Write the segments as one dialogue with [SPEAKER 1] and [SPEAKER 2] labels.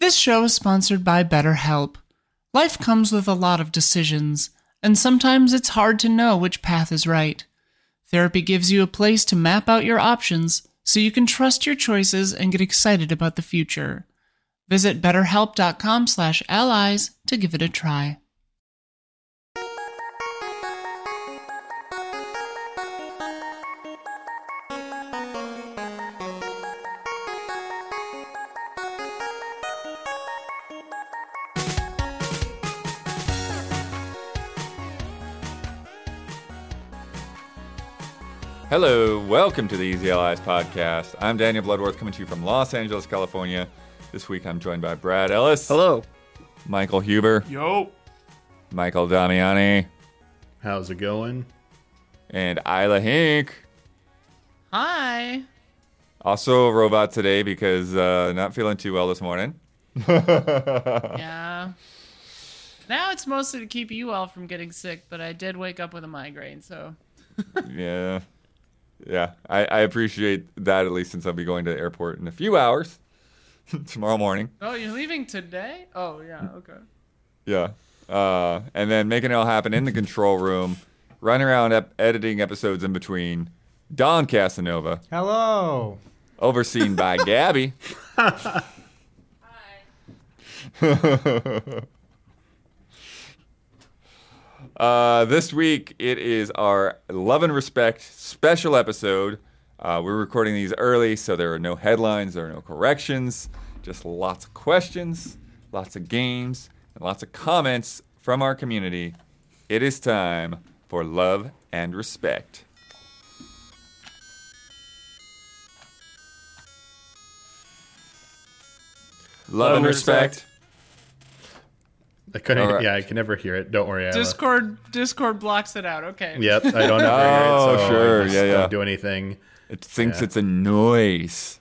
[SPEAKER 1] This show is sponsored by BetterHelp. Life comes with a lot of decisions, and sometimes it's hard to know which path is right. Therapy gives you a place to map out your options so you can trust your choices and get excited about the future. Visit betterhelp.com/allies to give it a try.
[SPEAKER 2] Hello, welcome to the Easy Allies podcast. I'm Daniel Bloodworth coming to you from Los Angeles, California. This week I'm joined by Brad Ellis,
[SPEAKER 3] Hello.
[SPEAKER 2] Michael Huber,
[SPEAKER 4] Yo.
[SPEAKER 2] Michael Damiani,
[SPEAKER 3] How's it going?
[SPEAKER 2] and Isla Hink.
[SPEAKER 1] Hi.
[SPEAKER 2] Also a robot today because uh, not feeling too well this morning.
[SPEAKER 1] Yeah. Now it's mostly to keep you all from getting sick, but I did wake up with a migraine, so
[SPEAKER 2] Yeah. Yeah. I, I appreciate that at least since I'll be going to the airport in a few hours tomorrow morning.
[SPEAKER 1] Oh, you're leaving today? Oh, yeah, okay.
[SPEAKER 2] Yeah. Uh, and then making it all happen in the control room, running around ep- editing episodes in between. Don Casanova,
[SPEAKER 4] Hello.
[SPEAKER 2] overseen by Gabby. Uh, this week it is our love and respect special episode. Uh, we're recording these early, so there are no headlines, there are no corrections, just lots of questions, lots of games, and lots of comments from our community. It is time for love and respect. Love, and
[SPEAKER 4] and
[SPEAKER 2] respect.
[SPEAKER 4] respect.
[SPEAKER 3] I couldn't.
[SPEAKER 2] All right.
[SPEAKER 3] Yeah, I can never hear it. Don't worry. Ella.
[SPEAKER 1] Discord Discord blocks it out. Okay.
[SPEAKER 3] Yep, I
[SPEAKER 2] Oh,
[SPEAKER 3] don't ever hear it. So I
[SPEAKER 2] sure,
[SPEAKER 3] just
[SPEAKER 2] yeah, yeah.
[SPEAKER 3] Don't do anything.
[SPEAKER 2] It thinks
[SPEAKER 3] Yeah.
[SPEAKER 2] it's a noise.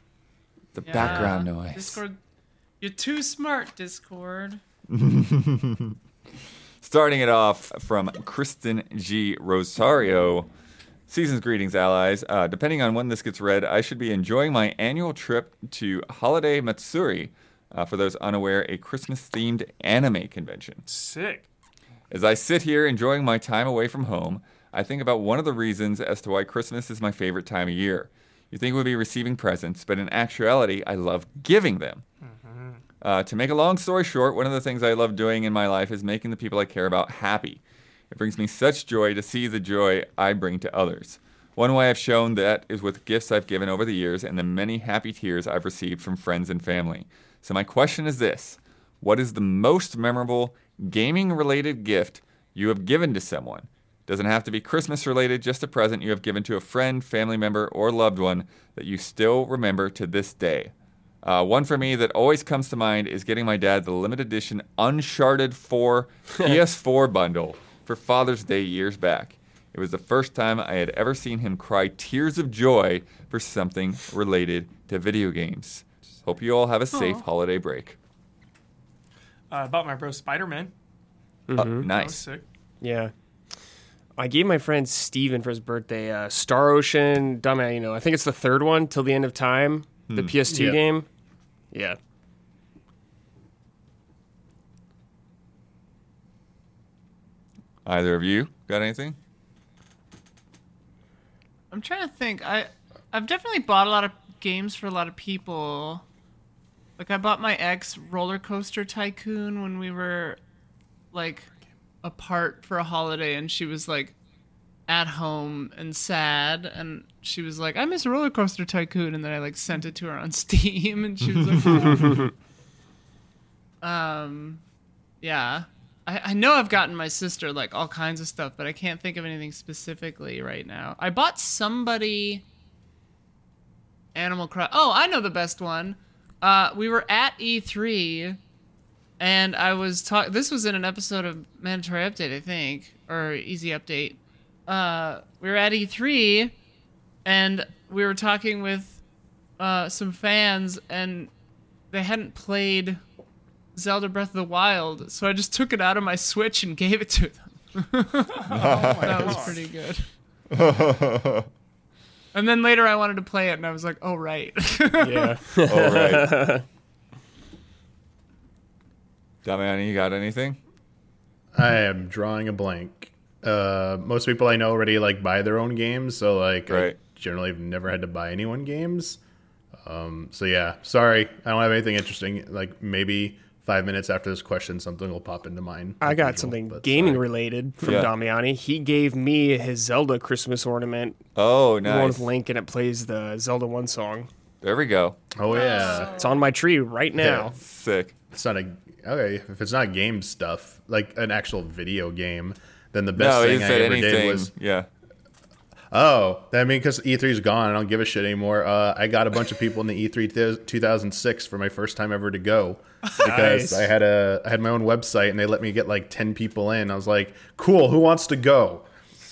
[SPEAKER 2] The
[SPEAKER 1] Yeah.
[SPEAKER 2] background noise.
[SPEAKER 1] Discord You're too smart, Discord.
[SPEAKER 2] Starting it off from Kristen G. Rosario. Season's greetings, allies. Uh, depending on when this gets read, I should be enjoying my annual trip to Holiday Matsuri. Uh, for those unaware, a Christmas themed anime convention.
[SPEAKER 4] Sick.
[SPEAKER 2] As I sit here enjoying my time away from home, I think about one of the reasons as to why Christmas is my favorite time of year. You think we'd be receiving presents, but in actuality, I love giving them. Uh, to make a long story short, one of the things I love doing in my life is making the people I care about happy. It brings me such joy to see the joy I bring to others. One way I've shown that is with gifts I've given over the years and the many happy tears I've received from friends and family. So, my question is this What is the most memorable gaming related gift you have given to someone? Doesn't have to be Christmas related, just a present you have given to a friend, family member, or loved one that you still remember to this day. Uh, one for me that always comes to mind is getting my dad the limited edition Uncharted 4 PS4 bundle for Father's Day years back. It was the first time I had ever seen him cry tears of joy for something related to video games. Hope you all have a safe holiday break.
[SPEAKER 4] Uh, about my bro Spider Man.
[SPEAKER 2] Uh,
[SPEAKER 3] Mm-hmm.
[SPEAKER 4] That was
[SPEAKER 2] nice.
[SPEAKER 4] sick.
[SPEAKER 5] Yeah. I gave my friend Steven for his birthday uh, Star Ocean, dumb, you know, I think it's the third one, Till the End of Time,
[SPEAKER 2] Hmm.
[SPEAKER 5] the PS2
[SPEAKER 3] Yeah.
[SPEAKER 5] game. Yeah.
[SPEAKER 2] Either of you got anything?
[SPEAKER 1] I'm trying to think. I I've definitely bought a lot of games for a lot of people. Like I bought my ex Roller Coaster Tycoon when we were like apart for a holiday and she was like at home and sad and she was like I miss Roller Coaster Tycoon and then I like sent it to her on Steam and she was like Um yeah. I, I know I've gotten my sister like all kinds of stuff, but I can't think of anything specifically right now. I bought somebody Animal Crossing. Oh, I know the best one. Uh, we were at E3, and I was talking. This was in an episode of Mandatory Update, I think, or Easy Update. Uh, we were at E3, and we were talking with uh, some fans, and they hadn't played Zelda Breath of the Wild, so I just took it out of my Switch and gave it to them. that was pretty good. and then later I wanted to play it, and I was like, oh, right.
[SPEAKER 5] Yeah.
[SPEAKER 2] All right. Damiani, you got anything?
[SPEAKER 3] I am drawing a blank. Uh, most people I know already like buy their own games, so like
[SPEAKER 2] Right.
[SPEAKER 3] I generally have never had to buy anyone games. Um, so yeah, sorry, I don't have anything interesting. Like maybe five minutes after this question, something will pop into mind.
[SPEAKER 5] I
[SPEAKER 3] like
[SPEAKER 5] got
[SPEAKER 3] usual,
[SPEAKER 5] something
[SPEAKER 3] but
[SPEAKER 5] gaming
[SPEAKER 3] sorry.
[SPEAKER 5] related from
[SPEAKER 2] Yeah.
[SPEAKER 5] Damiani. He gave me his Zelda Christmas ornament,
[SPEAKER 2] Oh,
[SPEAKER 5] the one with
[SPEAKER 2] nice.
[SPEAKER 5] Link, and it plays the Zelda One song.
[SPEAKER 2] There we go.
[SPEAKER 3] Oh yeah,
[SPEAKER 5] It's on my tree right now.
[SPEAKER 2] Sick.
[SPEAKER 3] it's not a okay. If it's not game stuff, like an actual video game, then the best
[SPEAKER 2] no, he
[SPEAKER 3] thing I
[SPEAKER 2] said
[SPEAKER 3] ever
[SPEAKER 2] anything.
[SPEAKER 3] did was
[SPEAKER 2] yeah.
[SPEAKER 3] Oh, I mean, because E3's gone, I don't give a shit anymore. Uh, I got a bunch of people in the E E3 th- 2006 for my first time ever to go because
[SPEAKER 5] Nice.
[SPEAKER 3] I had a I had my own website and they let me get like 10 people in. I was like, cool, who wants to go?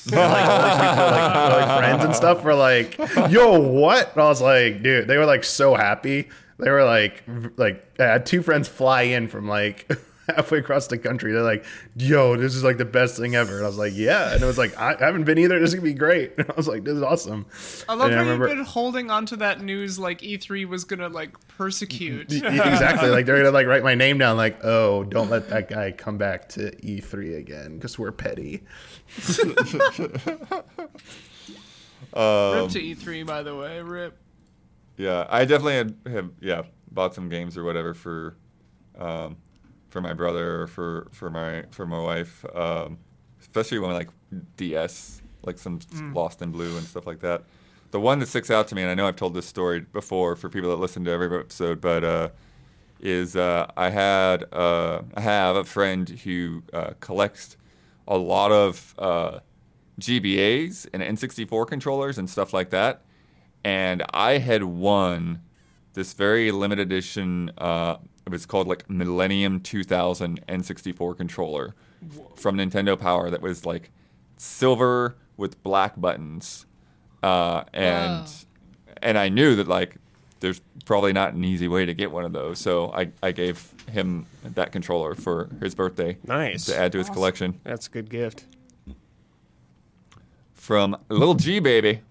[SPEAKER 3] And, like, all these people, like, my, like, friends and stuff were like, "Yo, what?" And I was like, "Dude," they were like so happy. They were like, v- like I had two friends fly in from like halfway across the country. They're like, "Yo, this is like the best thing ever." And I was like, "Yeah," and it was like, "I I haven't been either. This is gonna be great." And I was like, "This is awesome."
[SPEAKER 1] I love
[SPEAKER 3] and
[SPEAKER 1] how you've been holding on to that news like E3 was gonna like persecute.
[SPEAKER 3] Yeah, E, exactly. Like they're gonna like write my name down. Like, oh, don't let that guy come back to E3 again because we're petty. Um,
[SPEAKER 1] Rip to E3, by the way. Rip.
[SPEAKER 2] Yeah, I definitely had, have yeah bought some games or whatever for, um, for my brother or for for my for my wife, um, especially when like DS like some Lost in Blue and stuff like that. The one that sticks out to me, and I know I've told this story before for people that listen to every episode, but uh, is uh, I had uh, I have a friend who uh, collects a lot of uh, GBAs and N64 controllers and stuff like that, and I had won this very limited edition. Uh, it was called like Millennium 2000 N64 controller from Nintendo Power that was like silver with black buttons, uh, and and I knew that like there's probably not an easy way to get one of those, so I I gave him that controller for his birthday
[SPEAKER 5] Nice.
[SPEAKER 2] to add to his collection
[SPEAKER 5] That's a good gift.
[SPEAKER 2] from Little G Baby.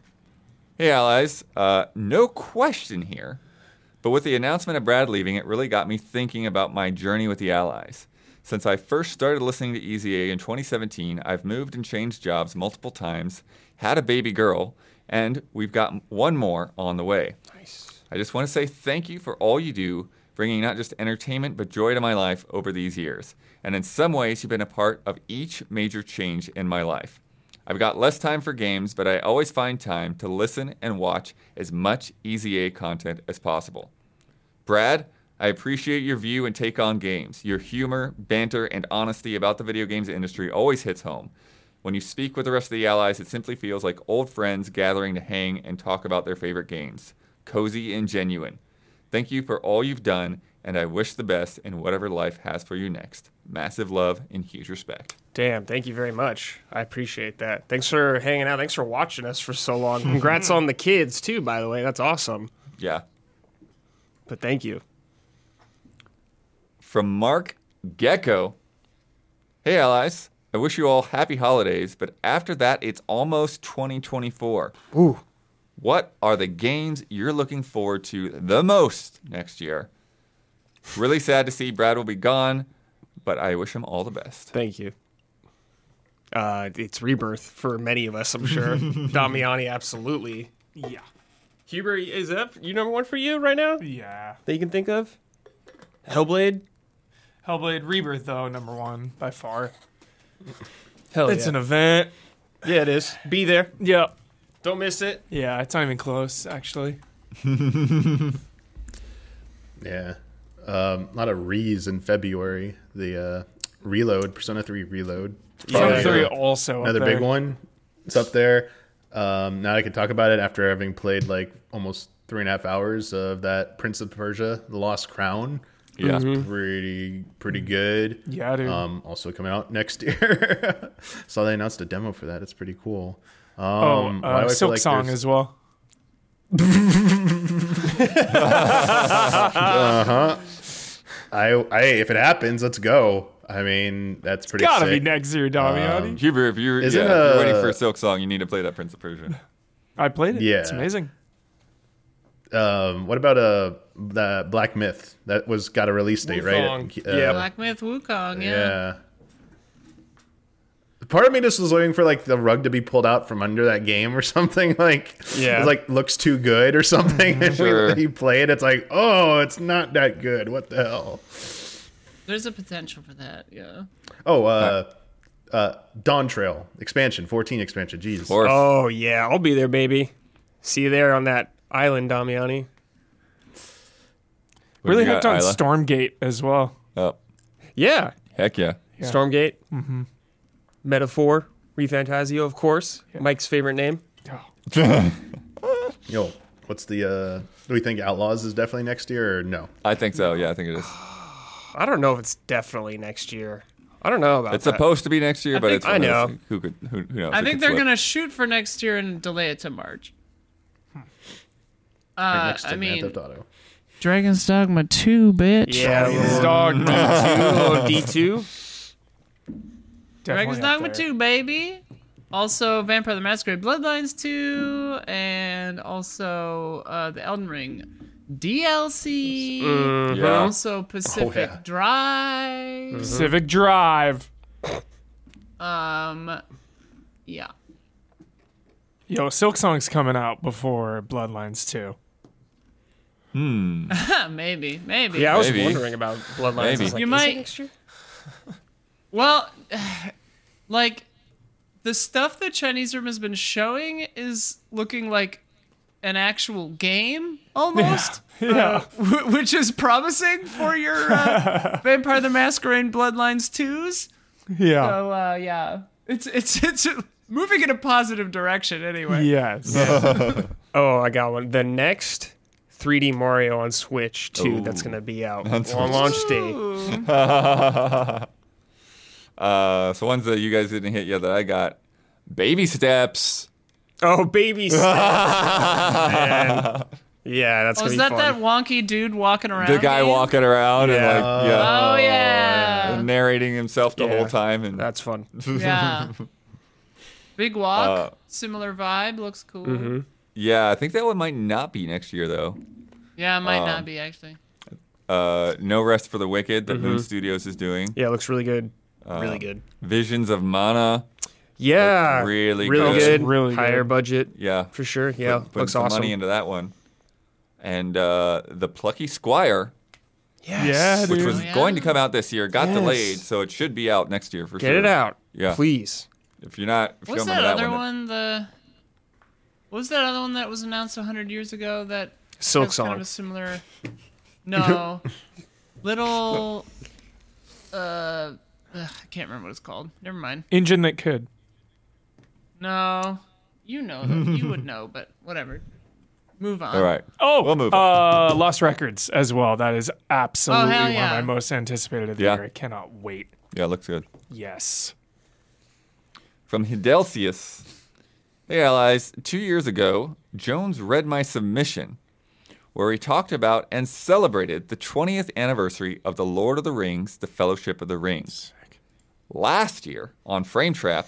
[SPEAKER 2] Hey, allies. Uh, no question here, but with the announcement of Brad leaving, it really got me thinking about my journey with the allies. Since I first started listening to EZA in 2017, I've moved and changed jobs multiple times, had a baby girl, and we've got one more on the way. I just want to say thank you for all you do, bringing not just entertainment but joy to my life over these years. And in some ways, you've been a part of each major change in my life. I've got less time for games, but I always find time to listen and watch as much EZA content as possible. Brad, I appreciate your view and take on games. Your humor, banter, and honesty about the video games industry always hits home. When you speak with the rest of the allies, it simply feels like old friends gathering to hang and talk about their favorite games. Cozy and genuine. Thank you for all you've done, and I wish the best in whatever life has for you next. Massive love and huge respect.
[SPEAKER 5] Damn, thank you very much. I appreciate that. Thanks for hanging out. Thanks for watching us for so long. Congrats on the kids, too, by the way. That's awesome.
[SPEAKER 2] Yeah.
[SPEAKER 5] But thank you.
[SPEAKER 2] from Mark Gecko. Hey, allies. I wish you all happy holidays, but after that, it's almost 2024. Ooh. What are the games you're looking forward to the most next year? Really sad to see Brad will be gone, but I wish him all the best.
[SPEAKER 5] Thank you. Uh, it's rebirth for many of us, I'm sure. Damiani, absolutely.
[SPEAKER 4] Yeah.
[SPEAKER 5] Huber, is that your number one for you right now
[SPEAKER 4] Yeah.
[SPEAKER 5] that you can think of? Hellblade?
[SPEAKER 4] Hellblade Rebirth, though, number one by far.
[SPEAKER 5] Hell
[SPEAKER 4] It's
[SPEAKER 5] yeah.
[SPEAKER 4] an event.
[SPEAKER 5] yeah, it is. Be there.
[SPEAKER 4] Yeah.
[SPEAKER 5] Don't miss it.
[SPEAKER 4] Yeah, it's not even close, actually.
[SPEAKER 3] Yeah. Um, a lot of re's in February. The uh, Reload, Persona 3 Reload.
[SPEAKER 4] Persona
[SPEAKER 3] Yeah.
[SPEAKER 4] 3 also.
[SPEAKER 3] Another
[SPEAKER 4] up there.
[SPEAKER 3] big one. It's up there. Um, now I can talk about it after having played like almost three and a half hours of that Prince of Persia, The Lost Crown.
[SPEAKER 2] Yeah.
[SPEAKER 5] Mm-hmm.
[SPEAKER 4] Mm-hmm.
[SPEAKER 3] Pretty, pretty good.
[SPEAKER 4] Yeah, dude.
[SPEAKER 3] Um, also coming out next year. Saw they announced a demo for that. It's pretty cool. Um,
[SPEAKER 4] oh,
[SPEAKER 3] why do I
[SPEAKER 4] uh,
[SPEAKER 3] feel
[SPEAKER 4] Silk
[SPEAKER 3] like
[SPEAKER 4] Song
[SPEAKER 3] there's-
[SPEAKER 4] as well.
[SPEAKER 3] I, I, if it happens, let's go. I mean, that's pretty.
[SPEAKER 4] Gotta be
[SPEAKER 3] sick.
[SPEAKER 4] next year,
[SPEAKER 3] Um,
[SPEAKER 4] Damiani.
[SPEAKER 2] Huber, if you're, yeah, if
[SPEAKER 3] Isn't,
[SPEAKER 2] you're waiting
[SPEAKER 3] uh,
[SPEAKER 2] for a Silk Song, you need to play that Prince of Persia.
[SPEAKER 4] I played it.
[SPEAKER 3] Yeah.
[SPEAKER 4] It's amazing.
[SPEAKER 3] um, what about uh, the Black Myth that was got a release date, right?
[SPEAKER 5] Wukong.
[SPEAKER 3] Uh,
[SPEAKER 5] Yeah.
[SPEAKER 1] Black Myth Wukong, yeah.
[SPEAKER 3] Yeah. Part of me just was waiting for like the rug to be pulled out from under that game or something. Like,
[SPEAKER 5] Yeah.
[SPEAKER 3] it, like looks too good or
[SPEAKER 4] Mm-hmm.
[SPEAKER 3] something. And
[SPEAKER 2] Sure.
[SPEAKER 3] we, we play it, it's like, oh, it's not that good. What the hell?
[SPEAKER 1] There's a potential for that, yeah.
[SPEAKER 3] Oh, uh, uh, Dawn Trail expansion, fourteen expansion. Jesus,
[SPEAKER 2] Or
[SPEAKER 5] Oh yeah, I'll be there, baby. See you there on that island, Damiani.
[SPEAKER 2] what
[SPEAKER 4] really
[SPEAKER 2] do you
[SPEAKER 4] hyped
[SPEAKER 2] got,
[SPEAKER 4] on
[SPEAKER 2] Isla?
[SPEAKER 4] Stormgate as well.
[SPEAKER 2] Oh,
[SPEAKER 5] Yeah,
[SPEAKER 2] heck yeah.
[SPEAKER 4] Yeah.
[SPEAKER 5] Stormgate. Mm-hmm. Metaphor. Refantasio, of course. Mike's favorite name.
[SPEAKER 3] yo, what's the? Uh, do we think Outlaws is definitely next year or no?
[SPEAKER 2] I think so. Yeah, I think it is.
[SPEAKER 5] Oh, I don't know if it's definitely next year. I don't know about
[SPEAKER 2] It's
[SPEAKER 5] that.
[SPEAKER 2] supposed to be next year, but
[SPEAKER 1] think-
[SPEAKER 2] it's one
[SPEAKER 5] I
[SPEAKER 2] of those
[SPEAKER 5] know.
[SPEAKER 2] things. Who could? Who, who knows?
[SPEAKER 1] I
[SPEAKER 2] It
[SPEAKER 1] think
[SPEAKER 2] could
[SPEAKER 1] they're
[SPEAKER 2] slip.
[SPEAKER 1] gonna shoot for next year and delay it to March. Uh,
[SPEAKER 3] Right next to
[SPEAKER 1] I
[SPEAKER 3] Grand
[SPEAKER 1] mean,
[SPEAKER 3] Theft Auto.
[SPEAKER 1] Dragon's Dogma 2, bitch.
[SPEAKER 5] yeah,
[SPEAKER 3] Mm.
[SPEAKER 5] little
[SPEAKER 4] Dog
[SPEAKER 5] dog D two.
[SPEAKER 1] Dragon's
[SPEAKER 4] definitely up
[SPEAKER 1] Dogma
[SPEAKER 4] there.
[SPEAKER 1] 2, baby. Also, Vampire the Masquerade Bloodlines 2, and also uh, the Elden Ring DLC.
[SPEAKER 2] Yeah.
[SPEAKER 1] Also, Pacific
[SPEAKER 3] yeah.
[SPEAKER 1] Drive.
[SPEAKER 4] Civic Drive.
[SPEAKER 1] Um, yeah.
[SPEAKER 4] Yo, Silk Song's coming out before Bloodlines 2.
[SPEAKER 1] maybe, maybe.
[SPEAKER 5] Yeah, I was
[SPEAKER 2] Maybe.
[SPEAKER 5] wondering about Bloodlines. I was
[SPEAKER 2] Maybe.
[SPEAKER 5] like,
[SPEAKER 1] You
[SPEAKER 5] is it
[SPEAKER 1] might-
[SPEAKER 5] next year?
[SPEAKER 1] Well, like the stuff that Chinese Room has been showing is looking like an actual game almost,
[SPEAKER 4] Yeah.
[SPEAKER 1] wh- which is promising for your uh, Vampire the Masquerade Bloodlines twos.
[SPEAKER 4] yeah.
[SPEAKER 1] So uh, yeah, it's it's it's moving in a positive direction anyway.
[SPEAKER 4] Yes.
[SPEAKER 5] Oh, I got one. The next 3D Mario on Switch 2 that's going to be out on
[SPEAKER 2] Switch.
[SPEAKER 5] launch day.
[SPEAKER 1] Ooh.
[SPEAKER 2] Uh, so ones that you guys didn't hit yet that I got. Baby steps.
[SPEAKER 5] Oh, baby. steps, man. Yeah, that's
[SPEAKER 1] Oh, is
[SPEAKER 5] going to be
[SPEAKER 1] that
[SPEAKER 5] fun.
[SPEAKER 1] that wonky dude walking around?
[SPEAKER 2] The guy
[SPEAKER 1] game?
[SPEAKER 2] walking around
[SPEAKER 5] Yeah. Uh.
[SPEAKER 2] and like yeah,
[SPEAKER 1] Oh yeah,
[SPEAKER 2] narrating himself the
[SPEAKER 5] Yeah.
[SPEAKER 2] whole time and
[SPEAKER 5] That's fun.
[SPEAKER 1] yeah. Big walk,
[SPEAKER 2] Uh,
[SPEAKER 1] similar vibe, looks cool.
[SPEAKER 5] Mm-hmm.
[SPEAKER 2] yeah, I think that one might not be next year though.
[SPEAKER 1] Yeah, it might not
[SPEAKER 2] Um,
[SPEAKER 1] be actually.
[SPEAKER 2] Uh, no rest for the wicked that
[SPEAKER 5] Mm-hmm.
[SPEAKER 2] Moon Studios is doing.
[SPEAKER 5] Yeah, it looks really good.
[SPEAKER 2] Uh,
[SPEAKER 5] really good.
[SPEAKER 2] Visions of Mana.
[SPEAKER 5] Yeah.
[SPEAKER 2] looks really
[SPEAKER 5] really
[SPEAKER 2] good.
[SPEAKER 5] good.
[SPEAKER 4] Really
[SPEAKER 5] Higher
[SPEAKER 4] good.
[SPEAKER 5] budget
[SPEAKER 2] Yeah,
[SPEAKER 5] for sure. Yeah,
[SPEAKER 2] put,
[SPEAKER 5] looks
[SPEAKER 2] some
[SPEAKER 5] awesome.
[SPEAKER 2] money into that one. And uh, the Plucky Squire,
[SPEAKER 4] Yeah,
[SPEAKER 2] which
[SPEAKER 4] dude.
[SPEAKER 2] was
[SPEAKER 1] Oh, yeah.
[SPEAKER 2] going to come out this year, got
[SPEAKER 5] Yes.
[SPEAKER 2] delayed, so it should be out next year for
[SPEAKER 5] Get
[SPEAKER 2] sure.
[SPEAKER 5] it out.
[SPEAKER 2] Yeah.
[SPEAKER 5] Please.
[SPEAKER 2] If you're not, if
[SPEAKER 1] What was
[SPEAKER 2] you don't
[SPEAKER 1] that other
[SPEAKER 2] remember that
[SPEAKER 1] one? The what was that other one that was announced hundred years ago that
[SPEAKER 5] Silk
[SPEAKER 1] has
[SPEAKER 5] Song.
[SPEAKER 1] kind of a similar? No, little. Uh, ugh, I can't remember what it's called. Never mind.
[SPEAKER 4] Engine that could.
[SPEAKER 1] No, you know, them. you would know, but whatever. Move on.
[SPEAKER 2] All right.
[SPEAKER 4] Oh,
[SPEAKER 2] We'll move
[SPEAKER 4] uh, Lost Records as well. That is absolutely
[SPEAKER 1] Oh, hell
[SPEAKER 4] one of
[SPEAKER 1] yeah.
[SPEAKER 4] my most anticipated of the
[SPEAKER 2] Yeah.
[SPEAKER 4] year. I cannot wait.
[SPEAKER 2] Yeah, looks good.
[SPEAKER 4] Yes.
[SPEAKER 2] From Hidelsius. Hey, allies. Two years ago, Jones read my submission where he talked about and celebrated the 20th anniversary of The Lord of the Rings, The Fellowship of the Rings. Last year, on Frame Trap,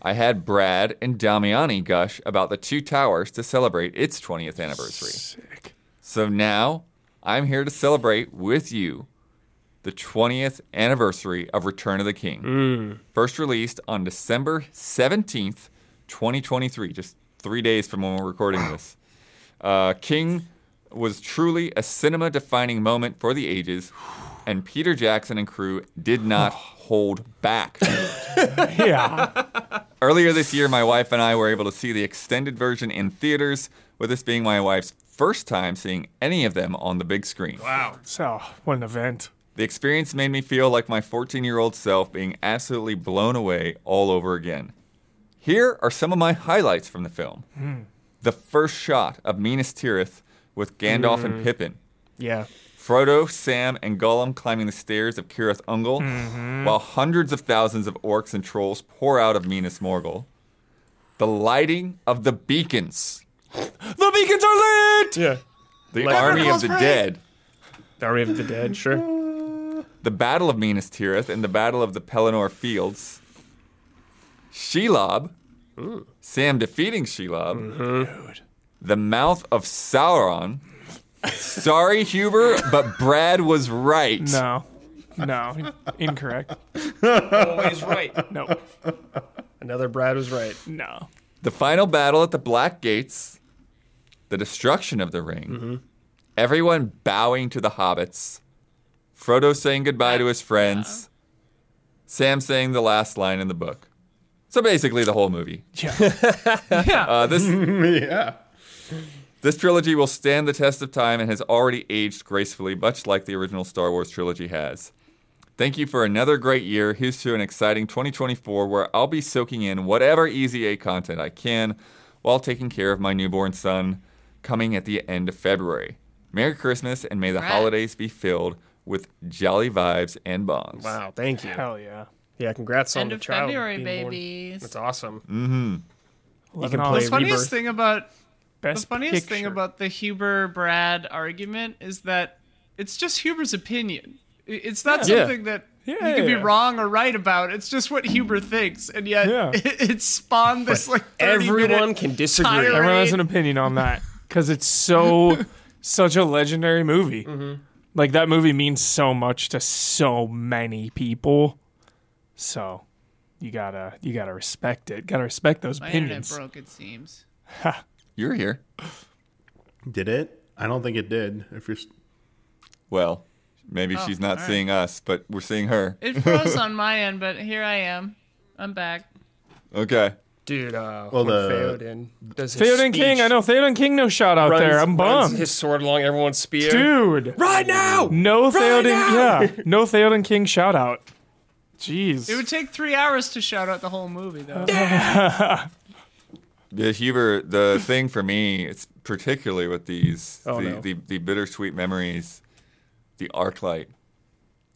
[SPEAKER 2] I had Brad and Damiani gush about the Two Towers to celebrate its 20th anniversary.
[SPEAKER 4] Sick.
[SPEAKER 2] So now I'm here to celebrate with you the 20th anniversary of Return of the King. First released on December 17th, 2023, just three days from when we're recording this. Uh, King was truly a cinema defining moment for the ages, and Peter Jackson and crew did not hold back.
[SPEAKER 4] Yeah.
[SPEAKER 2] Earlier this year, my wife and I were able to see the extended version in theaters, with this being my wife's first time seeing any of them on the big screen.
[SPEAKER 4] wow. So, what an event.
[SPEAKER 2] The experience made me feel like my 14 year old self being absolutely blown away all over again. Here are some of my highlights from the film the first shot of Minas Tirith with Gandalf and Pippin.
[SPEAKER 5] Yeah.
[SPEAKER 2] Frodo, Sam, and Gollum climbing the stairs of Kirith Ungol, while hundreds of thousands of orcs and trolls pour out of Minas Morgul. The lighting of the beacons,
[SPEAKER 4] The beacons are lit.
[SPEAKER 5] Yeah.
[SPEAKER 2] the army of the dead,
[SPEAKER 5] The Army of the Dead, sure.
[SPEAKER 2] the Battle of Minas Tirith, and the Battle of the Pelennor Fields. Shelob, Sam defeating Shelob, the mouth of Sauron, Sorry, Huber, but Brad was right.
[SPEAKER 4] No. No. Incorrect.
[SPEAKER 5] Always right.
[SPEAKER 4] No.
[SPEAKER 5] Another Brad was right.
[SPEAKER 4] No.
[SPEAKER 2] The final battle at the Black Gates, the destruction of the ring, everyone bowing to the hobbits, Frodo saying goodbye to his friends, Sam saying the last line in the book. So basically, the whole movie.
[SPEAKER 4] Yeah.
[SPEAKER 1] Yeah.
[SPEAKER 2] Uh, this
[SPEAKER 3] yeah.
[SPEAKER 2] This trilogy will stand the test of time and has already aged gracefully, much like the original Star Wars trilogy has. Thank you for another great year. Here's to an exciting 2024 where I'll be soaking in whatever Easy A content I can while taking care of my newborn son coming at the end of February. Merry Christmas and may the
[SPEAKER 1] Right.
[SPEAKER 2] holidays be filled with jolly vibes and bonds.
[SPEAKER 5] Wow, thank you.
[SPEAKER 4] Hell yeah.
[SPEAKER 5] Yeah, congrats on
[SPEAKER 1] End
[SPEAKER 5] the
[SPEAKER 1] of
[SPEAKER 5] child.
[SPEAKER 1] February,
[SPEAKER 5] being born.
[SPEAKER 1] babies.
[SPEAKER 5] That's awesome.
[SPEAKER 4] You
[SPEAKER 1] The
[SPEAKER 5] can play Hey,
[SPEAKER 1] funniest
[SPEAKER 5] Rebirth.
[SPEAKER 1] thing about
[SPEAKER 4] Best
[SPEAKER 1] the funniest thing
[SPEAKER 4] picture.
[SPEAKER 1] about the Huber Brad argument is that it's just Huber's opinion. I- It's not
[SPEAKER 5] Yeah.
[SPEAKER 1] something that
[SPEAKER 4] Yeah,
[SPEAKER 1] you could be
[SPEAKER 4] yeah.
[SPEAKER 1] wrong or right about. It's just what Huber thinks, and yet
[SPEAKER 4] Yeah.
[SPEAKER 1] it, it spawned this like 30
[SPEAKER 5] Everyone
[SPEAKER 1] minute
[SPEAKER 5] can disagree.
[SPEAKER 1] tirade.
[SPEAKER 4] Everyone has an opinion on that because it's so such a legendary movie.
[SPEAKER 5] Mm-hmm.
[SPEAKER 4] Like that movie means so much to so many people. So you gotta you gotta respect it. Gotta respect those
[SPEAKER 1] My internet
[SPEAKER 4] opinions.
[SPEAKER 1] broke. It seems.
[SPEAKER 2] You're here.
[SPEAKER 3] Did it? I don't think it did. If you're s-
[SPEAKER 2] Well, maybe
[SPEAKER 1] Oh,
[SPEAKER 2] she's not
[SPEAKER 1] all right.
[SPEAKER 2] seeing us, but we're seeing her.
[SPEAKER 1] It froze on my end, but here I am. I'm back.
[SPEAKER 2] Okay.
[SPEAKER 5] Dude, uh,
[SPEAKER 3] Well,
[SPEAKER 5] when
[SPEAKER 3] the-
[SPEAKER 5] Theoden does his
[SPEAKER 4] Theoden King,
[SPEAKER 5] speech,
[SPEAKER 4] I know Theoden King no shout out
[SPEAKER 5] runs-
[SPEAKER 4] there. I'm
[SPEAKER 5] runs
[SPEAKER 4] bummed.
[SPEAKER 5] His sword along everyone's spear.
[SPEAKER 4] Dude.
[SPEAKER 5] right now.
[SPEAKER 4] No Theoden
[SPEAKER 5] now!
[SPEAKER 4] yeah. No Theoden King shout out. Jeez.
[SPEAKER 1] It would take three hours to shout out the whole movie, though.
[SPEAKER 2] The Huber, the thing for me, it's particularly with these
[SPEAKER 5] Oh,
[SPEAKER 2] the,
[SPEAKER 5] no.
[SPEAKER 2] the the bittersweet memories, the arc light,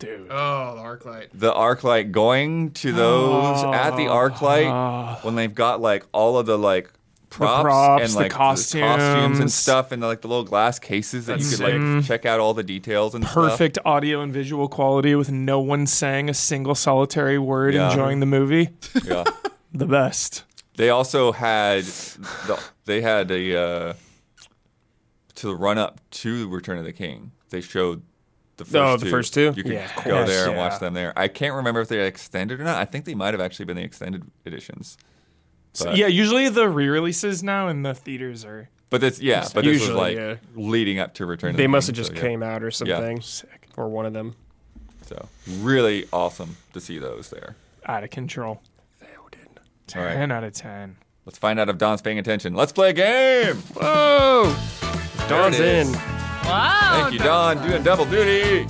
[SPEAKER 4] Dude.
[SPEAKER 5] Oh, the arc light.
[SPEAKER 2] the arc light going to those at the arc light when they've got like all of the like props,
[SPEAKER 4] props,
[SPEAKER 2] and
[SPEAKER 4] the
[SPEAKER 2] like costumes and
[SPEAKER 4] costumes.
[SPEAKER 2] stuff and like the little glass cases that you
[SPEAKER 5] That's
[SPEAKER 2] could like check out all the details and stuff.
[SPEAKER 4] Perfect audio and visual quality with no one saying a single solitary word
[SPEAKER 2] Yeah.
[SPEAKER 4] enjoying the movie.
[SPEAKER 2] Yeah.
[SPEAKER 4] The best.
[SPEAKER 2] They also had the, they had a uh, to the run up to Return of the King. They showed the first
[SPEAKER 5] Oh,
[SPEAKER 2] two.
[SPEAKER 5] the first two?
[SPEAKER 2] You could
[SPEAKER 4] Yeah, of
[SPEAKER 2] go
[SPEAKER 4] course,
[SPEAKER 2] there and
[SPEAKER 4] yeah.
[SPEAKER 2] watch them there. I can't remember if they extended or not. I think they might have actually been the extended editions. But,
[SPEAKER 4] yeah, usually the re-releases now in the theaters are
[SPEAKER 2] but this yeah, but this was
[SPEAKER 5] Usually,
[SPEAKER 2] like
[SPEAKER 5] yeah.
[SPEAKER 2] leading up to Return. of
[SPEAKER 5] They
[SPEAKER 2] the
[SPEAKER 5] must
[SPEAKER 2] King,
[SPEAKER 5] have just
[SPEAKER 2] so, yeah.
[SPEAKER 5] came out or something.
[SPEAKER 4] sick,
[SPEAKER 5] Or one of them.
[SPEAKER 2] So really awesome to see those there.
[SPEAKER 4] out of control.
[SPEAKER 5] Theoden.
[SPEAKER 2] All right.
[SPEAKER 4] Ten out of ten.
[SPEAKER 2] Let's find out if Don's paying attention. Let's play a game. Whoa!
[SPEAKER 5] Dawn's
[SPEAKER 2] There it is.
[SPEAKER 5] in.
[SPEAKER 1] Wow.
[SPEAKER 2] Thank you, Don. Doing double duty.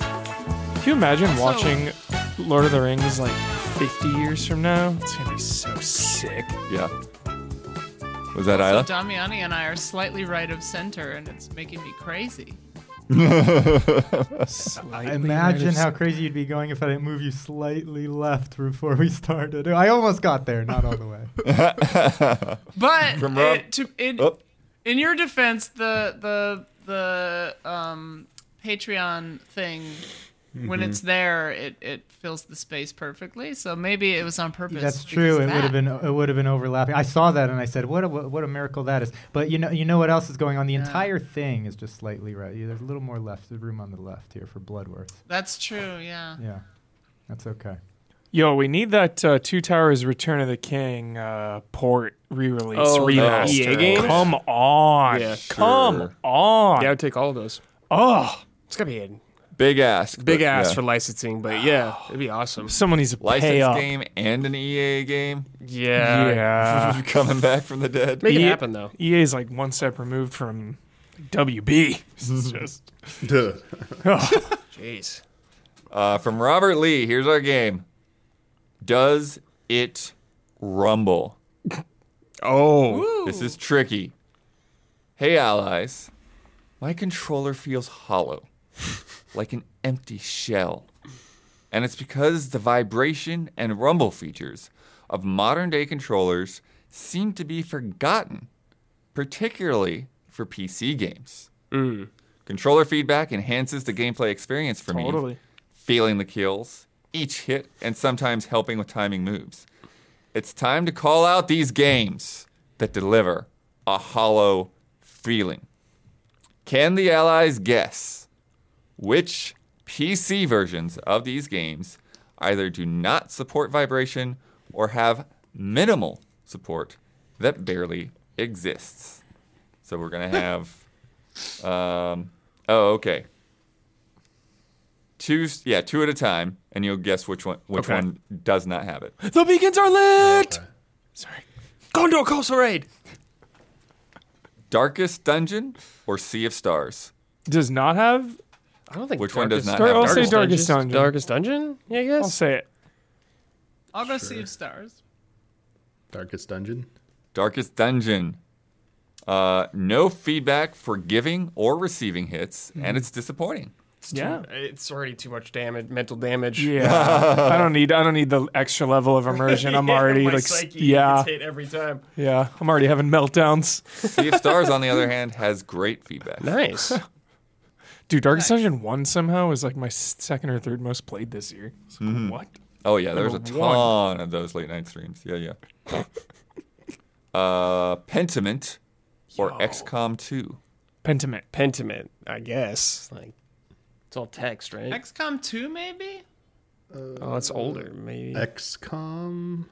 [SPEAKER 4] Can you imagine watching Lord of the Rings like 50 years from now? It's gonna be so sick.
[SPEAKER 2] Yeah. Was that
[SPEAKER 1] So
[SPEAKER 2] Isla?
[SPEAKER 1] Damiani and I are slightly right of center, and it's making me crazy.
[SPEAKER 4] Slightly
[SPEAKER 6] Imagine
[SPEAKER 4] reticent.
[SPEAKER 6] how crazy you'd be going if I didn't move you slightly left before we started. I almost got there, not all the way.
[SPEAKER 1] But
[SPEAKER 2] From
[SPEAKER 1] it-
[SPEAKER 2] up-
[SPEAKER 1] to, it,
[SPEAKER 2] up.
[SPEAKER 1] in your defense, the the the um, Patreon thing, when it's there, it, it fills the space perfectly. So maybe it was on purpose.
[SPEAKER 6] That's
[SPEAKER 1] because
[SPEAKER 6] true.
[SPEAKER 1] of
[SPEAKER 6] It would
[SPEAKER 1] that.
[SPEAKER 6] have been it would have been overlapping. I saw that and I said, "What a, what what a miracle that is!" But you know you know what else is going on? The entire thing is just slightly right. Yeah, There's a little more left. There's room on the left here for Bloodworth.
[SPEAKER 1] That's true. Yeah.
[SPEAKER 6] Yeah, that's okay.
[SPEAKER 4] Yo, we need that uh, Two Towers Return of the King uh, port re-release
[SPEAKER 5] Oh, the
[SPEAKER 4] remaster.
[SPEAKER 5] EA games?
[SPEAKER 4] Come on,
[SPEAKER 5] Yeah.
[SPEAKER 2] Sure.
[SPEAKER 4] come on.
[SPEAKER 5] Yeah, I would take all of those.
[SPEAKER 4] Oh,
[SPEAKER 5] It's gotta be a
[SPEAKER 2] Big ass.
[SPEAKER 5] big ass for licensing, but yeah, it'd be awesome.
[SPEAKER 4] someone needs to
[SPEAKER 2] license
[SPEAKER 4] pay up.
[SPEAKER 2] game and an EA game
[SPEAKER 5] Yeah. Ah.
[SPEAKER 4] Yeah,
[SPEAKER 2] coming back from the dead.
[SPEAKER 5] Make it
[SPEAKER 4] Yeah.
[SPEAKER 5] happen though.
[SPEAKER 4] EA is like one step removed from WB. It's just
[SPEAKER 3] duh.
[SPEAKER 5] Jeez.
[SPEAKER 2] Uh, from Robert Lee, here's our game. Does it rumble?
[SPEAKER 5] Oh.
[SPEAKER 2] This is tricky. Hey allies, my controller feels hollow, like an empty shell. And it's because the vibration and rumble features of modern day controllers seem to be forgotten, particularly for PC games. Controller feedback enhances the gameplay experience for me,
[SPEAKER 4] totally.
[SPEAKER 2] feeling the kills, each hit, and sometimes helping with timing moves. It's time to call out these games that deliver a hollow feeling. Can the allies guess which PC versions of these games either do not support vibration or have minimal support that barely exists? So we're gonna have. um, oh, okay. Two, s- yeah, two at a time, and you'll guess which one which
[SPEAKER 5] Okay.
[SPEAKER 2] one does not have it.
[SPEAKER 5] The beacons are lit.
[SPEAKER 3] Okay.
[SPEAKER 5] Sorry. Gondor Coastal Raid.
[SPEAKER 2] Darkest Dungeon or Sea of Stars?
[SPEAKER 4] Does not have.
[SPEAKER 5] I don't think
[SPEAKER 2] Which one does
[SPEAKER 5] Darkest-
[SPEAKER 2] not
[SPEAKER 4] Star-
[SPEAKER 2] have
[SPEAKER 4] I'll say
[SPEAKER 2] darkest?
[SPEAKER 4] Dark- Darkest
[SPEAKER 5] Dungeon.
[SPEAKER 4] Dungeon.
[SPEAKER 5] Darkest Dungeon? Yeah, I
[SPEAKER 4] I'll
[SPEAKER 5] guess.
[SPEAKER 4] say it.
[SPEAKER 1] I'll go Sea of Stars.
[SPEAKER 3] Darkest Dungeon.
[SPEAKER 2] Darkest Dungeon. Uh, no feedback for giving or receiving hits, and it's disappointing.
[SPEAKER 4] Yeah.
[SPEAKER 5] It's already too much damage, mental damage.
[SPEAKER 4] Yeah. I don't need. I don't need the extra level of immersion. I'm already
[SPEAKER 5] My
[SPEAKER 4] like. s-
[SPEAKER 5] psyche
[SPEAKER 4] yeah.
[SPEAKER 5] gets hit every time.
[SPEAKER 4] Yeah. I'm already having meltdowns.
[SPEAKER 2] Sea of Stars, on the other hand, has great feedback.
[SPEAKER 5] Nice.
[SPEAKER 4] Dude, Darkest Dungeon one somehow is like my s- second or third most played this year. It's like, What?
[SPEAKER 2] Oh yeah, there's a
[SPEAKER 4] Number
[SPEAKER 2] ton
[SPEAKER 4] one.
[SPEAKER 2] of those late night streams. Yeah, yeah. uh, Pentiment or XCOM 2.
[SPEAKER 4] Pentiment.
[SPEAKER 5] Pentiment, I guess. Like it's all text, right?
[SPEAKER 1] XCOM 2, maybe?
[SPEAKER 5] oh, it's older, maybe.
[SPEAKER 3] XCOM.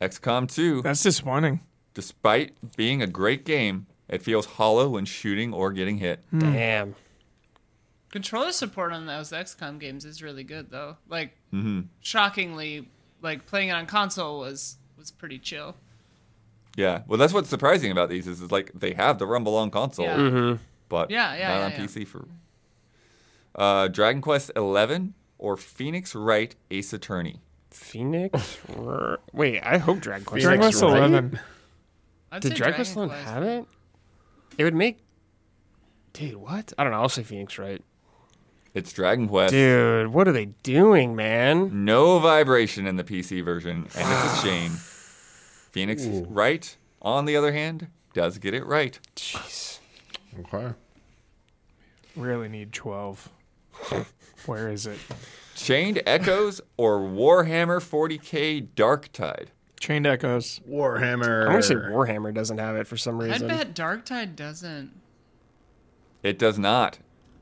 [SPEAKER 2] XCOM 2,
[SPEAKER 4] That's disappointing.
[SPEAKER 2] despite being a great game, it feels hollow when shooting or getting hit.
[SPEAKER 4] Hmm.
[SPEAKER 5] Damn.
[SPEAKER 1] Controller support on those XCOM games is really good, though. Like, shockingly, like playing it on console was was pretty chill.
[SPEAKER 2] Yeah. Well, that's what's surprising about these is, is like they have the Rumble on console,
[SPEAKER 1] Yeah.
[SPEAKER 2] but
[SPEAKER 1] Yeah, yeah,
[SPEAKER 2] not
[SPEAKER 1] yeah,
[SPEAKER 2] on
[SPEAKER 1] yeah.
[SPEAKER 2] PC for. Uh, Dragon Quest Eleven or Phoenix Wright Ace Attorney.
[SPEAKER 5] Phoenix. R- Wait, I hope Dragon Quest.
[SPEAKER 4] Dragon
[SPEAKER 3] Phoenix
[SPEAKER 4] Quest
[SPEAKER 3] Wright?
[SPEAKER 4] Eleven.
[SPEAKER 1] I'd
[SPEAKER 5] Did
[SPEAKER 1] say
[SPEAKER 5] Dragon Quest
[SPEAKER 1] Dragon
[SPEAKER 5] Eleven have it? It would make. Dude, what? I don't know. I'll say Phoenix, right?
[SPEAKER 2] It's Dragon Quest.
[SPEAKER 5] Dude, what are they doing, man?
[SPEAKER 2] No vibration in the PC version, and it's a shame. Phoenix Wright, on the other hand, does get it right.
[SPEAKER 5] Jeez.
[SPEAKER 3] Okay.
[SPEAKER 4] Really need twelve. Where is it?
[SPEAKER 2] Chained Echoes or Warhammer 40k Darktide.
[SPEAKER 4] Chained Echoes.
[SPEAKER 3] Warhammer.
[SPEAKER 5] I want to say Warhammer doesn't have it for some
[SPEAKER 1] I'd
[SPEAKER 5] reason.
[SPEAKER 1] bet Darktide doesn't.
[SPEAKER 2] It does not.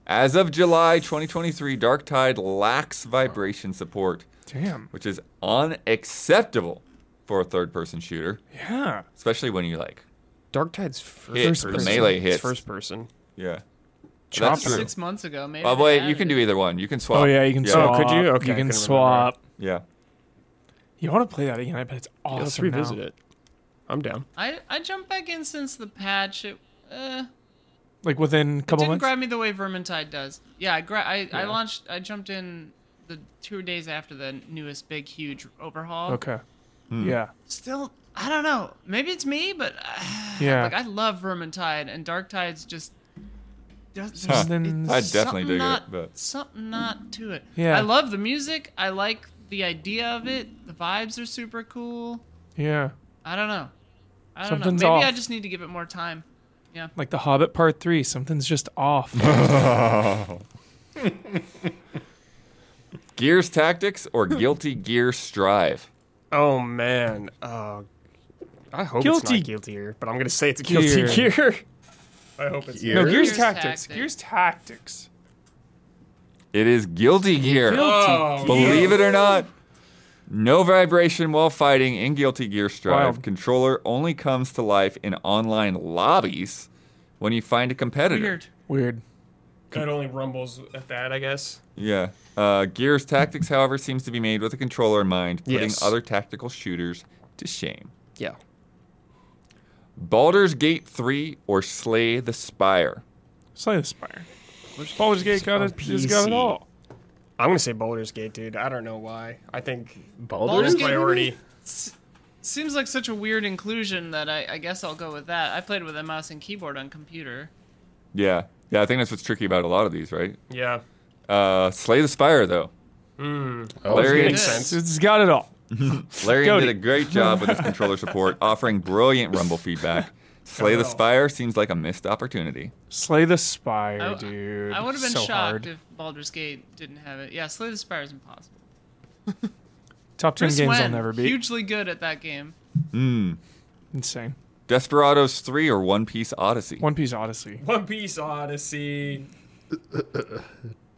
[SPEAKER 2] As of July 2023, Darktide lacks vibration support.
[SPEAKER 4] Damn.
[SPEAKER 2] which is unacceptable for a third person shooter,
[SPEAKER 4] Yeah.
[SPEAKER 2] especially when you like,
[SPEAKER 5] Darktide's first
[SPEAKER 2] Hits, the
[SPEAKER 5] person.
[SPEAKER 2] melee
[SPEAKER 5] It's
[SPEAKER 2] hits.
[SPEAKER 5] first person.
[SPEAKER 2] yeah.
[SPEAKER 4] Chop
[SPEAKER 2] That's true.
[SPEAKER 1] Six months ago, maybe.
[SPEAKER 2] Oh,
[SPEAKER 1] they
[SPEAKER 2] wait, you
[SPEAKER 1] added
[SPEAKER 2] can
[SPEAKER 1] it.
[SPEAKER 2] do either one. You can swap.
[SPEAKER 4] Oh yeah, you can
[SPEAKER 2] Yeah.
[SPEAKER 4] swap.
[SPEAKER 5] Oh, could you? Okay,
[SPEAKER 4] You
[SPEAKER 5] I
[SPEAKER 4] can
[SPEAKER 5] couldn't
[SPEAKER 4] swap.
[SPEAKER 2] yeah.
[SPEAKER 4] You want to play that again? I bet it's awesome.
[SPEAKER 5] Let's revisit
[SPEAKER 4] now.
[SPEAKER 5] it. I'm down.
[SPEAKER 1] I I jumped back in since the patch. It, uh,
[SPEAKER 4] Like within a couple
[SPEAKER 1] didn't
[SPEAKER 4] months.
[SPEAKER 1] grab me the way Vermintide does. Yeah, I, gra- I, I launched. I jumped in the two days after the newest big huge overhaul.
[SPEAKER 4] okay.
[SPEAKER 2] Hmm.
[SPEAKER 4] Yeah.
[SPEAKER 1] Still, I don't know. Maybe it's me, but uh,
[SPEAKER 4] Yeah.
[SPEAKER 1] like I love Vermintide and Darktide's just. does- there's-
[SPEAKER 4] Something-
[SPEAKER 1] it's
[SPEAKER 2] I definitely
[SPEAKER 1] something
[SPEAKER 2] dig it,
[SPEAKER 1] not-
[SPEAKER 2] but-
[SPEAKER 1] something not to it.
[SPEAKER 4] Yeah.
[SPEAKER 1] I love the music. I like the idea of it. The vibes are super cool.
[SPEAKER 4] Yeah.
[SPEAKER 1] I don't know. I don't
[SPEAKER 4] Something's
[SPEAKER 1] know. Maybe I
[SPEAKER 4] off.
[SPEAKER 1] just need to give it more time.
[SPEAKER 4] Like the Hobbit Part Three. Something's just off.
[SPEAKER 2] Gears Tactics or Guilty Gear Strive.
[SPEAKER 5] Oh man. Oh, I hope it's
[SPEAKER 4] Guilty
[SPEAKER 5] not guilty gear, but I'm gonna say it's guilty
[SPEAKER 4] Gear.
[SPEAKER 5] gear.
[SPEAKER 4] no,
[SPEAKER 3] Gears?
[SPEAKER 4] Gears,
[SPEAKER 1] Gears
[SPEAKER 4] Tactics.
[SPEAKER 1] Tactics.
[SPEAKER 4] Gears Tactics.
[SPEAKER 2] It is Guilty Gear. Oh.
[SPEAKER 4] Oh,
[SPEAKER 2] Believe it or not. No vibration while fighting in Guilty Gear Strive.
[SPEAKER 4] Wild.
[SPEAKER 2] Controller only comes to life in online lobbies when you find a competitor.
[SPEAKER 1] Weird.
[SPEAKER 4] Weird.
[SPEAKER 5] That only rumbles at that, I guess.
[SPEAKER 2] Yeah. Uh, Gears Tactics, however, seems to be made with a controller in mind, putting
[SPEAKER 5] Yes.
[SPEAKER 2] other tactical shooters to shame.
[SPEAKER 5] Yeah.
[SPEAKER 2] Baldur's Gate 3 or Slay the Spire?
[SPEAKER 4] Slay the Spire. Baldur's Gate got it. Just got it
[SPEAKER 5] PC.
[SPEAKER 4] all.
[SPEAKER 5] I'm gonna say Boulder's Gate, dude. I don't know why. I think
[SPEAKER 1] Baldur's
[SPEAKER 3] Baldur's
[SPEAKER 1] Gate
[SPEAKER 5] priority.
[SPEAKER 1] Seems like such a weird inclusion that I, I guess I'll go with that. I played with a mouse and keyboard on computer.
[SPEAKER 2] Yeah. Yeah, I think that's what's tricky about a lot of these, right?
[SPEAKER 5] Yeah.
[SPEAKER 2] Uh, Slay the Spire, though. Larry,
[SPEAKER 5] Makes
[SPEAKER 1] Yeah.
[SPEAKER 5] sense.
[SPEAKER 4] It's got it all.
[SPEAKER 2] Larry
[SPEAKER 4] Goaty.
[SPEAKER 2] did a great job with his controller support, offering brilliant rumble feedback. Slay the Spire seems like a missed opportunity.
[SPEAKER 4] Slay the Spire,
[SPEAKER 1] I-
[SPEAKER 4] dude.
[SPEAKER 1] I would have been
[SPEAKER 4] so
[SPEAKER 1] shocked
[SPEAKER 4] hard.
[SPEAKER 1] if Baldur's Gate didn't have it. Yeah, Slay the Spire is impossible.
[SPEAKER 4] Top ten
[SPEAKER 1] Chris
[SPEAKER 4] games I'll
[SPEAKER 1] Wen,
[SPEAKER 4] never beat.
[SPEAKER 1] hugely good at that game.
[SPEAKER 4] Insane.
[SPEAKER 2] Desperados 3 or One Piece Odyssey?
[SPEAKER 4] One Piece Odyssey.
[SPEAKER 5] One Piece Odyssey.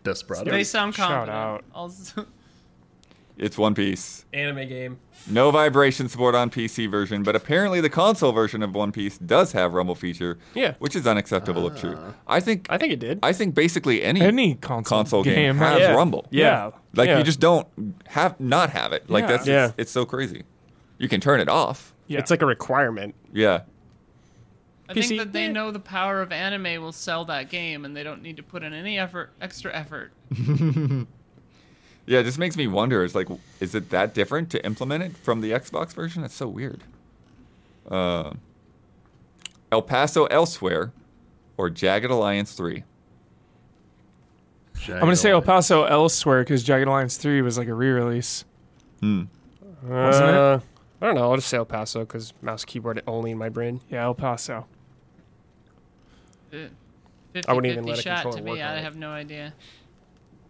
[SPEAKER 3] Desperado.
[SPEAKER 1] They sound
[SPEAKER 4] Shout
[SPEAKER 1] confident.
[SPEAKER 4] out.
[SPEAKER 1] Also,
[SPEAKER 2] It's One Piece.
[SPEAKER 5] Anime game.
[SPEAKER 2] No vibration support on PC version, but apparently the console version of One Piece does have rumble feature.
[SPEAKER 5] Yeah.
[SPEAKER 2] Which is unacceptable if true. I think
[SPEAKER 5] I think it did.
[SPEAKER 2] I think basically any
[SPEAKER 4] Any console,
[SPEAKER 2] console game,
[SPEAKER 4] game,
[SPEAKER 2] has
[SPEAKER 5] Yeah.
[SPEAKER 2] rumble.
[SPEAKER 5] Yeah.
[SPEAKER 2] Like
[SPEAKER 4] Yeah.
[SPEAKER 2] you just don't have not have it. Like
[SPEAKER 4] Yeah.
[SPEAKER 2] that's
[SPEAKER 5] Yeah.
[SPEAKER 2] It's, it's so crazy. You can turn it off.
[SPEAKER 4] Yeah.
[SPEAKER 5] It's like a requirement.
[SPEAKER 2] Yeah.
[SPEAKER 1] I
[SPEAKER 5] PC?
[SPEAKER 1] think that they
[SPEAKER 5] Yeah.
[SPEAKER 1] know the power of anime will sell that game, and they don't need to put in any effort, extra effort.
[SPEAKER 2] Yeah, it just makes me wonder. It's like, is it that different to implement it from the Xbox version? That's so weird. Uh, El Paso Elsewhere or Jagged Alliance 3?
[SPEAKER 4] I'm gonna say El Paso elsewhere because Jagged Alliance Three was like a re-release. Wasn't it?
[SPEAKER 5] Uh, I don't know. I'll just say El Paso because mouse keyboard only in my brain.
[SPEAKER 4] Yeah, El Paso.
[SPEAKER 1] I
[SPEAKER 5] I wouldn't even let a
[SPEAKER 1] shot to
[SPEAKER 5] controller
[SPEAKER 1] me.
[SPEAKER 5] work on
[SPEAKER 1] I
[SPEAKER 5] it.
[SPEAKER 1] have no idea.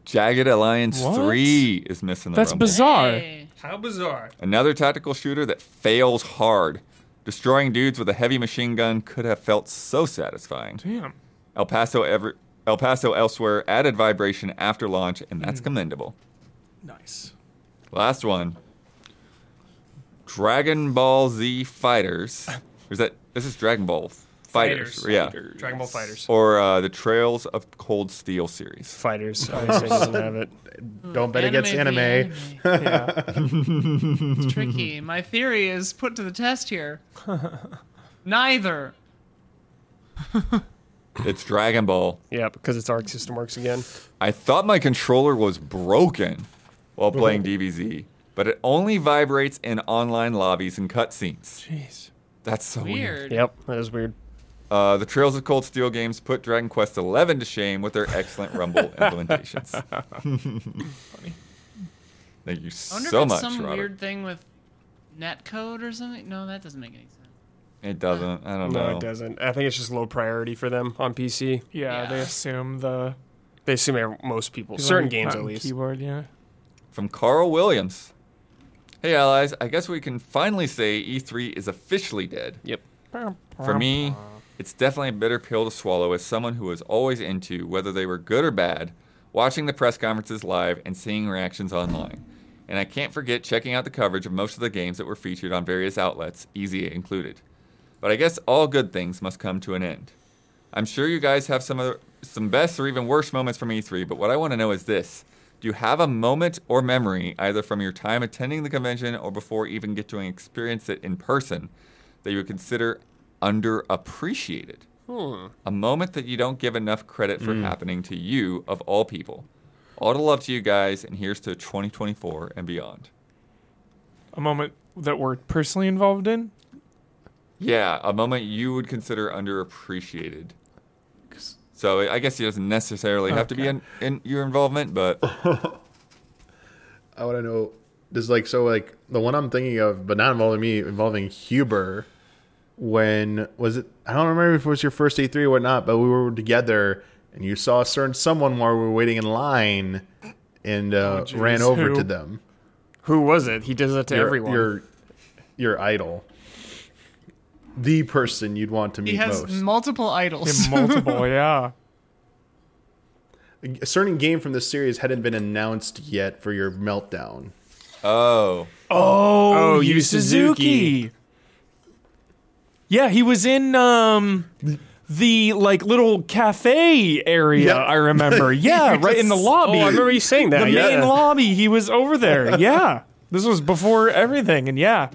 [SPEAKER 2] Jagged Alliance
[SPEAKER 4] What?
[SPEAKER 2] 3 is missing the
[SPEAKER 4] That's
[SPEAKER 2] rumble.
[SPEAKER 4] bizarre.
[SPEAKER 1] Hey.
[SPEAKER 5] How bizarre.
[SPEAKER 2] Another tactical shooter that fails hard. Destroying dudes with a heavy machine gun could have felt so satisfying.
[SPEAKER 4] Damn.
[SPEAKER 2] El Paso ever El Paso Elsewhere added vibration after launch, and
[SPEAKER 4] Hmm.
[SPEAKER 2] that's commendable.
[SPEAKER 4] Nice.
[SPEAKER 2] Last one. Dragon Ball Z Fighters. Or Is that this is Dragon Ball Fighters?
[SPEAKER 5] Fighters.
[SPEAKER 2] Yeah.
[SPEAKER 5] Dragon Ball Fighters.
[SPEAKER 2] Or uh, the Trails of Cold Steel series.
[SPEAKER 5] Fighters. Obviously, doesn't have it.
[SPEAKER 3] Don't bet against
[SPEAKER 1] Anime
[SPEAKER 3] anime.
[SPEAKER 1] v. anime.
[SPEAKER 4] Yeah.
[SPEAKER 1] It's tricky. My theory is put to the test here. Neither.
[SPEAKER 2] It's Dragon Ball.
[SPEAKER 5] Yeah, because its arc system works again.
[SPEAKER 2] I thought my controller was broken while playing DBZ, but it only vibrates in online lobbies and cutscenes.
[SPEAKER 4] Jeez.
[SPEAKER 2] That's so
[SPEAKER 1] Weird.
[SPEAKER 2] weird.
[SPEAKER 5] Yep, that is weird.
[SPEAKER 2] Uh, the Trails of Cold Steel games put Dragon Quest XI to shame with their excellent Rumble implementations. Thank you
[SPEAKER 1] I wonder
[SPEAKER 2] so
[SPEAKER 1] if it's
[SPEAKER 2] much,
[SPEAKER 1] some
[SPEAKER 2] Robert.
[SPEAKER 1] weird thing with netcode or something. No, that doesn't make any sense.
[SPEAKER 2] It doesn't. I don't
[SPEAKER 5] No,
[SPEAKER 2] know.
[SPEAKER 5] it doesn't. I think it's just low priority for them on PC.
[SPEAKER 4] Yeah,
[SPEAKER 1] Yeah.
[SPEAKER 4] they assume the
[SPEAKER 5] They assume ev- most people, certain games at
[SPEAKER 4] button
[SPEAKER 5] least.
[SPEAKER 4] Keyboard, yeah.
[SPEAKER 2] From Carl Williams. Hey, allies. I guess we can finally say E3 is officially dead.
[SPEAKER 5] Yep.
[SPEAKER 2] For me, it's definitely a bitter pill to swallow as someone who was always into, whether they were good or bad, watching the press conferences live and seeing reactions online. And I can't forget checking out the coverage of most of the games that were featured on various outlets, EZA included. But I guess all good things must come to an end. I'm sure you guys have some other, some best or even worst moments from E3, but what I want to know is this. Do you have a moment or memory, either from your time attending the convention or before even get to experience it in person, that you would consider underappreciated?
[SPEAKER 5] Hmm.
[SPEAKER 2] A moment that you don't give enough credit
[SPEAKER 4] Mm.
[SPEAKER 2] for happening to you, of all people. All the love to you guys, and here's to 2024 and beyond.
[SPEAKER 4] A moment that we're personally involved in.
[SPEAKER 2] Yeah, a moment you would consider underappreciated. So I guess it doesn't necessarily have to be in, in your involvement, but
[SPEAKER 3] I want to know. This is like so like the one I'm thinking of, but not involving me, involving Huber. When was it? I don't remember if it was your first E3 or whatnot, but we were together and you saw a certain someone while we were waiting in line and uh,
[SPEAKER 4] Oh, geez.
[SPEAKER 3] ran over
[SPEAKER 4] Who?
[SPEAKER 3] to them.
[SPEAKER 5] Who was it? He does that to
[SPEAKER 3] Your-
[SPEAKER 5] everyone.
[SPEAKER 3] Your, your idol. The person you'd want to meet
[SPEAKER 1] He has
[SPEAKER 3] most.
[SPEAKER 1] multiple idols.
[SPEAKER 4] In multiple, yeah.
[SPEAKER 3] a certain game from the series hadn't been announced yet for your meltdown.
[SPEAKER 2] oh,
[SPEAKER 4] Oh,
[SPEAKER 5] Oh, Yu Suzuki.
[SPEAKER 4] Yeah, he was in um the like little cafe area.
[SPEAKER 3] Yeah.
[SPEAKER 4] I remember. Yeah, right in the lobby.
[SPEAKER 5] oh, I remember you saying that.
[SPEAKER 4] the
[SPEAKER 5] yeah.
[SPEAKER 4] main lobby. He was over there. Yeah, this was before everything, and yeah,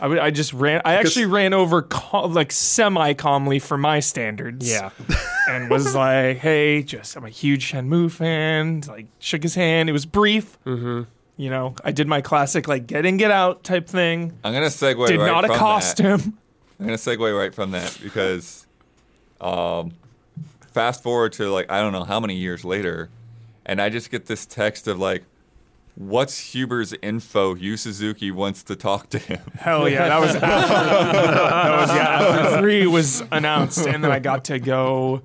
[SPEAKER 4] I, would- I just ran. I actually ran over cal- like semi calmly for my standards.
[SPEAKER 5] yeah.
[SPEAKER 4] and was like, "Hey, just I'm a huge Shenmue fan." Like, shook his hand. It was brief. Mm-hmm. You know, I did my classic like get in, get out type thing.
[SPEAKER 2] I'm gonna segue.
[SPEAKER 4] did
[SPEAKER 2] right
[SPEAKER 4] not
[SPEAKER 2] from
[SPEAKER 4] accost
[SPEAKER 2] that.
[SPEAKER 4] him.
[SPEAKER 2] I'm gonna segue right from that because, um, fast forward to like I don't know how many years later, and I just get this text of like, "What's Huber's info? Yu Suzuki wants to talk to him."
[SPEAKER 4] Hell yeah, that was after, that was yeah after three was announced, and then I got to go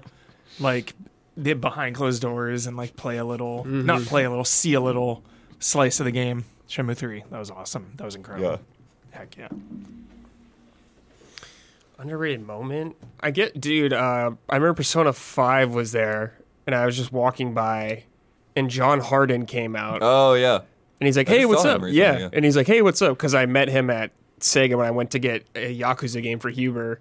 [SPEAKER 4] like the- behind closed doors and like play a little, not play a little, see a little slice of the game. Shenmue three, that was awesome. That was incredible.
[SPEAKER 2] Yeah.
[SPEAKER 4] Heck yeah.
[SPEAKER 5] Underrated moment. I get, dude. Uh, I remember Persona Five was there, and I was just walking by, and John Harden came out,
[SPEAKER 2] Oh yeah.
[SPEAKER 5] and he's like,
[SPEAKER 2] I
[SPEAKER 5] "Hey,
[SPEAKER 2] just
[SPEAKER 5] what's
[SPEAKER 2] saw
[SPEAKER 5] up?"
[SPEAKER 2] him recently,
[SPEAKER 5] yeah.
[SPEAKER 2] yeah.
[SPEAKER 5] and he's like, "Hey, what's up?" Because I met him at Sega when I went to get a Yakuza game for Huber,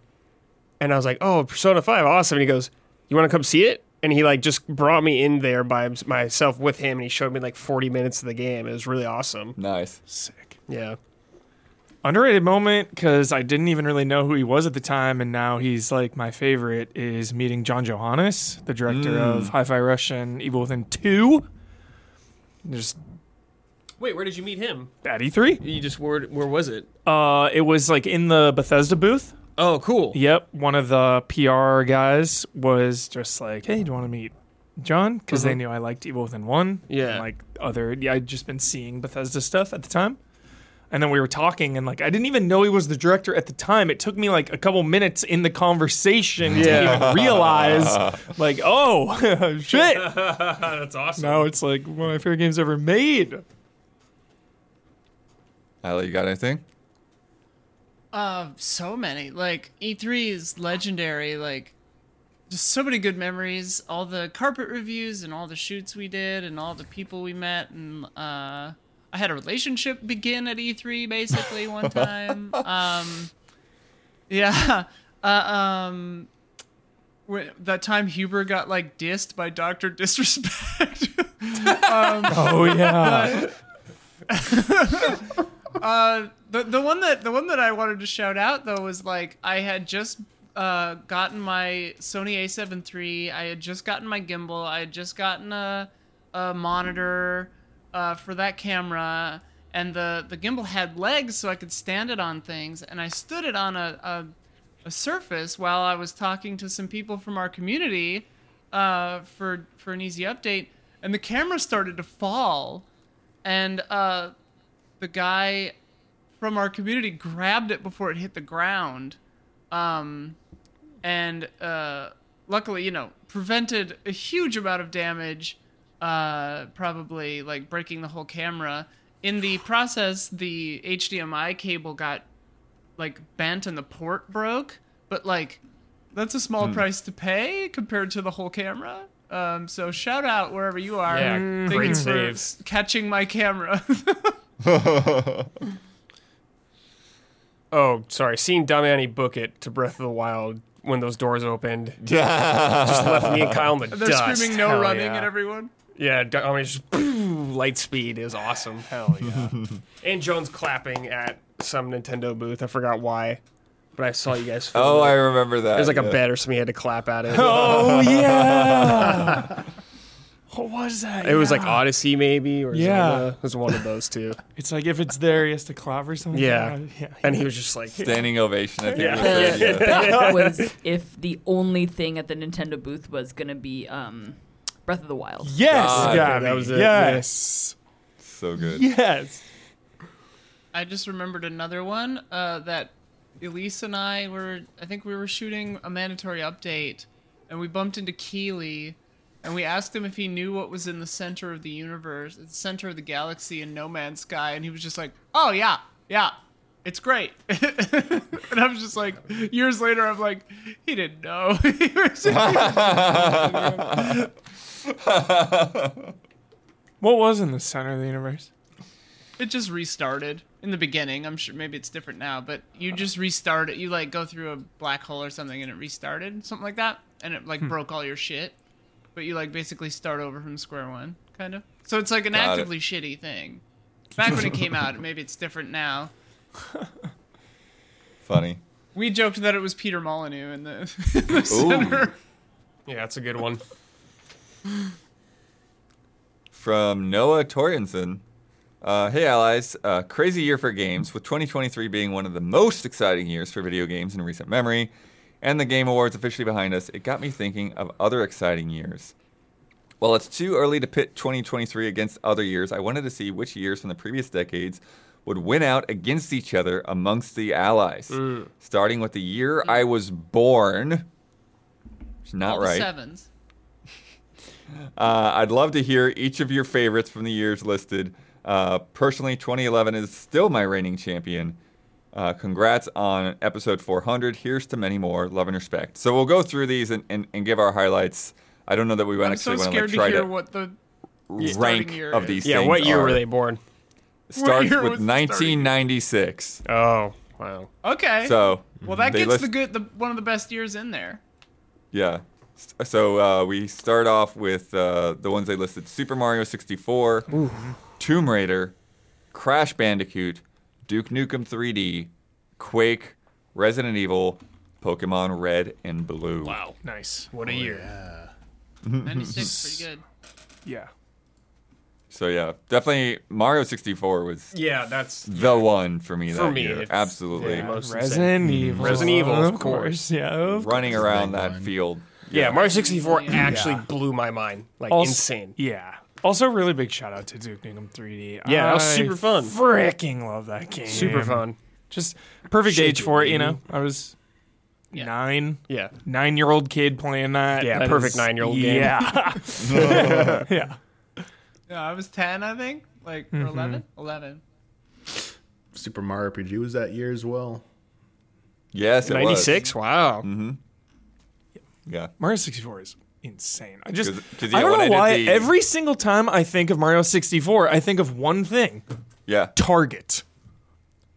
[SPEAKER 5] and I was like, "Oh, Persona Five, awesome!" And he goes, "You want to come see it?" And he like just brought me in there by him- myself with him, and he showed me like 40 minutes of the game. It was really awesome.
[SPEAKER 2] Nice.
[SPEAKER 4] Sick.
[SPEAKER 5] Yeah.
[SPEAKER 4] Underrated moment because I didn't even really know who he was at the time, and now he's like my favorite. Is meeting John Johannes, the director of Hi-Fi Rush and Evil Within Two. Just
[SPEAKER 5] Wait, where did you meet him?
[SPEAKER 4] at E3.
[SPEAKER 5] You just where? Where was it?
[SPEAKER 4] Uh, it was like in the Bethesda booth.
[SPEAKER 5] Oh, cool.
[SPEAKER 4] Yep, one of the PR guys was just like, "Hey, do you want to meet John?" Because they knew I liked Evil Within One.
[SPEAKER 5] Uh-huh. Yeah.
[SPEAKER 4] and, like other. Yeah, I'd just been seeing Bethesda stuff at the time, and then we were talking, and like I didn't even know he was the director at the time. It took me like a couple minutes in the conversation to even realize, like, oh shit,
[SPEAKER 5] That's awesome.
[SPEAKER 4] now it's like one of my favorite games ever made.
[SPEAKER 2] Ali, you got anything?
[SPEAKER 1] Uh, so many. Like E3 is legendary. Like, just so many good memories. All the carpet reviews and all the shoots we did and all the people we met and uh, I had a relationship begin at E3 basically one time. um, yeah. Uh, um, when, that time Huber got like dissed by Doctor Disrespect.
[SPEAKER 4] Oh yeah,
[SPEAKER 1] the the one that the one that I wanted to shout out though was like I had just uh, gotten my Sony A7 III. I had just gotten my gimbal. I had just gotten a, a monitor uh, for that camera, and the the gimbal had legs so I could stand it on things. And I stood it on a a, a surface while I was talking to some people from our community uh, for for an easy update. And the camera started to fall, and uh, the guy from our community grabbed it before it hit the ground, um, and uh, luckily, you know, prevented a huge amount of damage, uh, probably like breaking the whole camera. In the process, the HDMI cable got like bent and the port broke, but like that's a
[SPEAKER 5] Hmm.
[SPEAKER 1] small price to pay compared to the whole camera. Um, so shout out wherever you are.
[SPEAKER 5] Yeah,
[SPEAKER 1] Thank
[SPEAKER 5] great
[SPEAKER 1] you for
[SPEAKER 5] saves.
[SPEAKER 1] Catching my camera.
[SPEAKER 5] Oh, sorry. Seeing Damiani book it to Breath of the Wild when those doors opened
[SPEAKER 2] Oh,
[SPEAKER 5] just left me and Kyle in the
[SPEAKER 1] They're
[SPEAKER 5] dust.
[SPEAKER 1] screaming no
[SPEAKER 5] Hell
[SPEAKER 1] running
[SPEAKER 5] yeah.
[SPEAKER 1] at everyone.
[SPEAKER 5] Yeah, Damiani just light speed. It was awesome. Hell yeah. and Jones clapping at some Nintendo booth. I forgot why, but I saw you guys. film
[SPEAKER 2] oh,
[SPEAKER 5] it.
[SPEAKER 2] I remember that.
[SPEAKER 5] There's like
[SPEAKER 2] yeah.
[SPEAKER 5] a bet or something. You had to clap at it.
[SPEAKER 4] oh yeah. What was that?
[SPEAKER 5] It was like
[SPEAKER 4] Yeah.
[SPEAKER 5] Odyssey, maybe, or
[SPEAKER 4] Yeah.
[SPEAKER 5] Zelda. It was one of those two.
[SPEAKER 4] It's like if it's there, he has to clap or something.
[SPEAKER 5] Yeah.
[SPEAKER 4] yeah.
[SPEAKER 5] And he was just like,
[SPEAKER 2] standing ovation. I think.
[SPEAKER 5] Yeah.
[SPEAKER 2] Yeah. Was good, yeah.
[SPEAKER 7] That was if the only thing at the Nintendo booth was gonna be um, Breath of the Wild.
[SPEAKER 4] Yes,
[SPEAKER 2] Ah, okay,
[SPEAKER 4] Gabby.
[SPEAKER 5] that was it, yeah.
[SPEAKER 4] Yes,
[SPEAKER 2] So good.
[SPEAKER 4] yes.
[SPEAKER 1] I just remembered another one uh, that Elise and I were. I think we were shooting a mandatory update, and we bumped into Keeley, and we asked him if he knew what was in the center of the universe, the center of the galaxy in No Man's Sky, and he was just like, "Oh yeah, yeah." It's great, and I was just like, years later, I'm like, he didn't know. He was just-
[SPEAKER 4] What was in the center of the universe?
[SPEAKER 1] it just restarted in the beginning. I'm sure maybe it's different now, but you just restart it. You like go through a black hole or something, and it restarted, something like that, and it
[SPEAKER 2] Hmm.
[SPEAKER 1] like broke all your shit. But you like basically start over from square one, kind of. So it's like an
[SPEAKER 2] Got it.
[SPEAKER 1] actively shitty thing. Back when it came out, maybe it's different now.
[SPEAKER 2] Funny.
[SPEAKER 1] We joked that it was Peter Molyneux in the, in the
[SPEAKER 2] Ooh.
[SPEAKER 1] center.
[SPEAKER 5] yeah, that's a good one.
[SPEAKER 2] from Noah Torrenson. Uh, hey, allies. Uh, crazy year for games, with 2023 being one of the most exciting years for video games in recent memory, and the Game Awards officially behind us, it got me thinking of other exciting years. While it's too early to pit 2023 against other years, I wanted to see which years from the previous decades would win out against each other amongst the allies. Starting with the year I was born. It's not
[SPEAKER 1] all
[SPEAKER 2] right.
[SPEAKER 1] the sevens.
[SPEAKER 2] Uh, I'd love to hear each of your favorites from the years listed. Uh, personally, 2011 is still my reigning champion. Uh, congrats on episode 400. Here's to many more. Love and respect. So we'll go through these and, and, and give our highlights. I don't know that we
[SPEAKER 1] I'm so
[SPEAKER 2] actually want
[SPEAKER 1] scared
[SPEAKER 2] like, try
[SPEAKER 1] to hear
[SPEAKER 2] to
[SPEAKER 1] what the
[SPEAKER 2] rank
[SPEAKER 1] starting year
[SPEAKER 2] of
[SPEAKER 1] is.
[SPEAKER 2] these
[SPEAKER 5] Yeah,
[SPEAKER 2] things.
[SPEAKER 5] what year
[SPEAKER 2] are.
[SPEAKER 5] were they born?
[SPEAKER 2] Starts
[SPEAKER 1] year
[SPEAKER 2] with
[SPEAKER 1] was the starting year?
[SPEAKER 2] 1996.
[SPEAKER 5] Oh, wow.
[SPEAKER 1] okay.
[SPEAKER 2] So
[SPEAKER 1] well, that
[SPEAKER 2] they
[SPEAKER 1] gets
[SPEAKER 2] list-
[SPEAKER 1] the good, the one of the best years in there.
[SPEAKER 2] Yeah. S- So uh, we start off with uh, the ones they listed: Super Mario 64, Tomb Raider, Crash Bandicoot, Duke Nukem 3D, Quake, Resident Evil, Pokemon Red and Blue.
[SPEAKER 4] Nice. What a
[SPEAKER 5] Oh,
[SPEAKER 4] year.
[SPEAKER 1] Ninety-six, pretty good.
[SPEAKER 4] Yeah.
[SPEAKER 2] So yeah, definitely Mario 64 was
[SPEAKER 5] Yeah, that's
[SPEAKER 2] the one for me
[SPEAKER 5] For
[SPEAKER 2] that
[SPEAKER 5] me,
[SPEAKER 2] year.
[SPEAKER 5] it's-
[SPEAKER 2] Absolutely,
[SPEAKER 5] yeah. Most
[SPEAKER 4] Resident Evil.
[SPEAKER 5] Resident Evil, of
[SPEAKER 4] of course.
[SPEAKER 5] course.
[SPEAKER 4] Yeah. Of
[SPEAKER 2] running around that
[SPEAKER 3] one.
[SPEAKER 2] field.
[SPEAKER 5] yeah. Mario sixty four actually
[SPEAKER 4] Yeah.
[SPEAKER 5] blew my mind, like
[SPEAKER 4] Also-
[SPEAKER 5] insane.
[SPEAKER 4] Yeah. Also, really big shout out to Duke Nukem 3D.
[SPEAKER 5] Yeah, that was
[SPEAKER 4] I
[SPEAKER 5] super fun.
[SPEAKER 4] Freaking love that game.
[SPEAKER 5] Super fun.
[SPEAKER 4] Just perfect
[SPEAKER 5] Shake
[SPEAKER 4] age
[SPEAKER 5] it,
[SPEAKER 4] for it. You
[SPEAKER 5] baby.
[SPEAKER 4] know, I was
[SPEAKER 1] Yeah.
[SPEAKER 4] nine,
[SPEAKER 5] Yeah,
[SPEAKER 4] nine year old kid playing that.
[SPEAKER 5] Yeah,
[SPEAKER 4] That
[SPEAKER 5] perfect
[SPEAKER 4] is-
[SPEAKER 5] nine-year-old game.
[SPEAKER 4] Yeah. yeah.
[SPEAKER 1] Yeah, I was ten, I think, like or eleven. Eleven.
[SPEAKER 3] Super Mario RPG was that year as well.
[SPEAKER 2] Yes, it was.
[SPEAKER 5] ninety six. Wow.
[SPEAKER 2] Yeah.
[SPEAKER 4] Mario 64 is insane. I just
[SPEAKER 2] 'Cause- 'cause, yeah,
[SPEAKER 4] I
[SPEAKER 2] when
[SPEAKER 4] don't
[SPEAKER 2] I
[SPEAKER 4] know
[SPEAKER 2] did
[SPEAKER 4] why
[SPEAKER 2] the-
[SPEAKER 4] every single time I think of Mario 64, I think of one thing,
[SPEAKER 2] Yeah.
[SPEAKER 4] Target.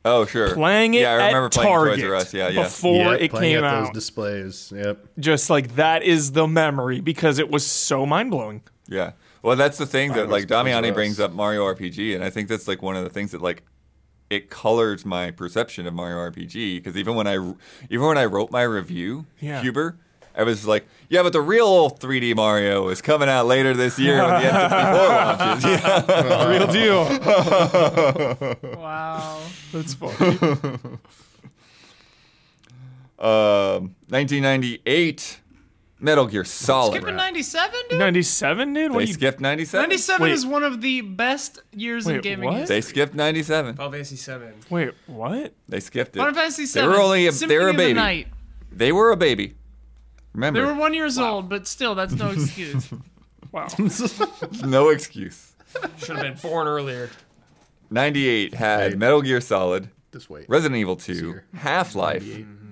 [SPEAKER 2] Oh, sure.
[SPEAKER 4] Playing it
[SPEAKER 2] Yeah, I remember
[SPEAKER 4] at
[SPEAKER 2] playing
[SPEAKER 4] Target
[SPEAKER 2] Toys R Us. Yeah, yeah.
[SPEAKER 4] before
[SPEAKER 3] Yep,
[SPEAKER 4] it
[SPEAKER 3] playing
[SPEAKER 4] came
[SPEAKER 3] at
[SPEAKER 4] out.
[SPEAKER 3] Those displays. Yep.
[SPEAKER 4] just like that is the memory because it was so mind-blowing.
[SPEAKER 2] Yeah. Well, that's the thing that like
[SPEAKER 3] Toys R
[SPEAKER 2] Damiani
[SPEAKER 3] Us.
[SPEAKER 2] brings up Mario RPG, and I think that's like one of the things that like it colors my perception of Mario RPG because even when I even when I wrote my review,
[SPEAKER 4] Yeah.
[SPEAKER 2] Huber, I was like, yeah, but the real 3D Mario is coming out later this year when the N64 launches. Yeah.
[SPEAKER 4] Real deal.
[SPEAKER 1] Wow.
[SPEAKER 4] That's funny.
[SPEAKER 2] Um, 1998, Metal Gear Solid.
[SPEAKER 1] Skipping ninety-seven, dude.
[SPEAKER 4] 97, dude? What
[SPEAKER 2] They
[SPEAKER 4] are you
[SPEAKER 2] skipped 97.
[SPEAKER 1] Ninety-seven
[SPEAKER 4] Wait.
[SPEAKER 1] is one of the best years in
[SPEAKER 4] Wait,
[SPEAKER 1] gaming
[SPEAKER 4] what?
[SPEAKER 1] history.
[SPEAKER 2] They skipped 97.
[SPEAKER 5] Final Fantasy seven.
[SPEAKER 4] Wait, what?
[SPEAKER 2] They skipped it.
[SPEAKER 1] Final Fantasy VII.
[SPEAKER 2] They were only a, they
[SPEAKER 1] Symphony
[SPEAKER 2] were a
[SPEAKER 1] of the
[SPEAKER 2] baby.
[SPEAKER 1] Night.
[SPEAKER 2] They were a baby. Remember,
[SPEAKER 1] They were one years old, but still, that's no excuse.
[SPEAKER 4] Wow.
[SPEAKER 2] no excuse.
[SPEAKER 5] Should have been born earlier.
[SPEAKER 2] 98 had Metal Gear Solid,
[SPEAKER 3] This way.
[SPEAKER 2] Resident Evil 2, Half Life,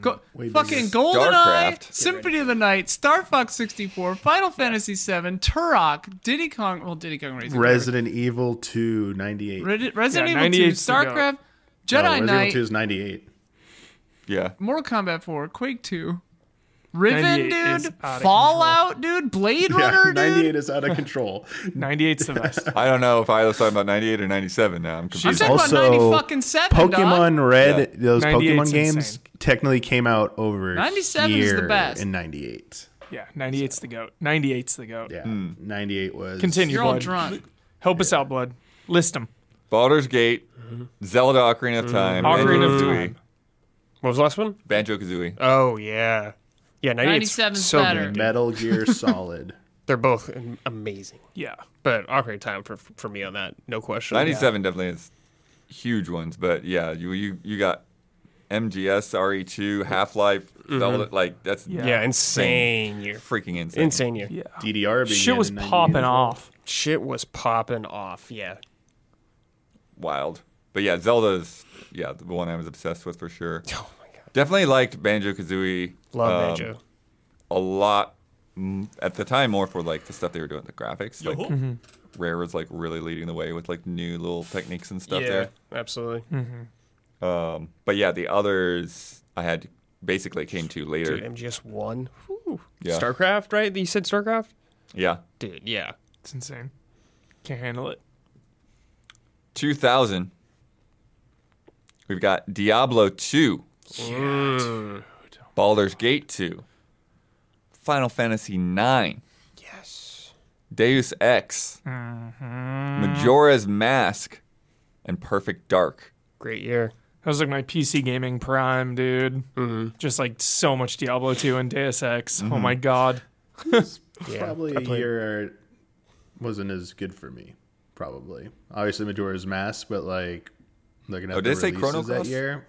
[SPEAKER 1] Go-
[SPEAKER 3] Way
[SPEAKER 1] fucking
[SPEAKER 3] bigger.
[SPEAKER 1] GoldenEye,
[SPEAKER 2] StarCraft.
[SPEAKER 1] Symphony of the Night, Star Fox 64, Final Fantasy VII, Turok, Diddy Kong, well, Diddy Kong Racing.
[SPEAKER 3] Resident Evil 2, 98.
[SPEAKER 1] Red- Resident
[SPEAKER 4] Yeah,
[SPEAKER 1] Evil 2,
[SPEAKER 4] 98's the goat.
[SPEAKER 1] StarCraft,
[SPEAKER 3] No,
[SPEAKER 1] Jedi
[SPEAKER 3] Oh, Resident
[SPEAKER 1] Knight,
[SPEAKER 3] Evil 2 is 98.
[SPEAKER 2] yeah,
[SPEAKER 1] Mortal Kombat 4, Quake 2, Riven,
[SPEAKER 4] 98 is
[SPEAKER 1] dude,
[SPEAKER 4] outta
[SPEAKER 1] Fallout, dude, Blade
[SPEAKER 3] Yeah,
[SPEAKER 1] Runner, dude.
[SPEAKER 3] 98 is out of control.
[SPEAKER 4] 98's the best.
[SPEAKER 2] I don't know if I was talking about 98 or 97 now. I'm
[SPEAKER 1] I'm
[SPEAKER 2] confused.
[SPEAKER 1] talking
[SPEAKER 3] Also,
[SPEAKER 1] about 90 fucking 7, dog.
[SPEAKER 3] Pokemon Red, those
[SPEAKER 4] 98's
[SPEAKER 3] Pokemon games
[SPEAKER 4] insane.
[SPEAKER 3] technically came out over
[SPEAKER 1] 97 is the
[SPEAKER 3] here
[SPEAKER 1] best.
[SPEAKER 3] in 98.
[SPEAKER 4] Yeah, 98's the goat. 98's the goat.
[SPEAKER 3] Yeah, 98 was
[SPEAKER 4] Continue.
[SPEAKER 1] You're all
[SPEAKER 4] Blood.
[SPEAKER 1] drunk.
[SPEAKER 4] Help us out, blood. List them.
[SPEAKER 2] Baldur's Gate,
[SPEAKER 5] Mm-hmm.
[SPEAKER 2] Zelda Ocarina of Time,
[SPEAKER 4] Ocarina of
[SPEAKER 2] Banjo-Kazooie,
[SPEAKER 4] Time.
[SPEAKER 5] What was the last one?
[SPEAKER 2] Banjo Kazooie.
[SPEAKER 5] Oh yeah, yeah. Ninety
[SPEAKER 1] 97's
[SPEAKER 5] so
[SPEAKER 1] better.
[SPEAKER 5] good.
[SPEAKER 3] Metal Gear Solid.
[SPEAKER 5] They're both am- amazing.
[SPEAKER 4] Yeah.
[SPEAKER 5] But Ocarina of Time for for me on that, no question.
[SPEAKER 2] 97 definitely is huge ones, but yeah, you you, you got MGS, RE2, Half Life, E Zelda, like that's
[SPEAKER 4] Yeah.
[SPEAKER 5] Mm-hmm. Yeah, insane year.
[SPEAKER 2] freaking insane.
[SPEAKER 5] Insane year.
[SPEAKER 4] Yeah.
[SPEAKER 3] DDR began
[SPEAKER 4] Shit was
[SPEAKER 3] in 98
[SPEAKER 4] popping
[SPEAKER 3] as well.
[SPEAKER 4] off.
[SPEAKER 5] Shit was popping off. Yeah.
[SPEAKER 2] Wild. But yeah, Zelda's yeah, the one I was obsessed with for sure.
[SPEAKER 5] Oh my god.
[SPEAKER 2] Definitely liked Banjo Kazooie.
[SPEAKER 5] Love
[SPEAKER 2] Um,
[SPEAKER 5] Banjo.
[SPEAKER 2] a lot mm, at the time more for like the stuff they were doing with the graphics like rare was like really leading the way with like new little techniques and stuff
[SPEAKER 5] Yeah,
[SPEAKER 2] there
[SPEAKER 5] absolutely.
[SPEAKER 2] but yeah the others i had basically came to later
[SPEAKER 5] Dude, MGS one. Whew.
[SPEAKER 2] Yeah.
[SPEAKER 5] Starcraft, right? You said Starcraft?
[SPEAKER 2] yeah
[SPEAKER 5] Dude, yeah.
[SPEAKER 4] It's insane. Can't handle it.
[SPEAKER 2] 2000 we've got diablo 2
[SPEAKER 5] Mm.
[SPEAKER 2] baldur's gate 2 final fantasy 9
[SPEAKER 5] Yes.
[SPEAKER 2] deus ex majora's mask and perfect dark
[SPEAKER 5] Great year.
[SPEAKER 4] That was like my PC gaming prime, dude.
[SPEAKER 2] Mm-hmm.
[SPEAKER 4] Just like so much Diablo 2 and Deus Ex.
[SPEAKER 3] Mm-hmm.
[SPEAKER 4] Oh my god.
[SPEAKER 5] Yeah,
[SPEAKER 3] probably
[SPEAKER 5] I
[SPEAKER 3] a
[SPEAKER 5] played-
[SPEAKER 3] year wasn't as good for me. Probably, obviously Majora's Mask, but like looking at
[SPEAKER 2] Oh,
[SPEAKER 3] the
[SPEAKER 2] did it say
[SPEAKER 3] releases
[SPEAKER 2] Chrono
[SPEAKER 3] that
[SPEAKER 2] Cross?
[SPEAKER 3] year,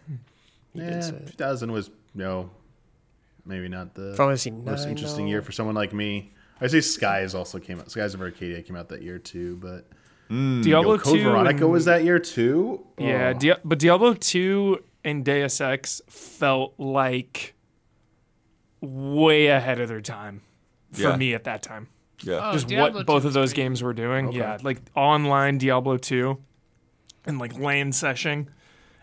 [SPEAKER 3] yeah,
[SPEAKER 5] Hmm. say it.
[SPEAKER 3] 2000 was you know maybe not the
[SPEAKER 5] Final Fantasy
[SPEAKER 3] most
[SPEAKER 5] nine, oh.
[SPEAKER 3] interesting
[SPEAKER 5] though.
[SPEAKER 3] year for someone like me. I say Skies also came out. Skies of Arcadia came out that year too, but
[SPEAKER 4] Diablo
[SPEAKER 3] Mm. Yo, Code
[SPEAKER 4] 2
[SPEAKER 3] Veronica
[SPEAKER 4] and-
[SPEAKER 3] was that year too.
[SPEAKER 4] Yeah,
[SPEAKER 3] Oh.
[SPEAKER 4] Dia- but Diablo 2 and Deus Ex felt like way ahead of their time for
[SPEAKER 2] Yeah.
[SPEAKER 4] me at that time.
[SPEAKER 2] Yeah.
[SPEAKER 1] Oh,
[SPEAKER 4] Just
[SPEAKER 1] Diablo
[SPEAKER 4] what both
[SPEAKER 1] 2
[SPEAKER 4] of
[SPEAKER 1] is
[SPEAKER 4] those
[SPEAKER 1] pretty-
[SPEAKER 4] games were doing. Yeah, like online Diablo 2 and like land seshing.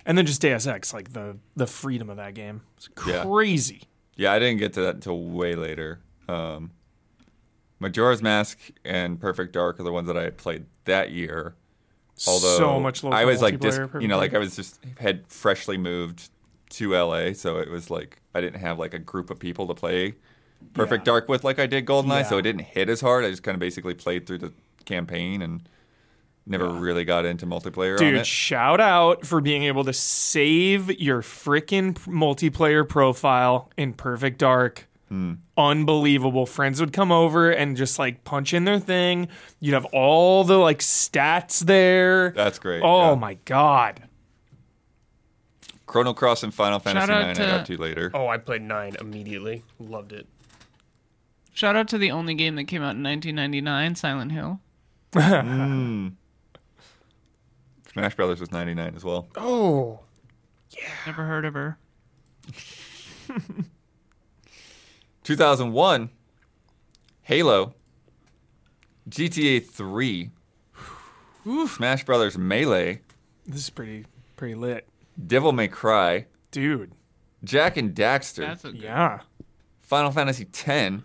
[SPEAKER 4] And then just Deus Ex, like the the freedom of that game. It's
[SPEAKER 2] Yeah.
[SPEAKER 4] crazy.
[SPEAKER 2] Yeah, I didn't get to that until way later. Um, Majora's Mask and Perfect Dark are the ones that I had played that year. Although
[SPEAKER 4] so much local
[SPEAKER 2] I was like, dis-
[SPEAKER 4] multiplayer,
[SPEAKER 2] you know, like I
[SPEAKER 4] perfect.
[SPEAKER 2] was just had freshly moved to LA, so it was like I didn't have like a group of people to play Perfect Dark with like I did Goldeneye, so
[SPEAKER 4] Yeah.
[SPEAKER 2] it didn't hit as hard. I just kind of basically played through the campaign and never really got into multiplayer. on
[SPEAKER 4] Dude,
[SPEAKER 2] it.
[SPEAKER 4] shout out for being able to save your freaking multiplayer profile in Perfect Dark.
[SPEAKER 2] Hmm.
[SPEAKER 4] Unbelievable. Friends would come over and just like punch in their thing. You'd have all the like stats there.
[SPEAKER 2] That's great,
[SPEAKER 4] Oh
[SPEAKER 2] yeah.
[SPEAKER 4] my God.
[SPEAKER 2] Chrono Cross and Final
[SPEAKER 1] out
[SPEAKER 2] Fantasy Nine
[SPEAKER 1] to-
[SPEAKER 2] I got to later.
[SPEAKER 5] Oh, I played nine immediately. Loved it.
[SPEAKER 1] Shout out to the only game that came out in 1999, Silent Hill.
[SPEAKER 2] Smash Brothers was ninety nine as well.
[SPEAKER 5] Oh,
[SPEAKER 1] Never heard of her.
[SPEAKER 2] 2001, Halo, GTA 3, Smash Brothers Melee,
[SPEAKER 4] This is pretty, pretty lit.
[SPEAKER 2] Devil May Cry,
[SPEAKER 4] Dude.
[SPEAKER 2] Jack and Daxter,
[SPEAKER 1] That's a good.
[SPEAKER 4] Yeah.
[SPEAKER 2] Final Fantasy X,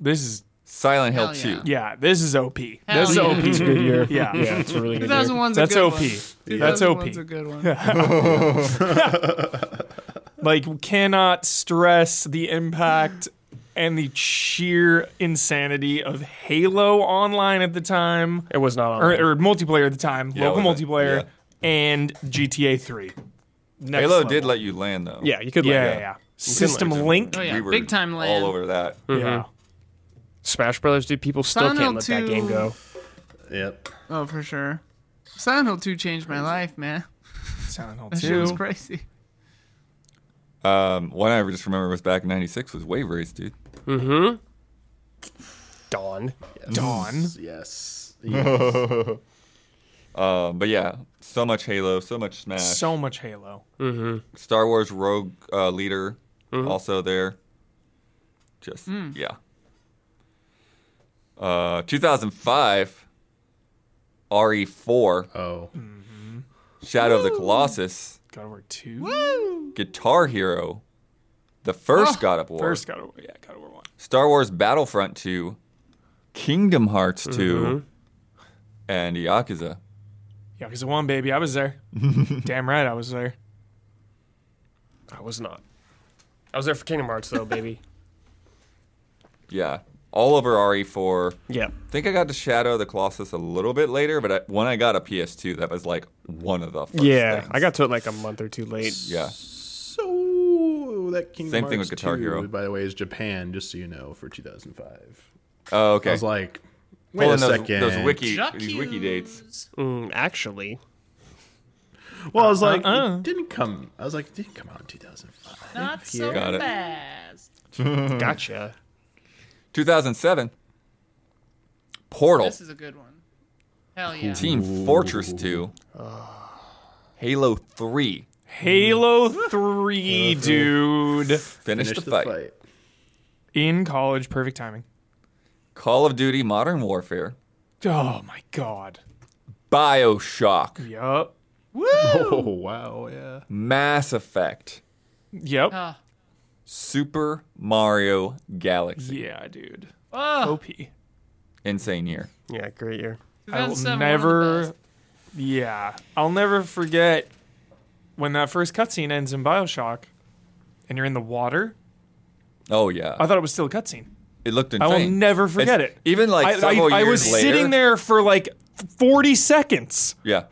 [SPEAKER 4] This is,
[SPEAKER 2] Silent Hill
[SPEAKER 1] Hell
[SPEAKER 2] 2.
[SPEAKER 1] yeah.
[SPEAKER 4] yeah, this is OP.
[SPEAKER 1] Hell
[SPEAKER 4] this is
[SPEAKER 1] yeah.
[SPEAKER 4] OP.
[SPEAKER 5] it's a good year.
[SPEAKER 4] Yeah.
[SPEAKER 5] yeah, it's a really good year.
[SPEAKER 1] 2001's
[SPEAKER 4] That's
[SPEAKER 1] a good
[SPEAKER 4] OP.
[SPEAKER 1] one.
[SPEAKER 4] That's OP.
[SPEAKER 1] 2001's a good one.
[SPEAKER 4] like cannot stress the impact and the sheer insanity of Halo Online at the time
[SPEAKER 5] It was not on.
[SPEAKER 4] or, or multiplayer at the time,
[SPEAKER 2] Yeah,
[SPEAKER 4] local
[SPEAKER 2] wasn't it?
[SPEAKER 4] multiplayer and GTA 3. Next
[SPEAKER 2] Halo
[SPEAKER 4] level.
[SPEAKER 2] did let you land, though.
[SPEAKER 5] yeah, you could.
[SPEAKER 4] yeah,
[SPEAKER 5] like-
[SPEAKER 4] yeah, yeah. System
[SPEAKER 2] Which is-
[SPEAKER 4] linked.
[SPEAKER 1] Oh, yeah.
[SPEAKER 2] we were
[SPEAKER 1] Big time land.
[SPEAKER 2] All over that.
[SPEAKER 4] Yeah.
[SPEAKER 5] Smash Brothers, dude. People still
[SPEAKER 1] Silent
[SPEAKER 5] can't
[SPEAKER 1] Hill
[SPEAKER 5] let
[SPEAKER 1] 2.
[SPEAKER 5] that game go.
[SPEAKER 3] Yep.
[SPEAKER 1] Oh, for sure. Silent Hill 2 changed my life, man.
[SPEAKER 4] Silent Hill
[SPEAKER 1] That shit was
[SPEAKER 4] 2.
[SPEAKER 1] crazy.
[SPEAKER 2] Um, one I just remember was back in 96 was Wave Race, dude.
[SPEAKER 5] Dawn.
[SPEAKER 4] Dawn.
[SPEAKER 3] Yes.
[SPEAKER 2] Um, but yeah, so much Halo, so much Smash.
[SPEAKER 4] So much Halo.
[SPEAKER 2] Star Wars Rogue uh, Leader also there. Just yeah. Uh, 2005, RE4,
[SPEAKER 3] Oh.
[SPEAKER 2] E Shadow of the Colossus,
[SPEAKER 4] God of War 2.
[SPEAKER 2] Guitar Hero, the first
[SPEAKER 4] Oh,
[SPEAKER 2] God of War,
[SPEAKER 4] First God of War. Yeah, God of War 1.
[SPEAKER 2] Star Wars Battlefront 2, Kingdom Hearts 2, and Yakuza.
[SPEAKER 4] Yakuza 1, baby. I was there. Damn right I was there.
[SPEAKER 5] I was not. I was there for Kingdom Hearts though, baby.
[SPEAKER 2] Yeah, all over E RE4.
[SPEAKER 5] yep.
[SPEAKER 2] I think I got to Shadow of the Colossus a little bit later, but I, when I got a PS2, that was like one of the first
[SPEAKER 5] Yeah,
[SPEAKER 2] things.
[SPEAKER 5] I got to it like a month or two late.
[SPEAKER 2] Yeah.
[SPEAKER 3] So that Kingdom
[SPEAKER 2] Same thing
[SPEAKER 3] Hearts
[SPEAKER 2] with Guitar
[SPEAKER 3] 2,
[SPEAKER 2] Hero.
[SPEAKER 3] By the way, is Japan, just so you know, for 2005.
[SPEAKER 2] Oh, okay.
[SPEAKER 3] I was like, wait
[SPEAKER 2] Pulling
[SPEAKER 3] a
[SPEAKER 2] those,
[SPEAKER 3] second.
[SPEAKER 2] Those wiki, these wiki dates.
[SPEAKER 5] Mm, actually,
[SPEAKER 3] Well, I was like,
[SPEAKER 4] Uh-uh.
[SPEAKER 3] it didn't come. I was like, it didn't come out in 2005.
[SPEAKER 1] Not so
[SPEAKER 2] Got it.
[SPEAKER 1] fast.
[SPEAKER 5] Mm. gotcha.
[SPEAKER 2] 2007.
[SPEAKER 4] Oh.
[SPEAKER 2] Portal.
[SPEAKER 1] This is a good one. Hell yeah.
[SPEAKER 2] Team Fortress 2. Halo 3.
[SPEAKER 4] Halo 3, dude.
[SPEAKER 2] Finish, the, fight.
[SPEAKER 4] In college, perfect timing.
[SPEAKER 2] Call of Duty Modern Warfare.
[SPEAKER 4] Oh my god.
[SPEAKER 2] Bioshock.
[SPEAKER 4] Yup.
[SPEAKER 3] Oh wow, yeah.
[SPEAKER 2] Mass Effect.
[SPEAKER 4] Yep.
[SPEAKER 1] Ah.
[SPEAKER 2] Super Mario Galaxy.
[SPEAKER 4] yeah, dude.
[SPEAKER 1] Oh,
[SPEAKER 4] OP.
[SPEAKER 2] Insane year.
[SPEAKER 5] Yeah, great year.
[SPEAKER 4] I
[SPEAKER 1] 2007,
[SPEAKER 4] will
[SPEAKER 1] one of the
[SPEAKER 4] never
[SPEAKER 1] best.
[SPEAKER 4] Yeah. I'll never forget when that first cutscene ends in Bioshock and you're in the water.
[SPEAKER 2] Oh, yeah.
[SPEAKER 4] I thought it was still a cutscene.
[SPEAKER 2] it looked
[SPEAKER 4] I
[SPEAKER 2] insane.
[SPEAKER 4] will never forget
[SPEAKER 2] It's-
[SPEAKER 4] it.
[SPEAKER 2] Even like
[SPEAKER 4] I,
[SPEAKER 2] several
[SPEAKER 4] I, I
[SPEAKER 2] years
[SPEAKER 4] was
[SPEAKER 2] later.
[SPEAKER 4] sitting there for like 40 seconds.
[SPEAKER 2] Yeah.
[SPEAKER 4] I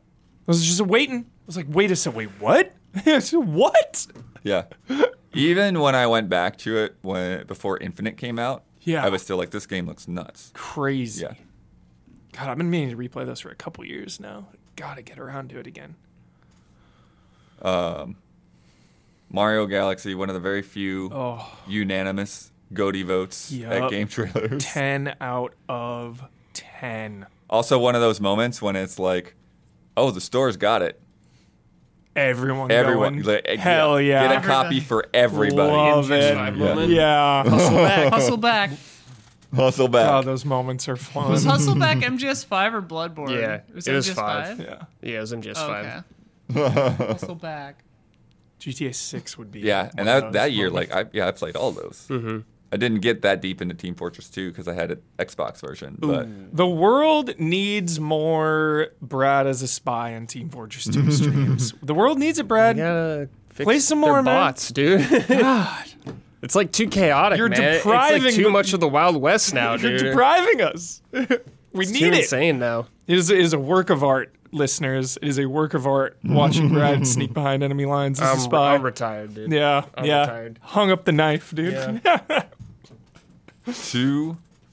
[SPEAKER 4] was just waiting. I was like, wait a second, wait, what? what?
[SPEAKER 2] Yeah. Even when I went back to it when before Infinite came out,
[SPEAKER 4] Yeah.
[SPEAKER 2] I was still like, this game looks nuts.
[SPEAKER 4] Crazy.
[SPEAKER 2] Yeah.
[SPEAKER 4] God, I've been meaning to replay this for a couple years now. Gotta get around to it again.
[SPEAKER 2] Mario Galaxy, one of the very few
[SPEAKER 4] Oh.
[SPEAKER 2] unanimous goatee votes at
[SPEAKER 4] Yup.
[SPEAKER 2] game trailers.
[SPEAKER 4] 10 out of 10.
[SPEAKER 2] Also, one of those moments when it's like, oh, the store's got it.
[SPEAKER 4] everyone.
[SPEAKER 2] Everyone,
[SPEAKER 4] going,
[SPEAKER 2] like, yeah,
[SPEAKER 4] hell yeah,
[SPEAKER 2] Get a copy for everybody.
[SPEAKER 4] love it.
[SPEAKER 2] Yeah.
[SPEAKER 4] Yeah,
[SPEAKER 1] Hustle back.
[SPEAKER 2] Hustle back.
[SPEAKER 4] oh, those moments are fun.
[SPEAKER 1] Was Hustle back MGS5 or Bloodborne?
[SPEAKER 5] Yeah,
[SPEAKER 1] was
[SPEAKER 5] it was
[SPEAKER 1] MGS5?
[SPEAKER 5] five.
[SPEAKER 4] yeah,
[SPEAKER 5] Yeah, it was MGS
[SPEAKER 1] Oh,
[SPEAKER 5] five.
[SPEAKER 1] okay. Hustle back.
[SPEAKER 4] GTA Six would be.
[SPEAKER 2] Yeah,
[SPEAKER 4] one
[SPEAKER 2] and
[SPEAKER 4] of
[SPEAKER 2] that
[SPEAKER 4] those
[SPEAKER 2] that year,
[SPEAKER 4] moments.
[SPEAKER 2] like I yeah, I played all those. Mm-hmm. I didn't get that deep into Team Fortress 2 because I had an Xbox version, but
[SPEAKER 4] the world needs more Brad as a spy on Team Fortress Two streams. The world needs it, Brad.
[SPEAKER 5] gotta fix
[SPEAKER 4] Play some
[SPEAKER 5] their
[SPEAKER 4] more, man.
[SPEAKER 5] bots, dude.
[SPEAKER 4] God,
[SPEAKER 5] it's like too chaotic.
[SPEAKER 4] You're
[SPEAKER 5] man. It's, like,
[SPEAKER 4] depriving
[SPEAKER 5] too
[SPEAKER 4] the-
[SPEAKER 5] much of the Wild West now,
[SPEAKER 4] you're
[SPEAKER 5] dude.
[SPEAKER 4] depriving us. We
[SPEAKER 5] it's too
[SPEAKER 4] need it.
[SPEAKER 5] insane now.
[SPEAKER 4] It is, it is a work of art, listeners. It is a work of art watching Brad sneak behind enemy lines as
[SPEAKER 5] I'm,
[SPEAKER 4] a spy.
[SPEAKER 5] I'm retired, dude.
[SPEAKER 4] yeah,
[SPEAKER 5] I'm
[SPEAKER 4] yeah.
[SPEAKER 5] retired.
[SPEAKER 4] Hung up the knife, dude.
[SPEAKER 5] Yeah.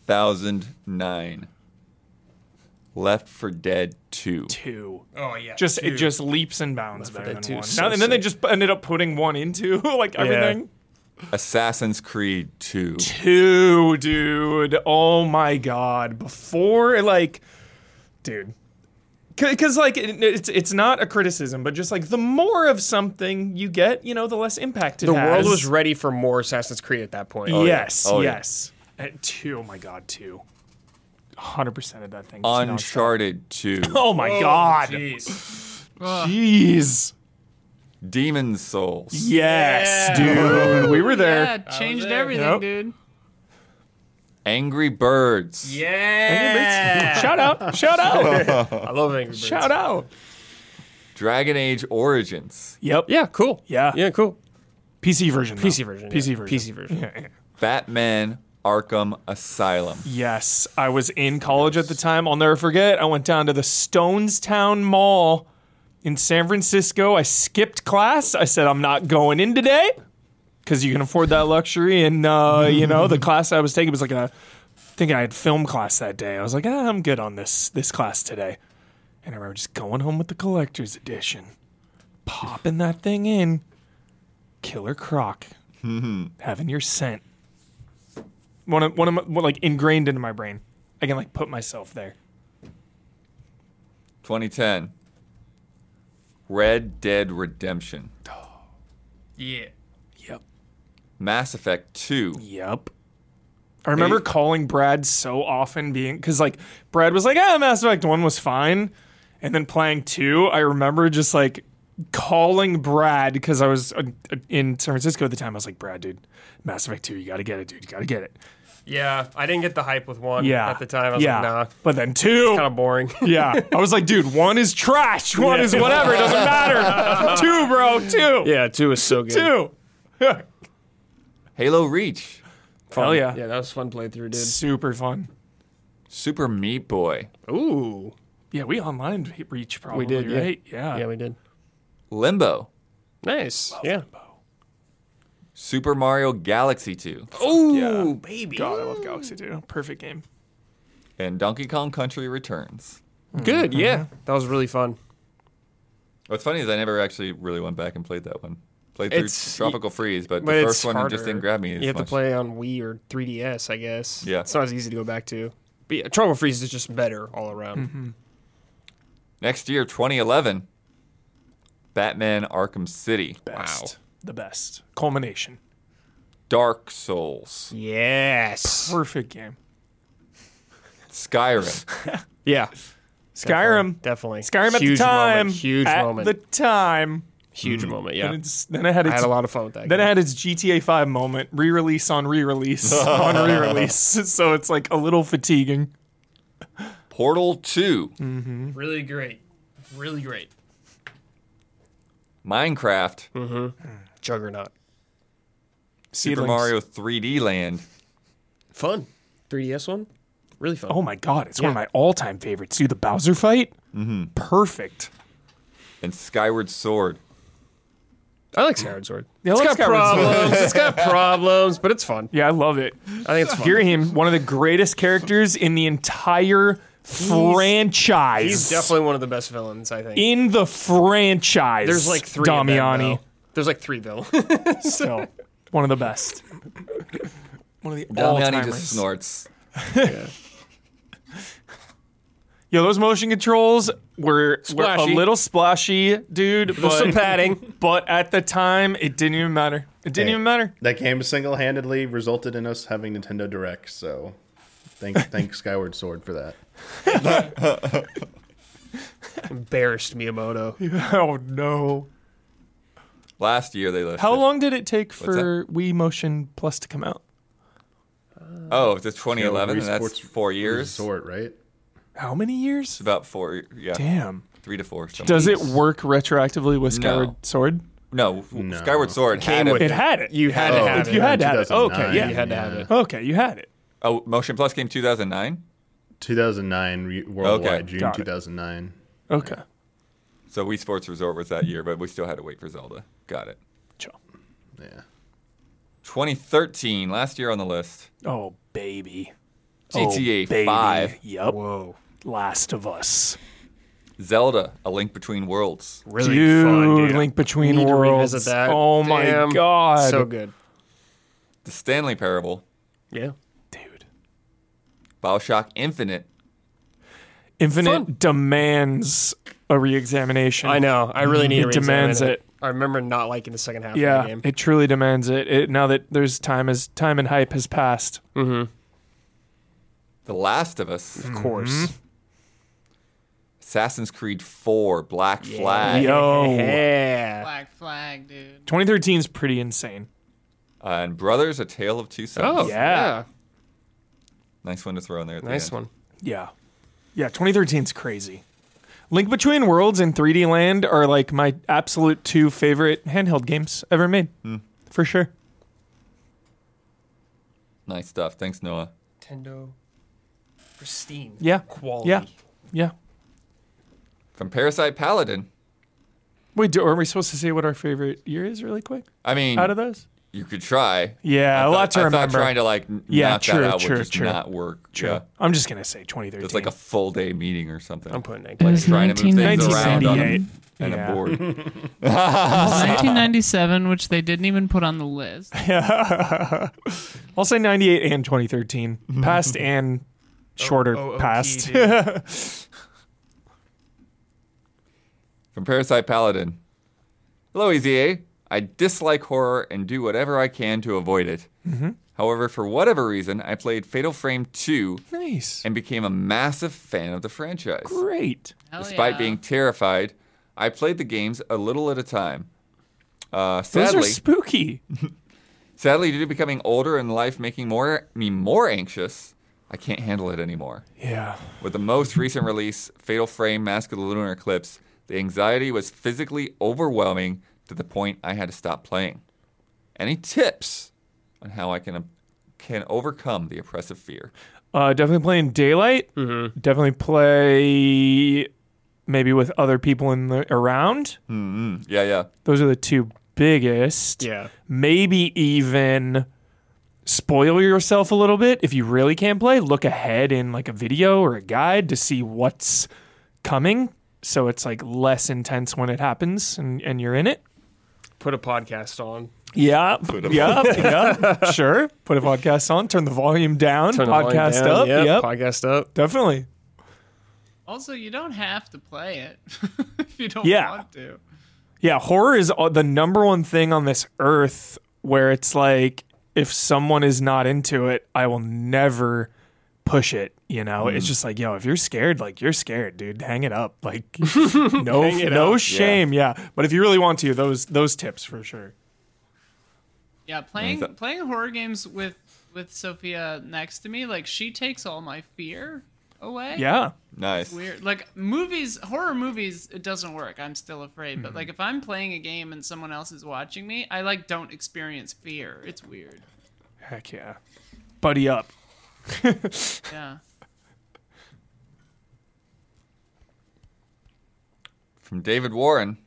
[SPEAKER 2] 2009 Left for Dead 2.
[SPEAKER 4] Two.
[SPEAKER 5] Oh yeah.
[SPEAKER 4] Just it just leaps and bounds better
[SPEAKER 5] Dead
[SPEAKER 4] than
[SPEAKER 5] Two
[SPEAKER 4] one.
[SPEAKER 5] is so
[SPEAKER 4] and then they
[SPEAKER 5] sick.
[SPEAKER 4] just ended up putting one into like everything.
[SPEAKER 2] Assassin's Creed 2.
[SPEAKER 4] Two, dude. Oh my god. Before like, dude. Because like it, it's it's not a criticism, but just like the more of something you get, you know, the less impact it
[SPEAKER 5] the
[SPEAKER 4] has.
[SPEAKER 5] world was ready for more Assassin's Creed at that point.
[SPEAKER 4] yes,
[SPEAKER 2] Oh, yeah.
[SPEAKER 4] yes. At two, oh my god, two. Hundred percent of that thing. just nonstop.
[SPEAKER 2] Uncharted 2.
[SPEAKER 4] Oh my god.
[SPEAKER 5] Jeez.
[SPEAKER 4] Jeez.
[SPEAKER 2] Demon's Souls.
[SPEAKER 4] Yes, dude. We were there.
[SPEAKER 1] Yeah, changed everything,
[SPEAKER 4] Yep.
[SPEAKER 1] dude.
[SPEAKER 2] Angry Birds.
[SPEAKER 5] Yeah.
[SPEAKER 4] Shout out. Shout out.
[SPEAKER 5] I love Angry Birds.
[SPEAKER 4] shout out.
[SPEAKER 2] Dragon Age Origins.
[SPEAKER 4] Yep.
[SPEAKER 5] Yeah, cool.
[SPEAKER 4] Yeah.
[SPEAKER 5] Yeah, cool.
[SPEAKER 4] PC version. though.
[SPEAKER 5] PC version.
[SPEAKER 4] PC
[SPEAKER 5] yeah.
[SPEAKER 4] version.
[SPEAKER 5] PC version.
[SPEAKER 4] Yeah, yeah.
[SPEAKER 2] Batman Arkham Asylum.
[SPEAKER 4] Yes, I was in college at the time. I'll never forget. I went down to the Stonestown Mall in San Francisco. I skipped class. I said, I'm not going in today because you can afford that luxury. And, uh, you know, the class I was taking was like a, I think I had film class that day. I was like, ah, I'm good on this, this class today. And I remember just going home with the collector's edition, popping that thing in, Killer Croc, having your scent one of one of my, one, like ingrained into my brain. I can like put myself there.
[SPEAKER 2] 2010 Red Dead Redemption.
[SPEAKER 5] Yeah.
[SPEAKER 4] Yep.
[SPEAKER 2] Mass Effect 2.
[SPEAKER 4] Yep. I remember calling Brad so often being because like Brad was like, ah, Mass Effect one was fine, and then playing two, I remember just like calling Brad because I was uh, uh, in San Francisco at the time. I was like, Brad, dude, Mass Effect two, you got to get it, dude, you got to get it.
[SPEAKER 5] Yeah. I didn't get the hype with one
[SPEAKER 4] Yeah.
[SPEAKER 5] at the time. I was
[SPEAKER 4] yeah.
[SPEAKER 5] like, nah.
[SPEAKER 4] But then two,
[SPEAKER 5] Kind of boring.
[SPEAKER 4] yeah. I was like, dude, one is trash, one is whatever, it doesn't matter. two, bro, two,
[SPEAKER 5] yeah, two was so good.
[SPEAKER 4] two.
[SPEAKER 2] Halo Reach.
[SPEAKER 5] Fun.
[SPEAKER 4] Hell yeah.
[SPEAKER 5] Oh, Yeah, that was a fun playthrough, dude.
[SPEAKER 4] Super fun.
[SPEAKER 2] Super Meat Boy.
[SPEAKER 5] Ooh.
[SPEAKER 4] Yeah, we online reach probably.
[SPEAKER 5] did, yeah.
[SPEAKER 4] right? Yeah.
[SPEAKER 5] Yeah, we did.
[SPEAKER 2] Limbo.
[SPEAKER 5] Nice. yeah.
[SPEAKER 2] Super Mario Galaxy 2.
[SPEAKER 5] Ooh,
[SPEAKER 4] Yeah.
[SPEAKER 5] baby.
[SPEAKER 4] God, Oh, I love Galaxy 2. Perfect game.
[SPEAKER 2] And Donkey Kong Country Returns.
[SPEAKER 5] Good, yeah. That was really fun.
[SPEAKER 2] What's funny is I never actually really went back and played that one. Played through
[SPEAKER 5] It's-
[SPEAKER 2] Tropical Freeze, but,
[SPEAKER 5] But
[SPEAKER 2] the
[SPEAKER 5] it's
[SPEAKER 2] first one
[SPEAKER 5] harder.
[SPEAKER 2] just didn't grab me as
[SPEAKER 5] You have
[SPEAKER 2] much.
[SPEAKER 5] to play on Wii or 3DS, I guess.
[SPEAKER 2] Yeah.
[SPEAKER 5] It's not as easy to go back to. But yeah, Trouble Freeze is just better all around.
[SPEAKER 2] Mm-hmm. Next year, 2011, Batman Arkham City.
[SPEAKER 4] Best. The best. Culmination.
[SPEAKER 2] Dark Souls.
[SPEAKER 5] Yes.
[SPEAKER 4] Perfect game.
[SPEAKER 2] Skyrim.
[SPEAKER 5] Yeah.
[SPEAKER 4] Skyrim.
[SPEAKER 5] Definitely.
[SPEAKER 4] Skyrim at the
[SPEAKER 5] Huge
[SPEAKER 4] time.
[SPEAKER 5] Moment, huge
[SPEAKER 4] at
[SPEAKER 5] moment.
[SPEAKER 4] the time.
[SPEAKER 5] huge
[SPEAKER 2] Mm-hmm.
[SPEAKER 5] moment, yeah.
[SPEAKER 4] Then, it's, then it had
[SPEAKER 5] I
[SPEAKER 4] its
[SPEAKER 5] had a lot of fun with that.
[SPEAKER 4] then it
[SPEAKER 5] game.
[SPEAKER 4] had its GTA 5 moment, re-release on re-release on re-release. So it's like a little fatiguing.
[SPEAKER 2] Portal 2.
[SPEAKER 5] Hmm. really great. Really great.
[SPEAKER 2] Minecraft.
[SPEAKER 5] Hmm. Juggernaut.
[SPEAKER 2] Super
[SPEAKER 4] Seedlings.
[SPEAKER 2] Mario 3D Land.
[SPEAKER 5] Fun. 3DS one? Really fun.
[SPEAKER 4] Oh my god, it's one of my all-time favorites. See the Bowser fight? Mm-hmm. Perfect.
[SPEAKER 2] And Skyward Sword.
[SPEAKER 5] I like Skyward Sword.
[SPEAKER 4] Yeah, I
[SPEAKER 5] it's
[SPEAKER 4] like
[SPEAKER 5] got
[SPEAKER 4] Skyward Sword.
[SPEAKER 5] problems. it's got problems, but it's fun.
[SPEAKER 4] Yeah, I love it.
[SPEAKER 5] I think it's fun.
[SPEAKER 4] Gary Him, one of the greatest characters in the entire franchise.
[SPEAKER 5] He's definitely one of the best villains, I think.
[SPEAKER 4] in the franchise.
[SPEAKER 5] There's like three. of them,
[SPEAKER 4] Damiani,
[SPEAKER 5] though. There's like three villains.
[SPEAKER 4] still one of the best. One of the all
[SPEAKER 2] Damiani
[SPEAKER 4] timers.
[SPEAKER 2] just snorts.
[SPEAKER 4] Yo, those motion controls were, were a
[SPEAKER 5] Splashy.
[SPEAKER 4] little splashy, dude. But,
[SPEAKER 5] some padding.
[SPEAKER 4] but at the time, it didn't even matter. It didn't
[SPEAKER 3] Hey.
[SPEAKER 4] even matter.
[SPEAKER 3] That game single-handedly resulted in us having Nintendo Direct. So, thank thank Skyward Sword for that.
[SPEAKER 5] Embarrassed Miyamoto.
[SPEAKER 4] Oh no!
[SPEAKER 2] Last year they listed.
[SPEAKER 4] How long did it take
[SPEAKER 2] What's
[SPEAKER 4] for Wii Motion Plus to come out?
[SPEAKER 2] Oh, it's 2011.
[SPEAKER 3] Wii
[SPEAKER 2] and that's
[SPEAKER 3] Sports
[SPEAKER 2] four years. It's
[SPEAKER 3] Sword, right?
[SPEAKER 4] How many years?
[SPEAKER 2] about four. Yeah,
[SPEAKER 4] Damn.
[SPEAKER 2] three to four. something.
[SPEAKER 4] Does it work retroactively with
[SPEAKER 2] No.
[SPEAKER 4] Skyward Sword?
[SPEAKER 2] No,
[SPEAKER 3] No.
[SPEAKER 2] Skyward Sword had
[SPEAKER 5] came
[SPEAKER 2] it.
[SPEAKER 5] with-
[SPEAKER 4] It had it.
[SPEAKER 5] You had
[SPEAKER 3] Oh,
[SPEAKER 5] to have
[SPEAKER 4] if
[SPEAKER 5] it.
[SPEAKER 4] you had to have it.
[SPEAKER 3] 2009,
[SPEAKER 4] Okay, yeah.
[SPEAKER 5] You had to have it.
[SPEAKER 4] Okay, you had it.
[SPEAKER 2] Oh, Motion Plus came 2009.
[SPEAKER 3] 2009 re- worldwide,
[SPEAKER 2] Okay,
[SPEAKER 3] June
[SPEAKER 4] got it.
[SPEAKER 3] 2009.
[SPEAKER 4] Okay.
[SPEAKER 2] So Wii Sports Resort was that year, but we still had to wait for Zelda. Got it.
[SPEAKER 4] Chill.
[SPEAKER 3] Yeah.
[SPEAKER 2] 2013, last year on the list.
[SPEAKER 4] Oh baby. Oh,
[SPEAKER 2] GTA
[SPEAKER 4] baby.
[SPEAKER 2] 5,
[SPEAKER 4] Yep.
[SPEAKER 5] Whoa.
[SPEAKER 4] Last of Us.
[SPEAKER 2] Zelda, A Link Between Worlds.
[SPEAKER 5] Really
[SPEAKER 4] dude,
[SPEAKER 5] fun, dude.
[SPEAKER 4] Link Between
[SPEAKER 5] Need to
[SPEAKER 4] Worlds.
[SPEAKER 5] revisit that.
[SPEAKER 4] Oh my
[SPEAKER 5] Damn.
[SPEAKER 4] god.
[SPEAKER 5] So good.
[SPEAKER 2] The Stanley Parable,
[SPEAKER 5] Yeah.
[SPEAKER 4] dude.
[SPEAKER 2] Bioshock Infinite,
[SPEAKER 4] Infinite
[SPEAKER 5] Fun.
[SPEAKER 4] demands a reexamination.
[SPEAKER 5] I know. I really need
[SPEAKER 4] It
[SPEAKER 5] to
[SPEAKER 4] demands
[SPEAKER 5] reexamine
[SPEAKER 4] it.
[SPEAKER 5] I remember not liking the second half of
[SPEAKER 4] Yeah,
[SPEAKER 5] the game.
[SPEAKER 4] it truly demands it. it. Now that there's time as time and hype has passed.
[SPEAKER 5] Mm-hmm.
[SPEAKER 2] The Last of Us,
[SPEAKER 5] of course.
[SPEAKER 2] Assassin's Creed 4, Black Flag,
[SPEAKER 4] Yo,
[SPEAKER 5] Yeah.
[SPEAKER 1] Black flag, dude.
[SPEAKER 4] 2013 is pretty insane.
[SPEAKER 2] uh, and Brothers: A Tale of Two Sons.
[SPEAKER 5] Oh,
[SPEAKER 4] Yeah.
[SPEAKER 5] yeah.
[SPEAKER 2] Nice one to throw in there. At the
[SPEAKER 5] Nice
[SPEAKER 2] end.
[SPEAKER 5] one.
[SPEAKER 4] Yeah, yeah, 2013 is crazy. Link Between Worlds and 3D Land are like my absolute two favorite handheld games ever made,
[SPEAKER 2] Hmm.
[SPEAKER 4] for sure.
[SPEAKER 2] Nice stuff. Thanks, Noah.
[SPEAKER 5] Nintendo pristine.
[SPEAKER 4] Yeah.
[SPEAKER 5] Quality.
[SPEAKER 4] Yeah. Yeah.
[SPEAKER 2] From Parasite Paladin.
[SPEAKER 4] Wait, do, are we supposed to say what our favorite year is really quick
[SPEAKER 2] I mean,
[SPEAKER 4] out of those?
[SPEAKER 2] you could try. Hmm. I
[SPEAKER 4] Yeah, a
[SPEAKER 2] thought-
[SPEAKER 4] lot to
[SPEAKER 2] I thought
[SPEAKER 4] remember.
[SPEAKER 2] trying to like n-
[SPEAKER 4] Yeah,
[SPEAKER 2] knock
[SPEAKER 4] true,
[SPEAKER 2] that out
[SPEAKER 4] true,
[SPEAKER 2] would just
[SPEAKER 4] true.
[SPEAKER 2] not work.
[SPEAKER 4] True.
[SPEAKER 2] Yeah.
[SPEAKER 4] I'm just gonna say 2013.
[SPEAKER 2] It's like a full day meeting or something.
[SPEAKER 5] I'm putting it.
[SPEAKER 2] like trying to move things around on a,
[SPEAKER 4] 1998.
[SPEAKER 2] and
[SPEAKER 4] Yeah.
[SPEAKER 2] a board.
[SPEAKER 1] 1997, Oh, which they didn't even put on the list.
[SPEAKER 4] I'll say 98 and 2013, past and shorter
[SPEAKER 5] Oh, oh, okay,
[SPEAKER 4] past.
[SPEAKER 5] dude.
[SPEAKER 2] From Parasite Paladin. Hello, EZA. I dislike horror and do whatever I can to avoid it.
[SPEAKER 4] Mm-hmm.
[SPEAKER 2] However, for whatever reason, I played Fatal Frame 2
[SPEAKER 4] nice,
[SPEAKER 2] and became a massive fan of the franchise.
[SPEAKER 4] great.
[SPEAKER 1] Hell
[SPEAKER 2] Despite
[SPEAKER 1] yeah.
[SPEAKER 2] being terrified, I played the games a little at a time. Uh,
[SPEAKER 4] Those
[SPEAKER 2] sadly,
[SPEAKER 4] are spooky.
[SPEAKER 2] sadly, due to becoming older and life making more me more anxious, I can't handle it anymore.
[SPEAKER 4] Yeah,
[SPEAKER 2] With the most recent release, Fatal Frame: Mask of the Lunar Eclipse, the anxiety was physically overwhelming to the point I had to stop playing. Any tips on how I can um, can overcome the oppressive fear?
[SPEAKER 4] uh, definitely playing daylight.
[SPEAKER 5] Mm-hmm.
[SPEAKER 4] Definitely play maybe with other people in the around.
[SPEAKER 2] Mm-mm. Hmm, Yeah, yeah.
[SPEAKER 4] Those are the two biggest.
[SPEAKER 5] Yeah.
[SPEAKER 4] maybe even spoil yourself a little bit if you really can't play look ahead in like a video or a guide to see what's coming so it's like less intense when it happens and, and you're in it
[SPEAKER 5] Put a podcast on.
[SPEAKER 4] yeah yeah yeah sure put a podcast on turn the volume down
[SPEAKER 5] Turn the volume
[SPEAKER 4] podcast
[SPEAKER 5] down.
[SPEAKER 4] up
[SPEAKER 5] Yep.
[SPEAKER 4] yep
[SPEAKER 5] Podcast up.
[SPEAKER 4] definitely
[SPEAKER 1] Also, you don't have to play it if you don't
[SPEAKER 4] Yeah.
[SPEAKER 1] want to.
[SPEAKER 4] Yeah, horror is all- the number one thing on this earth where it's like if someone is not into it, I will never push it, you know? It's just like, yo, if you're scared, like you're scared, dude, hang it up. Like no no shame, yeah. But if you really want to, those those tips for sure.
[SPEAKER 1] Yeah, playing
[SPEAKER 2] that-
[SPEAKER 1] playing horror games with with Sophia next to me, like she takes all my fear away.
[SPEAKER 4] Yeah.
[SPEAKER 2] Nice.
[SPEAKER 1] Weird. Like movies, horror movies, it doesn't work. I'm still afraid.
[SPEAKER 4] Hmm.
[SPEAKER 1] But like if I'm playing a game and someone else is watching me, I like don't experience fear. It's weird.
[SPEAKER 4] Heck yeah. Buddy up.
[SPEAKER 1] Yeah.
[SPEAKER 2] from David Warren.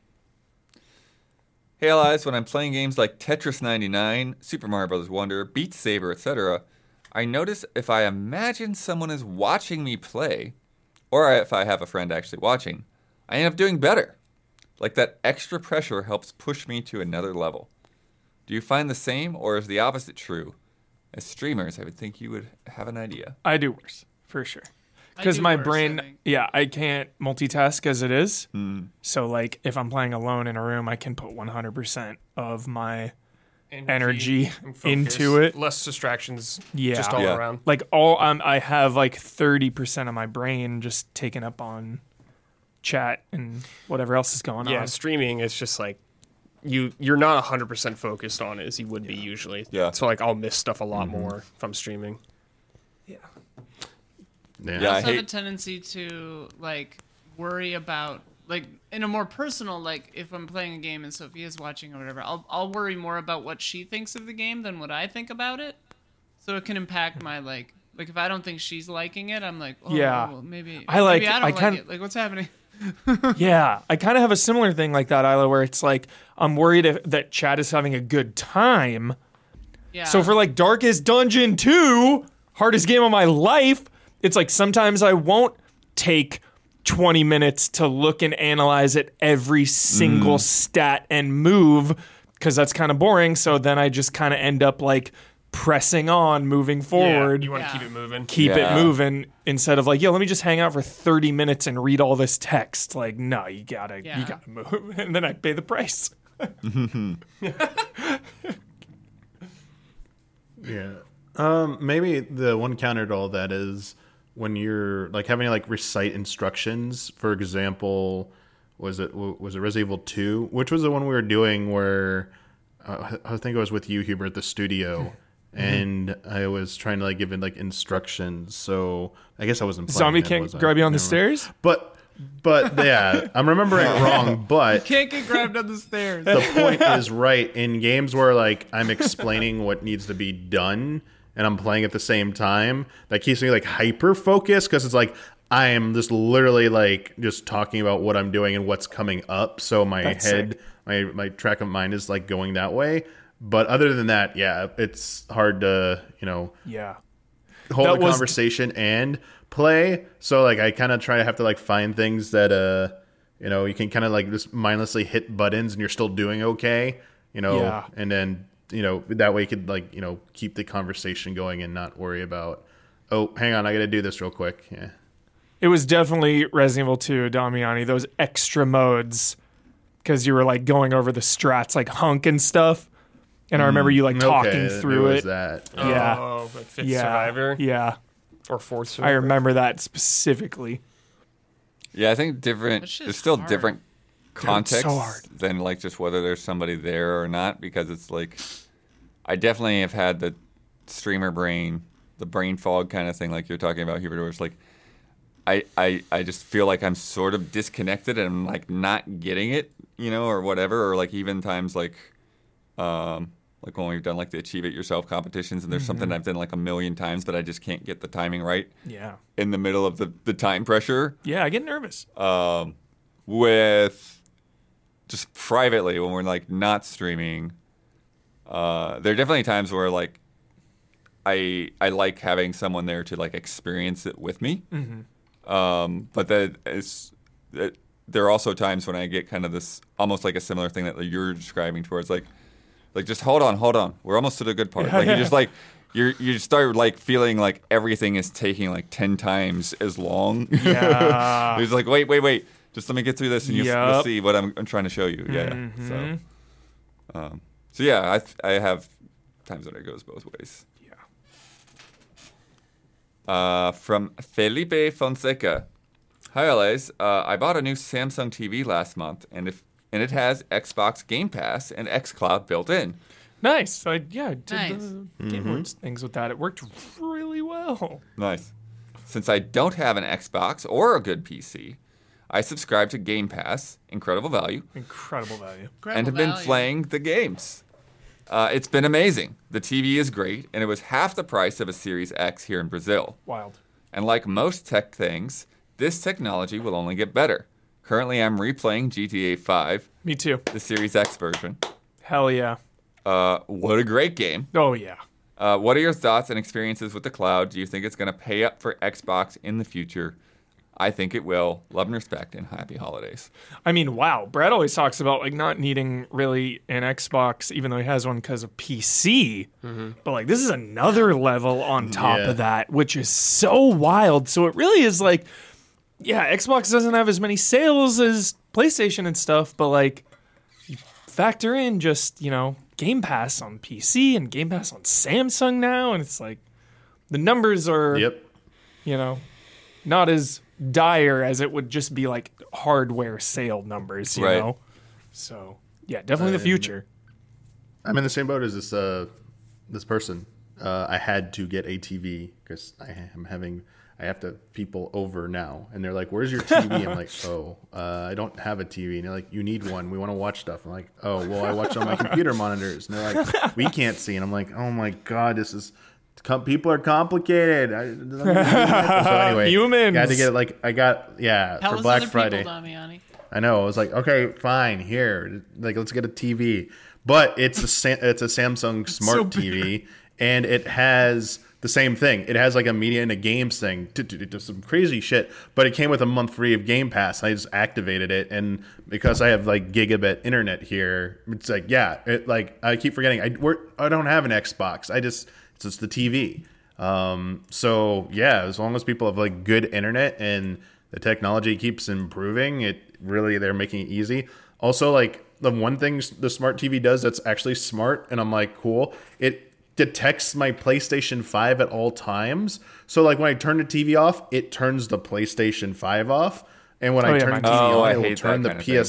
[SPEAKER 2] Hey, Elias, when I'm playing games like Tetris 99, Super Mario Bros. Wonder, Beat Saber, etc., I notice if I imagine someone is watching me play, or if I have a friend actually watching, I end up doing better. Like that extra pressure helps push me to another level. Do you find the same, or is the opposite true? As streamers, I would think you would have an idea.
[SPEAKER 4] I do worse, for sure.
[SPEAKER 1] I
[SPEAKER 4] because
[SPEAKER 1] do
[SPEAKER 4] my
[SPEAKER 1] worse, I
[SPEAKER 4] brain
[SPEAKER 1] think.
[SPEAKER 4] yeah i can't multitask as it is so like if i'm playing alone in a room i can put 100% of my Energy
[SPEAKER 5] and focus,
[SPEAKER 4] into it.
[SPEAKER 5] Less distractions.
[SPEAKER 4] Yeah.
[SPEAKER 5] Just all
[SPEAKER 2] Yeah.
[SPEAKER 5] around.
[SPEAKER 4] like all um, i have like 30% of my brain just taken up on chat and whatever else is going
[SPEAKER 5] Yeah.
[SPEAKER 4] on
[SPEAKER 5] Streaming is just like you. You're not 100 percent focused on it as you would be usually.
[SPEAKER 2] Yeah.
[SPEAKER 5] So like I'll miss stuff a lot more if I'm streaming.
[SPEAKER 2] Yeah,
[SPEAKER 1] I
[SPEAKER 2] I
[SPEAKER 1] also have a
[SPEAKER 2] hate-
[SPEAKER 1] tendency to like worry about like in a more personal like if I'm playing a game and Sophia's watching or whatever, I'll I'll worry more about what she thinks of the game than what I think about it. So it can impact my like like if I don't think she's liking it, I'm like, oh,
[SPEAKER 4] Yeah.
[SPEAKER 1] well, maybe
[SPEAKER 4] I like-
[SPEAKER 1] maybe I
[SPEAKER 4] I
[SPEAKER 1] don't like
[SPEAKER 4] kind-
[SPEAKER 1] it. Like what's happening?
[SPEAKER 4] Yeah, I kind of have a similar thing like that, Isla, where it's like I'm worried if, that Chad is having a good time.
[SPEAKER 1] Yeah.
[SPEAKER 4] So for like Darkest Dungeon 2, hardest game of my life, it's like sometimes I won't take 20 minutes to look and analyze at every
[SPEAKER 3] Mm.
[SPEAKER 4] single stat and move because that's kind of boring. So then I just kind of end up like pressing on, moving forward
[SPEAKER 5] You want to
[SPEAKER 1] Yeah.
[SPEAKER 5] keep it moving.
[SPEAKER 4] keep
[SPEAKER 2] Yeah.
[SPEAKER 4] it moving instead of like, yo, let me just hang out for 30 minutes and read all this text. Like, no, you gotta,
[SPEAKER 1] Yeah.
[SPEAKER 4] you gotta move. And then I pay the price.
[SPEAKER 3] Yeah. Um, maybe the one counter to all that is when you're like having to like recite instructions. For example, was it was it Resident Evil Two, which was the one we were doing where uh, I think I was with you, Hubert, at the studio.
[SPEAKER 4] Mm-hmm.
[SPEAKER 3] And I was trying to like give it like instructions, so I guess I wasn't. Playing
[SPEAKER 4] Zombie
[SPEAKER 3] then,
[SPEAKER 4] can't
[SPEAKER 3] was I?
[SPEAKER 4] grab you on the
[SPEAKER 3] Never mind.
[SPEAKER 4] stairs.
[SPEAKER 3] But, but yeah, I'm remembering it wrong. But
[SPEAKER 1] can't get grabbed on the stairs.
[SPEAKER 3] the point is right in games where like I'm explaining what needs to be done and I'm playing at the same time. That keeps me like hyper focused because it's like I am just literally like just talking about what I'm doing and what's coming up. So my
[SPEAKER 4] That's
[SPEAKER 3] head, my my track of mind is like going that way. But other than that, yeah, it's hard to you know
[SPEAKER 4] Yeah.
[SPEAKER 3] hold
[SPEAKER 4] That
[SPEAKER 3] a
[SPEAKER 4] was-
[SPEAKER 3] conversation and play. So like I kind of try to have to like find things that uh you know you can kind of like just mindlessly hit buttons and you're still doing okay. You know,
[SPEAKER 4] Yeah.
[SPEAKER 3] and then you know that way you could like you know keep the conversation going and not worry about oh hang on I got to do this real quick. Yeah.
[SPEAKER 4] It was definitely Resident Evil 2, Damiani, those extra modes because you were like going over the strats, like hunk and stuff. And I remember you like talking
[SPEAKER 3] Mm, Okay,
[SPEAKER 4] through
[SPEAKER 3] was
[SPEAKER 4] it.
[SPEAKER 3] That.
[SPEAKER 4] Yeah.
[SPEAKER 5] Oh, but fifth
[SPEAKER 4] yeah.
[SPEAKER 5] survivor
[SPEAKER 4] Yeah.
[SPEAKER 5] or fourth survivor.
[SPEAKER 4] I remember that specifically.
[SPEAKER 2] Yeah, I think different.
[SPEAKER 1] That shit's
[SPEAKER 2] There's still
[SPEAKER 1] hard.
[SPEAKER 2] different
[SPEAKER 4] it's so
[SPEAKER 2] contexts
[SPEAKER 4] hard.
[SPEAKER 2] than like just whether there's somebody there or not because it's like I definitely have had the streamer brain, the brain fog kind of thing like you're talking about, Hubert. Where it's like I I I just feel like I'm sort of disconnected and I'm like not getting it, you know, or whatever, or like even times like um, like when we've done like the achieve it yourself competitions and
[SPEAKER 4] Mm-hmm.
[SPEAKER 2] there's something I've done like a million times but I just can't get the timing right
[SPEAKER 4] Yeah.
[SPEAKER 2] in the middle of the, the time pressure
[SPEAKER 4] Yeah. I get nervous.
[SPEAKER 2] with just privately when we're like not streaming. Uh, there are definitely times where like I I like having someone there to like experience it with me. Um, but that is that there are also times when I get kind of this almost like a similar thing that you're describing towards like like just hold on, hold on. We're almost to the good part. like you just like you're you start like feeling like everything is taking like ten times as long.
[SPEAKER 4] Yeah.
[SPEAKER 2] He's like, wait, wait, wait. Just let me get through this, and you'll, you'll
[SPEAKER 4] Yup.
[SPEAKER 2] see what I'm, I'm trying to show you. Yeah. So, um, so yeah, I th- I have times that it goes both ways. Yeah. Uh, from Felipe Fonseca. Hi, Alex. Uh, I bought a new Samsung TV last month, and if and it has Xbox Game Pass and XCloud built in.
[SPEAKER 4] Nice. I, yeah, I did
[SPEAKER 1] Nice.
[SPEAKER 4] the
[SPEAKER 3] Mm-hmm.
[SPEAKER 4] Game Awards things with that. It worked really well.
[SPEAKER 2] Nice. Since I don't have an Xbox or a good PC, I subscribe to Game Pass. Incredible value.
[SPEAKER 4] Incredible value.
[SPEAKER 2] and have been playing the games. Uh, it's been amazing. The TV is great, and it was half the price of a Series X here in Brazil.
[SPEAKER 4] Wild.
[SPEAKER 2] And like most tech things, this technology will only get better. Currently, I'm replaying GTA 5,
[SPEAKER 4] Me too.
[SPEAKER 2] the Series X version.
[SPEAKER 4] Hell yeah.
[SPEAKER 2] Uh, what a great game.
[SPEAKER 4] Oh yeah.
[SPEAKER 2] Uh, what are your thoughts and experiences with the cloud? Do you think it's going to pay up for Xbox in the future? I think it will. Love and respect and happy holidays.
[SPEAKER 4] I mean, wow. Brad always talks about like not needing really an Xbox, even though he has one because of PC. But like, this is another level on top
[SPEAKER 3] Mm-hmm. Yeah.
[SPEAKER 4] of that, which is so wild. So it really is like, yeah, Xbox doesn't have as many sales as PlayStation and stuff, but like, factor in just you know Game Pass on PC and Game Pass on Samsung now, and it's like the numbers are
[SPEAKER 3] Yep.
[SPEAKER 4] you know, not as dire as it would just be like hardware sale numbers, you
[SPEAKER 2] Right.
[SPEAKER 4] know? So, yeah, definitely the
[SPEAKER 3] And-
[SPEAKER 4] future.
[SPEAKER 3] I'm in the same boat as this uh, this person. Uh, I had to get a TV because I am having I have to have people over now, and they're like, "Where's your TV?" I'm like, "Oh, uh, I don't have a TV." And they're like, "You need one. We want to watch stuff." I'm like, "Oh, well, I watch on my computer monitors." And they're like, "We can't see." And I'm like, "Oh my god, this is." Com- people are complicated. I, so anyway,
[SPEAKER 4] Humans.
[SPEAKER 3] I had to get it like I got yeah
[SPEAKER 1] Tell
[SPEAKER 3] for
[SPEAKER 1] us
[SPEAKER 3] Black
[SPEAKER 1] other
[SPEAKER 3] Friday.
[SPEAKER 1] people, Damiani.
[SPEAKER 3] I know. I was like, okay, fine, here, like let's get a TV. But it's a Sa- it's a Samsung smart
[SPEAKER 1] so
[SPEAKER 3] TV, and it has the same thing. It has like a media and a games thing, t- t- t- some crazy shit. But it came with a month free of Game Pass. I just activated it, and because I have like gigabit internet here, it's like yeah, it like I keep forgetting. I we're, I don't have an Xbox. I just it's just the TV. Um, so yeah, as long as people have like good internet and the technology keeps improving, it really they're making it easy. Also, like the one thing s- the smart TV does that's actually smart, and I'm like, cool. It detects my PlayStation 5 at all times. So like when I turn the TV off, it turns the PlayStation 5 off. And when
[SPEAKER 4] Oh,
[SPEAKER 3] I
[SPEAKER 4] yeah,
[SPEAKER 3] turn
[SPEAKER 4] mine
[SPEAKER 3] the
[SPEAKER 4] does.
[SPEAKER 3] TV
[SPEAKER 2] Oh,
[SPEAKER 3] on,
[SPEAKER 2] I
[SPEAKER 3] it will
[SPEAKER 2] hate
[SPEAKER 3] turn
[SPEAKER 2] that
[SPEAKER 3] the
[SPEAKER 2] kind of thing.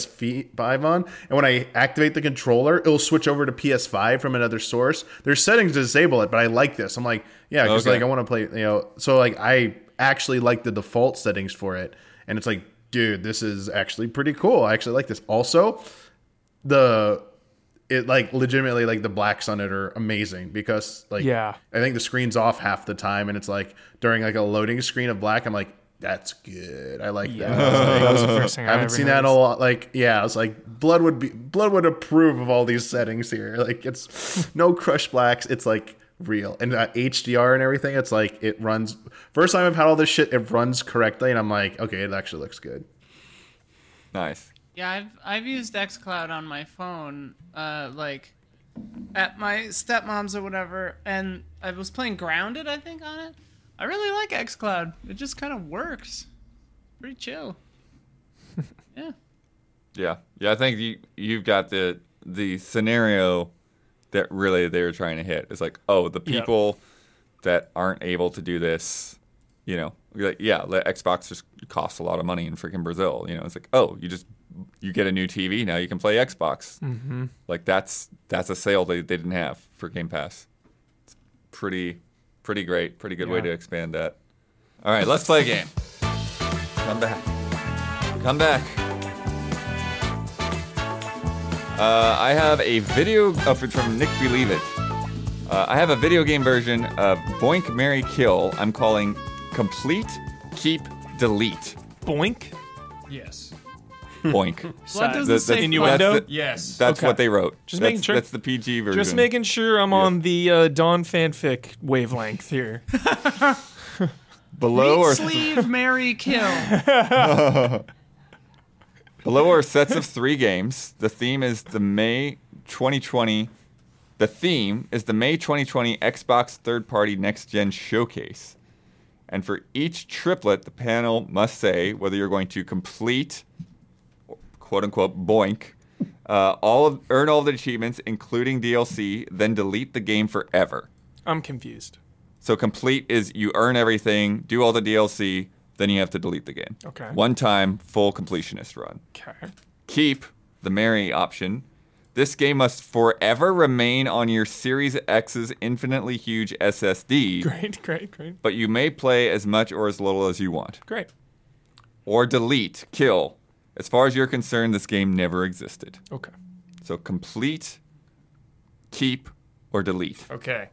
[SPEAKER 3] PS PS5 on, and when I activate the controller, it'll switch over to PS5 from another source. There's settings to disable it, but I like this. I'm like, yeah, because
[SPEAKER 2] Okay.
[SPEAKER 3] like I want to play, you know. So like I actually like the default settings for it, and it's like, dude, this is actually pretty cool. I actually like this. Also, the it like legitimately like the blacks on it are amazing because like
[SPEAKER 4] Yeah.
[SPEAKER 3] I think the screen's off half the time, and it's like during like a loading screen of black, I'm like, that's good. I like that. I was like,
[SPEAKER 4] That was the first thing I
[SPEAKER 3] I haven't
[SPEAKER 4] ever
[SPEAKER 3] seen that in a
[SPEAKER 4] noticed.
[SPEAKER 3] lot. Like, yeah, I was like, blood would be blood would approve of all these settings here. Like, it's no crush blacks. It's like real and uh, HDR and everything. It's like it runs. First time I've had all this shit, it runs correctly, and I'm like, okay, it actually looks good.
[SPEAKER 2] Nice.
[SPEAKER 1] Yeah, I've I've used XCloud on my phone, uh, like at my stepmom's or whatever, and I was playing Grounded, I think, on it. I really like XCloud. It just kind of works. Pretty chill. yeah.
[SPEAKER 2] Yeah, yeah. I think you you've got the the scenario that really they were trying to hit. It's like, oh, the
[SPEAKER 4] Yeah.
[SPEAKER 2] people that aren't able to do this, you know, like, yeah, let Xbox just costs a lot of money in freaking Brazil. You know, it's like, oh, you just you get a new TV now, you can play Xbox. Mm-hmm. Like that's that's a sale they, they didn't have for Game Pass. It's pretty pretty great, pretty good way
[SPEAKER 4] Yeah.
[SPEAKER 2] to expand that. All right, let's play a game. Come back. Come back. Uh, I have a video of it's from Nick Believe It. Uh, I have a video game version of Boink Mary Kill. I'm calling Complete Keep Delete
[SPEAKER 4] Boink.
[SPEAKER 8] Yes.
[SPEAKER 2] Boink.
[SPEAKER 1] Blood
[SPEAKER 4] Side.
[SPEAKER 1] doesn't
[SPEAKER 2] That's-
[SPEAKER 1] say
[SPEAKER 2] that's-
[SPEAKER 4] Innuendo?
[SPEAKER 2] That's, the-
[SPEAKER 8] Yes.
[SPEAKER 2] that's
[SPEAKER 4] Okay.
[SPEAKER 2] what they wrote.
[SPEAKER 4] Just
[SPEAKER 2] that's,
[SPEAKER 4] making sure.
[SPEAKER 2] That's the PG version.
[SPEAKER 4] Just making sure I'm on the uh, Don fanfic wavelength here.
[SPEAKER 2] below or
[SPEAKER 1] Sleeve, Mary, kill.
[SPEAKER 2] below are sets of three games. The theme is the May 2020. The theme is the May 2020 Xbox Third Party Next Gen Showcase. And for each triplet, the panel must say whether you're going to complete, quote unquote, boink, uh, all of, earn all of the achievements, including DLC, then delete the game forever.
[SPEAKER 4] I'm confused.
[SPEAKER 2] So complete is you earn everything, do all the DLC, then you have to delete the game.
[SPEAKER 4] Okay.
[SPEAKER 2] One time, full completionist run
[SPEAKER 4] Okay.
[SPEAKER 2] keep the Mary option. This game must forever remain on your Series X's infinitely huge SSD,
[SPEAKER 4] Great, great, great,
[SPEAKER 2] but you may play as much or as little as you want.
[SPEAKER 4] great.
[SPEAKER 2] Or delete, kill. As far as you're concerned, this game never existed.
[SPEAKER 4] Okay.
[SPEAKER 2] So complete, keep, or delete.
[SPEAKER 8] Okay.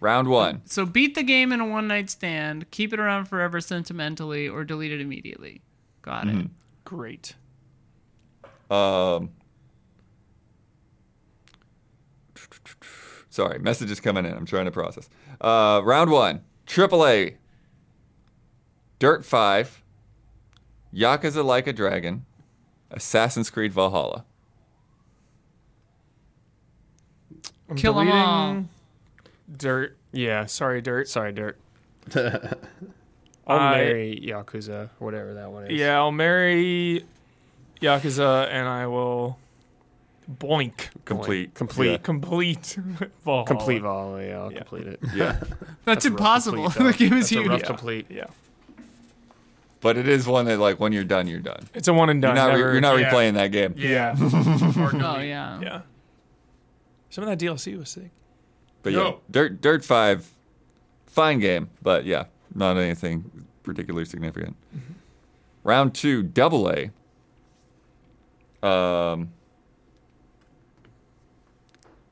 [SPEAKER 2] Round one.
[SPEAKER 1] So beat the game in a one night stand, keep it around forever sentimentally, or delete it immediately. Got it.
[SPEAKER 4] Great.
[SPEAKER 2] Um, sorry, messages coming in. I'm trying to process. Uh, round one, AAA, Dirt 5, Yakuza Like a Dragon, Assassin's Creed Valhalla.
[SPEAKER 4] I'm
[SPEAKER 1] Kill 'em
[SPEAKER 4] deleting
[SPEAKER 1] all.
[SPEAKER 4] Dirt. Yeah, sorry, dirt.
[SPEAKER 5] Sorry, Dirt. I'll
[SPEAKER 4] I-
[SPEAKER 5] marry Yakuza, whatever that one is.
[SPEAKER 4] Yeah, I'll marry Yakuza and I will boink.
[SPEAKER 2] Complete.
[SPEAKER 5] Complete.
[SPEAKER 2] Yeah.
[SPEAKER 4] Complete Valhalla.
[SPEAKER 5] Complete Valhalla. Yeah, I'll
[SPEAKER 4] Yeah.
[SPEAKER 5] complete it.
[SPEAKER 2] Yeah.
[SPEAKER 1] That's,
[SPEAKER 5] a rough
[SPEAKER 1] impossible.
[SPEAKER 5] complete, though.
[SPEAKER 1] the game is
[SPEAKER 5] That's a
[SPEAKER 1] huge.
[SPEAKER 5] rough
[SPEAKER 4] Yeah.
[SPEAKER 5] complete.
[SPEAKER 4] Yeah.
[SPEAKER 2] But it is one that, like, when you're done, you're done.
[SPEAKER 4] It's a one and
[SPEAKER 2] You're
[SPEAKER 4] done.
[SPEAKER 2] not, re-
[SPEAKER 4] never-
[SPEAKER 2] you're not
[SPEAKER 4] yeah.
[SPEAKER 2] replaying that game.
[SPEAKER 4] Yeah.
[SPEAKER 1] Oh yeah.
[SPEAKER 4] yeah. Some of that DLC was sick.
[SPEAKER 2] But yeah,
[SPEAKER 4] No.
[SPEAKER 2] Dirt Dirt Five, fine game, but yeah, not anything particularly significant. Round two, Double A. Um,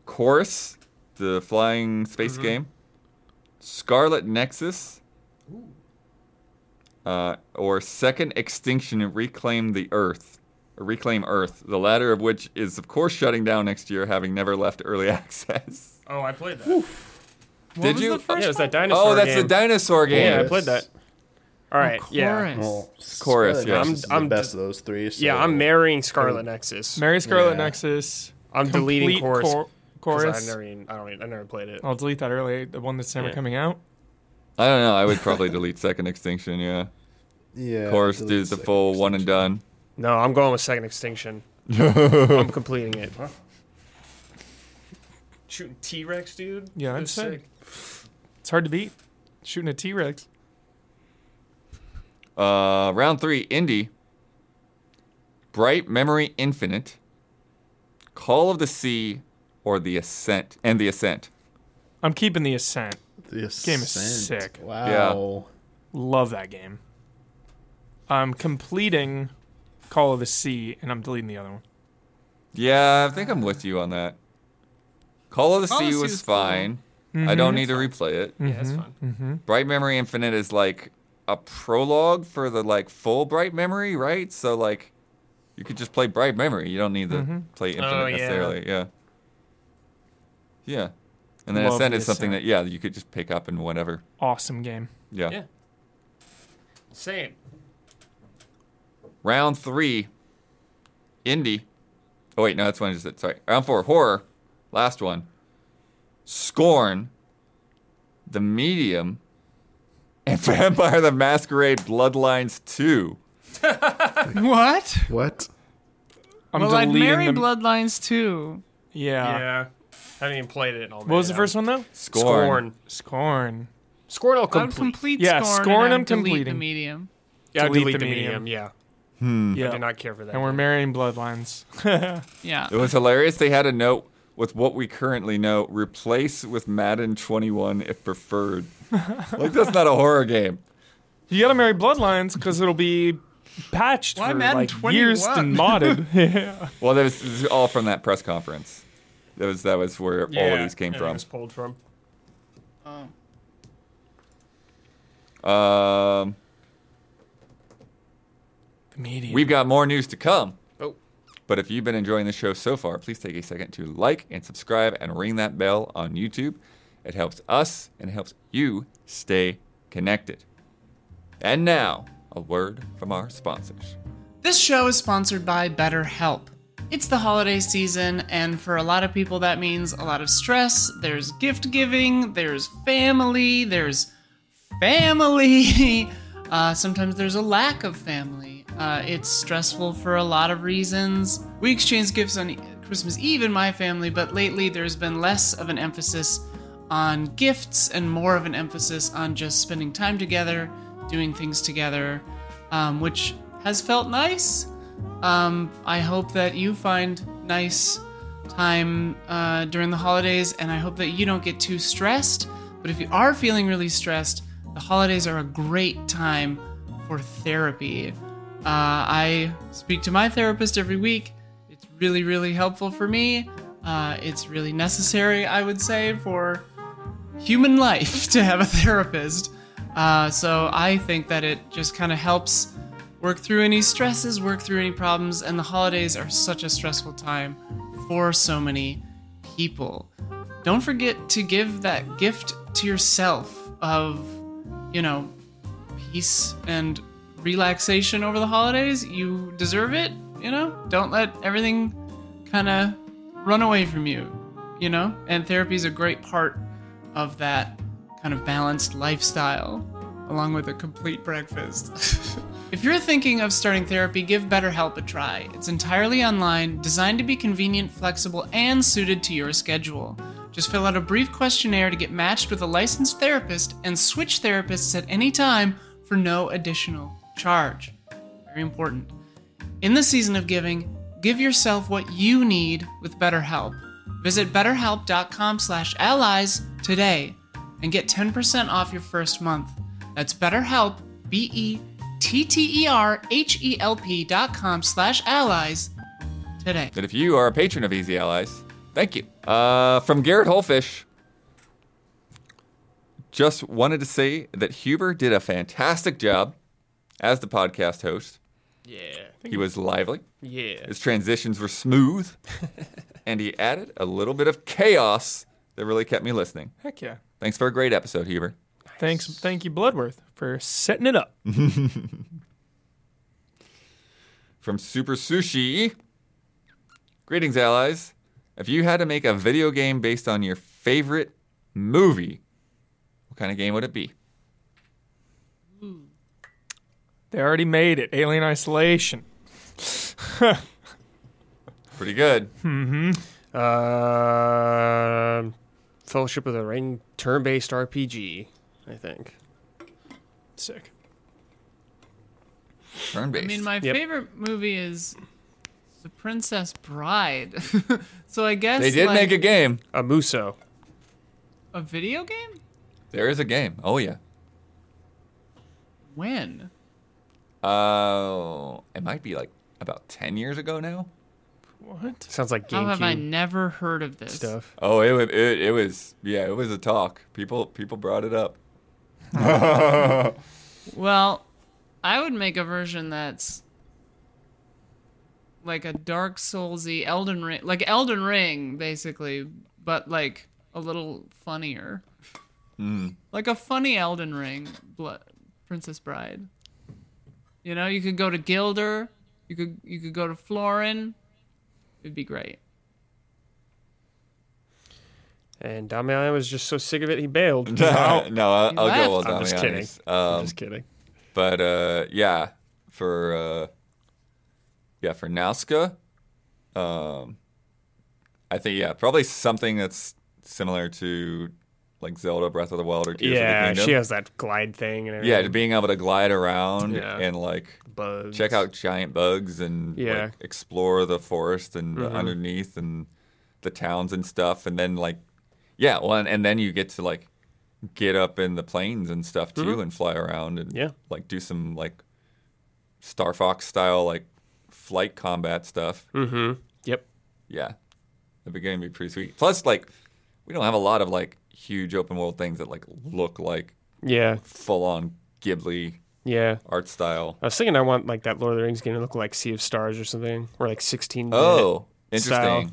[SPEAKER 2] Chorus, the flying space game. Scarlet Nexus. Uh, or second extinction and reclaim the Earth, reclaim Earth. The latter of which is, of course, shutting down next year, having never left early access.
[SPEAKER 8] Oh, I played that.
[SPEAKER 1] What
[SPEAKER 2] Did
[SPEAKER 1] was
[SPEAKER 2] you-
[SPEAKER 1] The
[SPEAKER 5] Yeah,
[SPEAKER 1] first
[SPEAKER 5] it was that
[SPEAKER 1] one?
[SPEAKER 5] dinosaur.
[SPEAKER 2] Oh, that's
[SPEAKER 5] game.
[SPEAKER 2] the dinosaur game.
[SPEAKER 5] Yeah, I
[SPEAKER 3] Yes.
[SPEAKER 5] played that. All right. Yeah.
[SPEAKER 1] Chorus.
[SPEAKER 3] Well,
[SPEAKER 2] Chorus,
[SPEAKER 3] Scarlet
[SPEAKER 2] yeah.
[SPEAKER 3] Nexus is
[SPEAKER 5] I'm- I'm
[SPEAKER 3] the best of those three. so-
[SPEAKER 5] Yeah, I'm marrying Scarlet Nexus.
[SPEAKER 4] Mary Scarlet
[SPEAKER 3] Yeah.
[SPEAKER 4] Nexus.
[SPEAKER 5] I'm deleting
[SPEAKER 4] complete
[SPEAKER 5] Chorus.
[SPEAKER 4] chor-
[SPEAKER 5] 'cause
[SPEAKER 4] chorus.
[SPEAKER 5] I never, even, I don't, even, I never played it.
[SPEAKER 4] I'll delete that early. The one that's never
[SPEAKER 5] Yeah.
[SPEAKER 4] coming out.
[SPEAKER 2] I don't know. I would probably delete Second Extinction. Yeah,
[SPEAKER 3] Yeah,
[SPEAKER 2] of course,
[SPEAKER 3] delete
[SPEAKER 2] do the
[SPEAKER 3] second
[SPEAKER 2] full one and done.
[SPEAKER 5] No, I'm going with Second Extinction. I'm completing it. Shooting T Rex, dude.
[SPEAKER 4] Yeah,
[SPEAKER 5] That
[SPEAKER 4] I'm
[SPEAKER 5] was
[SPEAKER 4] sick. It's hard to beat. Shooting a T Rex.
[SPEAKER 2] Uh, round three, Indie. Bright Memory Infinite. Call of the Sea, or the Ascent, and the Ascent.
[SPEAKER 4] I'm keeping the Ascent.
[SPEAKER 3] The
[SPEAKER 4] Game is
[SPEAKER 3] Ascent.
[SPEAKER 4] sick.
[SPEAKER 3] Wow.
[SPEAKER 4] Love that game. I'm completing Call of the Sea and I'm deleting the other one.
[SPEAKER 2] Yeah, I think I'm with you on that. Call of the
[SPEAKER 1] Call of
[SPEAKER 2] Sea
[SPEAKER 1] the Sea
[SPEAKER 2] was
[SPEAKER 1] was cool.
[SPEAKER 2] fine.
[SPEAKER 5] Mm-hmm.
[SPEAKER 2] I don't need to replay it.
[SPEAKER 5] Yeah,
[SPEAKER 4] Mm-hmm.
[SPEAKER 5] that's fun.
[SPEAKER 2] Bright Memory Infinite is like a prologue for the like full Bright Memory, right? So like you could just play Bright Memory. You don't need to play Infinite
[SPEAKER 5] Oh, yeah.
[SPEAKER 2] necessarily. Yeah. Yeah. And then
[SPEAKER 4] Love
[SPEAKER 2] Ascent
[SPEAKER 4] the
[SPEAKER 2] is something that
[SPEAKER 4] Ascent.
[SPEAKER 2] yeah, you could just pick up and whatever.
[SPEAKER 4] Awesome game.
[SPEAKER 2] Yeah.
[SPEAKER 5] Yeah. Same.
[SPEAKER 2] Round three, indie. Oh wait, no, that's one I just said. Sorry. Round four, horror. Last one. Scorn. The Medium. And Vampire the Masquerade Bloodlines 2.
[SPEAKER 1] What?
[SPEAKER 3] What?
[SPEAKER 4] I'm
[SPEAKER 1] well, I'd
[SPEAKER 4] deleting
[SPEAKER 1] marry
[SPEAKER 4] the-
[SPEAKER 1] Bloodlines too.
[SPEAKER 4] Yeah.
[SPEAKER 5] yeah. I haven't even played it.
[SPEAKER 4] What was the first one though?
[SPEAKER 2] Scorn.
[SPEAKER 4] Scorn.
[SPEAKER 5] Scorn. Scorn,
[SPEAKER 1] I
[SPEAKER 5] I'll
[SPEAKER 1] would
[SPEAKER 5] complete.
[SPEAKER 1] complete
[SPEAKER 4] Yeah,
[SPEAKER 1] Scorn. and
[SPEAKER 4] Scorn
[SPEAKER 1] I'd
[SPEAKER 4] I'm
[SPEAKER 1] delete
[SPEAKER 4] completing.
[SPEAKER 1] The medium.
[SPEAKER 5] yeah,
[SPEAKER 4] delete
[SPEAKER 5] delete,
[SPEAKER 4] the
[SPEAKER 5] the medium.
[SPEAKER 4] medium.
[SPEAKER 5] Yeah. I
[SPEAKER 4] Mm. Yeah.
[SPEAKER 5] did not care for that.
[SPEAKER 4] and we're
[SPEAKER 5] game.
[SPEAKER 4] marrying Bloodlines.
[SPEAKER 1] Yeah.
[SPEAKER 2] It was hilarious. They had a note with what we currently know, replace with Madden 21 if preferred. like, that's not a horror game.
[SPEAKER 4] you gotta marry Bloodlines because it'll be patched
[SPEAKER 1] Why
[SPEAKER 4] for
[SPEAKER 1] Madden
[SPEAKER 4] like years
[SPEAKER 1] 21?
[SPEAKER 4] and modded. yeah.
[SPEAKER 2] Well, that was, this is all from that press conference. That was, that was where all of
[SPEAKER 5] Yeah,
[SPEAKER 2] these came
[SPEAKER 5] everything
[SPEAKER 2] from.
[SPEAKER 5] was pulled from.
[SPEAKER 2] Um,
[SPEAKER 4] The medium.
[SPEAKER 2] we've got more news to come.
[SPEAKER 5] Oh.
[SPEAKER 2] But if you've been enjoying the show so far, please take a second to like and subscribe and ring that bell on YouTube. It helps us and it helps you stay connected. And now, a word from our sponsors.
[SPEAKER 1] This show is sponsored by BetterHelp. It's the holiday season, and for a lot of people, that means a lot of stress. There's gift giving, there's family, there's family. Uh, sometimes there's a lack of family. Uh, it's stressful for a lot of reasons. We exchange gifts on Christmas Eve in my family, but lately there's been less of an emphasis on gifts and more of an emphasis on just spending time together, doing things together, um, which has felt nice. Um, I hope that you find nice time uh, during the holidays, and I hope that you don't get too stressed. But if you are feeling really stressed, the holidays are a great time for therapy. Uh, I speak to my therapist every week. It's really, really helpful for me. Uh, it's really necessary, I would say, for human life to have a therapist. Uh, so I think that it just kind of helps work through any stresses, work through any problems, and the holidays are such a stressful time for so many people. Don't forget to give that gift to yourself of, you know, peace and relaxation over the holidays. You deserve it, you know? Don't let everything kind of run away from you, you know? And therapy is a great part of that kind of balanced lifestyle, along with a complete breakfast. if you're thinking of starting therapy, give BetterHelp a try. It's entirely online, designed to be convenient, flexible, and suited to your schedule. Just fill out a brief questionnaire to get matched with a licensed therapist and switch therapists at any time for no additional charge. Very important. In the season of giving, give yourself what you need with BetterHelp. Visit betterhelp.com slash allies today and get 10% off your first month. That's betterhelp, E B-E-T-T-E-R-H-E-L-P E dot com slash allies today.
[SPEAKER 2] That if you are a patron of Easy Allies, thank you. Uh, from Garrett Holfish, just wanted to say that Huber did a fantastic job as the podcast host.
[SPEAKER 5] Yeah.
[SPEAKER 2] He was lively,
[SPEAKER 5] Yeah.
[SPEAKER 2] his transitions were smooth, and he added a little bit of chaos that really kept me listening.
[SPEAKER 4] Heck yeah.
[SPEAKER 2] Thanks for a great episode, Huber.
[SPEAKER 4] Thanks, thank you, Bloodworth, for setting it up.
[SPEAKER 2] from Super Sushi. Greetings, allies. If you had to make a video game based on your favorite movie, what kind of game would it be?
[SPEAKER 4] They already made it. Alien Isolation.
[SPEAKER 2] Pretty good.
[SPEAKER 5] Uh, Fellowship of the Ring, turn-based RPG, I think.
[SPEAKER 4] Sick.
[SPEAKER 2] Turn based.
[SPEAKER 1] I mean, my
[SPEAKER 5] Yep.
[SPEAKER 1] favorite movie is The Princess Bride. so I guess
[SPEAKER 2] they did
[SPEAKER 1] like,
[SPEAKER 2] make a game.
[SPEAKER 5] A Muso.
[SPEAKER 1] a video game.
[SPEAKER 2] There is a game. Oh yeah.
[SPEAKER 1] When?
[SPEAKER 2] Oh, it might be like about ten years ago now.
[SPEAKER 4] What?
[SPEAKER 5] Sounds like
[SPEAKER 1] How have I
[SPEAKER 5] GameCube
[SPEAKER 1] never heard of this?
[SPEAKER 5] stuff.
[SPEAKER 2] Oh, it, wa- it it was yeah, it was a talk. People people brought it up.
[SPEAKER 1] Well, I would make a version that's like a Dark Soulsy Elden Ring, like Elden Ring, basically, but like a little funnier. Like a funny Elden Ring, Blo- Princess Bride. You know, you could go to Gilder, you could you could go to Florin. It'd be great.
[SPEAKER 5] And Damian was just so sick of it, he bailed.
[SPEAKER 2] no, I'll,
[SPEAKER 1] You
[SPEAKER 2] I'll
[SPEAKER 1] laugh.
[SPEAKER 2] go well
[SPEAKER 5] I'm just kidding.
[SPEAKER 2] Damiani's. Um,
[SPEAKER 5] I'm just kidding.
[SPEAKER 2] But uh, yeah, for uh, yeah for Nauska, um, I think yeah probably something that's similar to like Zelda Breath of the Wild or Tears
[SPEAKER 5] Yeah,
[SPEAKER 2] of the Kingdom.
[SPEAKER 5] she has that glide thing and
[SPEAKER 2] yeah,
[SPEAKER 5] everything.
[SPEAKER 2] to being able to glide around
[SPEAKER 5] Yeah.
[SPEAKER 2] and like
[SPEAKER 5] Bugs.
[SPEAKER 2] check out giant bugs and
[SPEAKER 5] Yeah. Mm-hmm.
[SPEAKER 2] like, explore the forest and the underneath and the towns and stuff, and then like yeah, well, and, and then you get to like get up in the planes and stuff too and fly around and
[SPEAKER 5] Mm-hmm. Yeah.
[SPEAKER 2] like do some like Star Fox style like flight combat stuff.
[SPEAKER 5] Mm-hmm. Yep.
[SPEAKER 2] Yeah, the beginning would be pretty sweet. Plus, like we don't have a lot of like huge open world things that like look like
[SPEAKER 5] Yeah.
[SPEAKER 2] full on Ghibli
[SPEAKER 5] Yeah.
[SPEAKER 2] art style.
[SPEAKER 5] I was thinking I want like that Lord of the Rings game to look like Sea of Stars or something, or like 16. bit.
[SPEAKER 2] Oh, interesting.
[SPEAKER 5] style.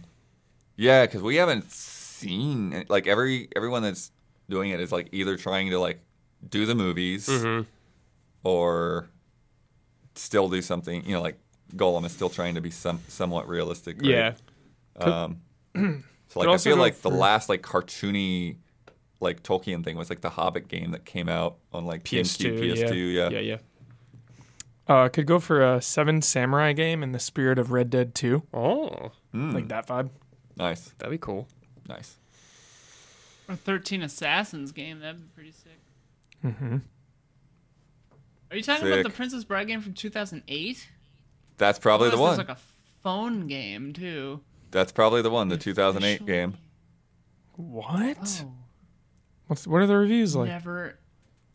[SPEAKER 2] Yeah, because we haven't seen it. like every everyone that's doing it is like either trying to like do the movies
[SPEAKER 4] Mm-hmm.
[SPEAKER 2] or still do something. You know, like Golem is still trying to be some somewhat realistic. Right? Um, So
[SPEAKER 5] yeah,
[SPEAKER 2] like
[SPEAKER 4] Could
[SPEAKER 2] I
[SPEAKER 4] also
[SPEAKER 2] feel
[SPEAKER 4] go
[SPEAKER 2] like the
[SPEAKER 4] for-
[SPEAKER 2] last like cartoony like Tolkien thing was like the Hobbit game that came out on like
[SPEAKER 5] PS2,
[SPEAKER 2] GameCube, PS2. Yeah.
[SPEAKER 5] yeah, yeah.
[SPEAKER 4] Uh, could go for a Seven Samurai game in the spirit of Red Dead 2.
[SPEAKER 5] Oh,
[SPEAKER 4] Like that vibe.
[SPEAKER 2] nice,
[SPEAKER 5] that'd be cool.
[SPEAKER 2] nice.
[SPEAKER 1] Or 13 Assassins game, that'd be pretty sick. Mm-hmm. Are you talking about the
[SPEAKER 2] Sick.
[SPEAKER 1] Princess Bride game from 2008?
[SPEAKER 2] That's probably the
[SPEAKER 1] Plus,
[SPEAKER 2] one.
[SPEAKER 1] there's like a phone game too.
[SPEAKER 2] That's probably the one. The 2008
[SPEAKER 1] Official
[SPEAKER 2] game.
[SPEAKER 4] What?
[SPEAKER 1] Oh,
[SPEAKER 4] What's, what are the reviews like?
[SPEAKER 1] never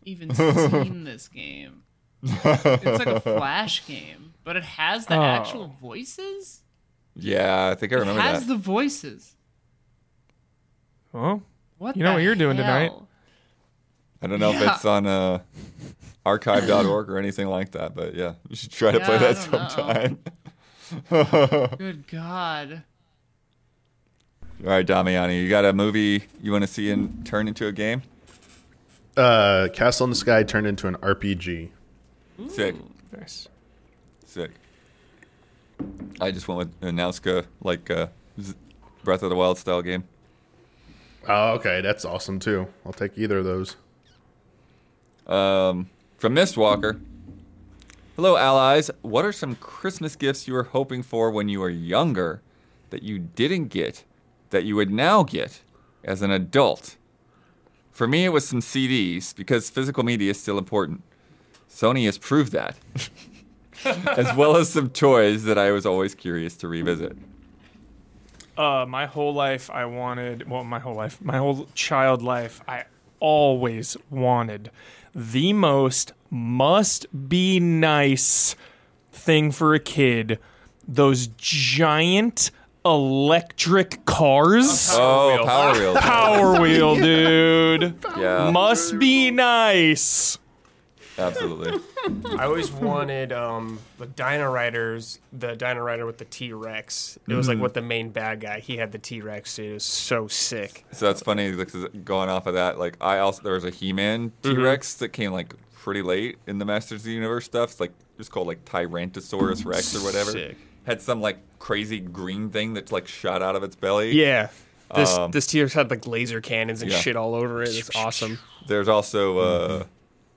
[SPEAKER 1] even seen this game. It's like a flash game, but it has the
[SPEAKER 4] Oh.
[SPEAKER 1] actual voices.
[SPEAKER 2] Yeah, I think I
[SPEAKER 1] It
[SPEAKER 2] remember
[SPEAKER 1] has
[SPEAKER 2] that.
[SPEAKER 1] the voices.
[SPEAKER 4] Oh,
[SPEAKER 1] What
[SPEAKER 4] You know
[SPEAKER 1] the
[SPEAKER 4] what you're doing tonight.
[SPEAKER 1] hell?
[SPEAKER 2] I don't know
[SPEAKER 1] Yeah.
[SPEAKER 2] if it's on uh, archive.org or anything like that, but yeah, you should try to play
[SPEAKER 1] Yeah, I
[SPEAKER 2] that
[SPEAKER 1] don't know.
[SPEAKER 2] sometime.
[SPEAKER 1] Good God!
[SPEAKER 2] All right, Damiani, you got a movie you want to see and turn into a game?
[SPEAKER 3] Uh, Castle in the Sky turned into an RPG.
[SPEAKER 2] Sick.
[SPEAKER 4] Nice.
[SPEAKER 2] Sick. I just went with Anouska, like uh, Z- Breath of the Wild style game.
[SPEAKER 3] Oh, okay, that's awesome too. I'll take either of those.
[SPEAKER 2] Um, from Mistwalker. Hello, allies. What are some Christmas gifts you were hoping for when you were younger that you didn't get that you would now get as an adult? For me, it was some CDs because physical media is still important. Sony has proved that, as well as some toys that I was always curious to revisit.
[SPEAKER 4] Uh, my whole life, I wanted. Well, my whole life, my whole child life, I always wanted the most must be nice thing for a kid. Those giant electric cars.
[SPEAKER 2] Oh, Power Wheels.
[SPEAKER 4] Power wheel, dude.
[SPEAKER 2] Yeah,
[SPEAKER 4] Must be nice.
[SPEAKER 2] absolutely.
[SPEAKER 5] I always wanted um, the Dino Riders, the Dino Rider with the T Rex. It
[SPEAKER 2] Mm-hmm.
[SPEAKER 5] was like what the main bad guy. He had the T Rex. It was so sick.
[SPEAKER 2] So that's funny because going off of that, like I also there was a He-Man
[SPEAKER 5] Mm-hmm.
[SPEAKER 2] T-Rex that came like pretty late in the Masters of the Universe stuff. It's like it's called like Tyrantosaurus Rex or whatever.
[SPEAKER 5] Sick.
[SPEAKER 2] Had some like crazy green thing that's like shot out of its belly.
[SPEAKER 5] Yeah. This
[SPEAKER 2] Um,
[SPEAKER 5] this T Rex had like laser cannons and
[SPEAKER 2] yeah.
[SPEAKER 5] shit all over it. It's awesome.
[SPEAKER 2] There's also uh,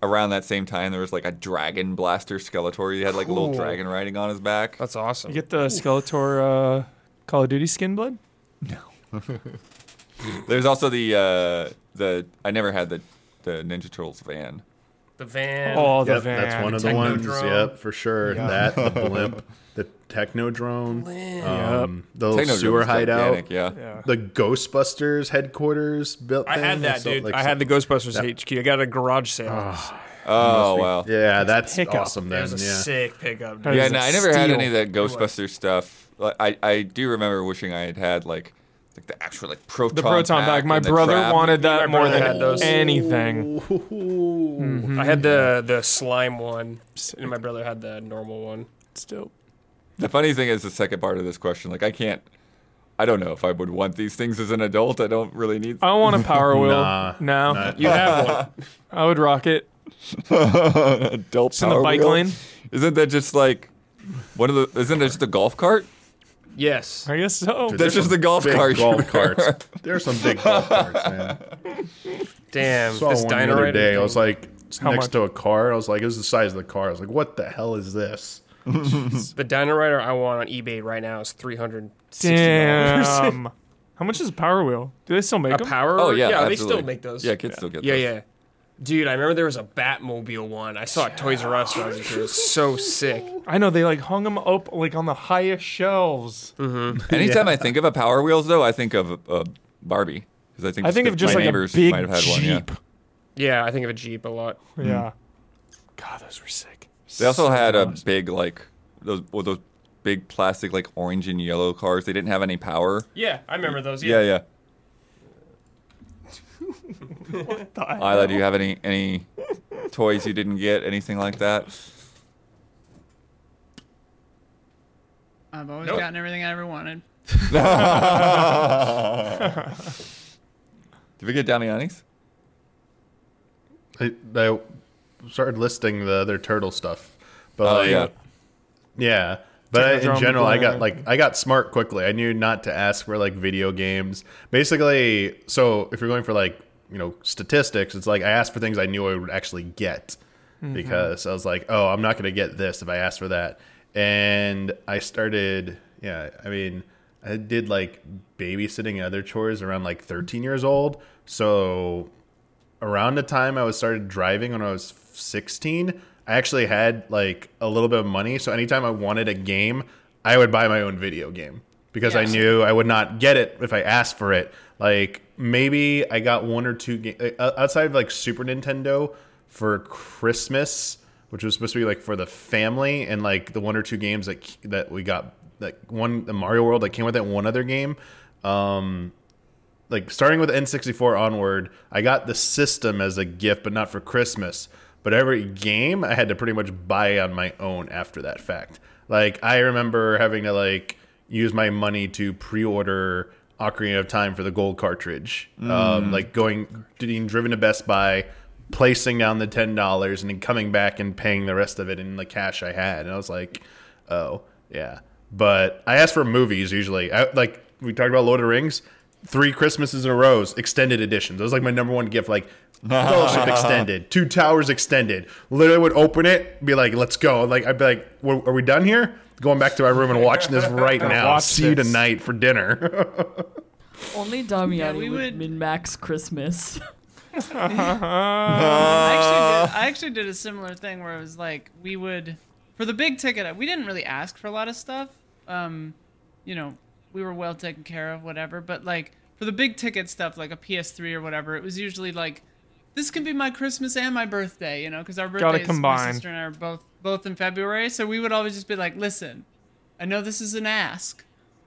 [SPEAKER 5] Mm-hmm.
[SPEAKER 2] around that same time there was like a dragon blaster Skeletor. He had like a little
[SPEAKER 5] Cool.
[SPEAKER 2] dragon riding on his back.
[SPEAKER 5] That's awesome.
[SPEAKER 4] You get the Skeletor uh, Call of Duty skin blood?
[SPEAKER 2] There's also the uh, the I never had the the Ninja Turtles van.
[SPEAKER 5] The van.
[SPEAKER 4] Oh, the
[SPEAKER 3] Yep,
[SPEAKER 4] van.
[SPEAKER 3] that's one of the ones. Yep, for sure. That the blimp, the technodrome, um, the
[SPEAKER 2] Technodrome
[SPEAKER 3] sewer
[SPEAKER 2] was
[SPEAKER 3] hideout,
[SPEAKER 2] gigantic, Yeah.
[SPEAKER 4] Yeah.
[SPEAKER 3] the Ghostbusters headquarters built.
[SPEAKER 5] I had
[SPEAKER 3] thing.
[SPEAKER 5] that,
[SPEAKER 3] So,
[SPEAKER 5] dude.
[SPEAKER 3] like,
[SPEAKER 5] I had the Ghostbusters HQ. I got a garage sale.
[SPEAKER 2] Oh wow.
[SPEAKER 3] Yeah, that's
[SPEAKER 4] pickup.
[SPEAKER 3] awesome.
[SPEAKER 5] It
[SPEAKER 3] Then
[SPEAKER 5] was a
[SPEAKER 3] yeah.
[SPEAKER 5] sick pickup.
[SPEAKER 4] That
[SPEAKER 5] Dude.
[SPEAKER 4] is
[SPEAKER 2] Yeah,
[SPEAKER 4] a
[SPEAKER 2] no, I never had
[SPEAKER 4] steal.
[SPEAKER 2] any of that Ghostbuster stuff. Like, I, I do remember wishing I had had like, like the actual like proton
[SPEAKER 4] The proton bag. My
[SPEAKER 2] and the
[SPEAKER 4] brother
[SPEAKER 2] trap.
[SPEAKER 4] wanted that
[SPEAKER 5] My
[SPEAKER 4] more
[SPEAKER 5] brother
[SPEAKER 4] than
[SPEAKER 5] had those.
[SPEAKER 4] anything.
[SPEAKER 3] Ooh.
[SPEAKER 5] I had the the slime one, and my brother had the normal one.
[SPEAKER 4] It's dope.
[SPEAKER 2] The funny thing is the second part of this question. Like I can't. I don't know if I would want these things as an adult. I don't really need.
[SPEAKER 4] I want a power wheel.
[SPEAKER 3] Nah.
[SPEAKER 4] no,
[SPEAKER 5] You have one.
[SPEAKER 4] I would rock it.
[SPEAKER 2] adult
[SPEAKER 4] It's in the
[SPEAKER 2] Power
[SPEAKER 4] bike
[SPEAKER 2] Wheel.
[SPEAKER 4] lane.
[SPEAKER 2] Isn't that just like one of the? Isn't that just a golf cart?
[SPEAKER 5] Yes.
[SPEAKER 4] I guess so.
[SPEAKER 2] That's just the golf
[SPEAKER 3] Big
[SPEAKER 2] cart.
[SPEAKER 3] golf carts. There's some big golf carts, man.
[SPEAKER 5] Damn.
[SPEAKER 3] saw
[SPEAKER 5] this
[SPEAKER 3] one the
[SPEAKER 5] Dino
[SPEAKER 3] other
[SPEAKER 5] Rider
[SPEAKER 3] day. I
[SPEAKER 5] thing.
[SPEAKER 3] was like it's
[SPEAKER 4] How
[SPEAKER 3] next
[SPEAKER 4] much?
[SPEAKER 3] to a car. I was like, it was the size of the car. I was like, what the hell is this?
[SPEAKER 5] The Dino Rider I want on eBay right now is three hundred.
[SPEAKER 4] Damn. How much is a power wheel? Do they still make
[SPEAKER 5] A
[SPEAKER 4] them?
[SPEAKER 5] power.
[SPEAKER 2] Oh yeah,
[SPEAKER 5] they
[SPEAKER 2] absolutely.
[SPEAKER 5] still make those.
[SPEAKER 2] Yeah, kids still get
[SPEAKER 5] Yeah,
[SPEAKER 2] those.
[SPEAKER 5] yeah. Dude, I remember there was a Batmobile one. I saw it at Toys R Us when I was a kid. It was so sick.
[SPEAKER 4] I know they like hung them up like on the highest shelves.
[SPEAKER 2] Anytime I think of a Power Wheels, though, I think of uh, Barbie. 'Cause I think,
[SPEAKER 4] I think
[SPEAKER 2] that
[SPEAKER 4] of just
[SPEAKER 2] my
[SPEAKER 4] like a
[SPEAKER 2] neighbors
[SPEAKER 4] big
[SPEAKER 2] might have had
[SPEAKER 4] jeep.
[SPEAKER 2] one. Yeah.
[SPEAKER 5] Yeah, I think of a Jeep a lot.
[SPEAKER 4] Yeah. God, those were sick.
[SPEAKER 2] Mm-hmm. They also had a big like those well, those big plastic like orange and yellow cars. They didn't have any power.
[SPEAKER 5] Yeah, I remember those.
[SPEAKER 2] Yeah, yeah.
[SPEAKER 4] The-
[SPEAKER 2] Isla, do you have any any toys you didn't get? Anything like that?
[SPEAKER 1] I've always
[SPEAKER 5] Nope.
[SPEAKER 1] gotten everything I ever wanted.
[SPEAKER 2] Did we get Damiani's?
[SPEAKER 3] I, I started listing the other turtle stuff, but
[SPEAKER 2] Oh
[SPEAKER 3] like,
[SPEAKER 2] yeah.
[SPEAKER 3] yeah, But I, in
[SPEAKER 4] Technodrome,
[SPEAKER 3] general, I got
[SPEAKER 4] Blade.
[SPEAKER 3] like I got smart quickly. I knew not to ask for like video games. Basically, so if you're going for like you know statistics, it's like I asked for things I knew I would actually get because I was like, oh, I'm not going to get this if I ask for that. And I started, yeah, I mean, I did like babysitting and other chores around like 13 years old. So around the time I was started driving when I was 16, I actually had like a little bit of money. So anytime I wanted a game, I would buy my own video game because I knew I would not get it if I asked for it. Like maybe I got one or two games outside of like Super Nintendo for Christmas, which was supposed to be like for the family and like the one or two games that that we got that one the Mario World that came with it, and one other game. Um, like starting with N64 onward, I got the system as a gift, but not for Christmas. But every game I had to pretty much buy on my own after that fact. Like I remember having to like use my money to pre-order Ocarina of Time for the gold cartridge. Um, like going being driven to Best Buy, placing down the ten dollars and then coming back and paying the rest of it in the cash I had. And I was like, oh yeah. But I asked for movies usually. I, like we talked about Lord of the Rings, three Christmases in a row, extended editions. That was like my number one gift. Like Fellowship extended, Two Towers extended. Literally would open it, be like, let's go. Like I'd be like, "We're- are we done here? Going back to my room and watching this right now.
[SPEAKER 4] Watch
[SPEAKER 3] See you
[SPEAKER 4] this.
[SPEAKER 3] tonight for dinner.
[SPEAKER 7] Only Damiani
[SPEAKER 1] we
[SPEAKER 7] would
[SPEAKER 1] would-
[SPEAKER 7] min max Christmas.
[SPEAKER 1] I actually, did, I actually did a similar thing where it was like we would for the big ticket. We didn't really ask for a lot of stuff. Um, you know, we were well taken care of, whatever. But like for the big ticket stuff, like a PS3 or whatever, it was usually like this can be my Christmas and my birthday. You know, because our birthdays, my
[SPEAKER 4] combine.
[SPEAKER 1] sister and I are both both in February, so we would always just be like, listen, I know this is an ask,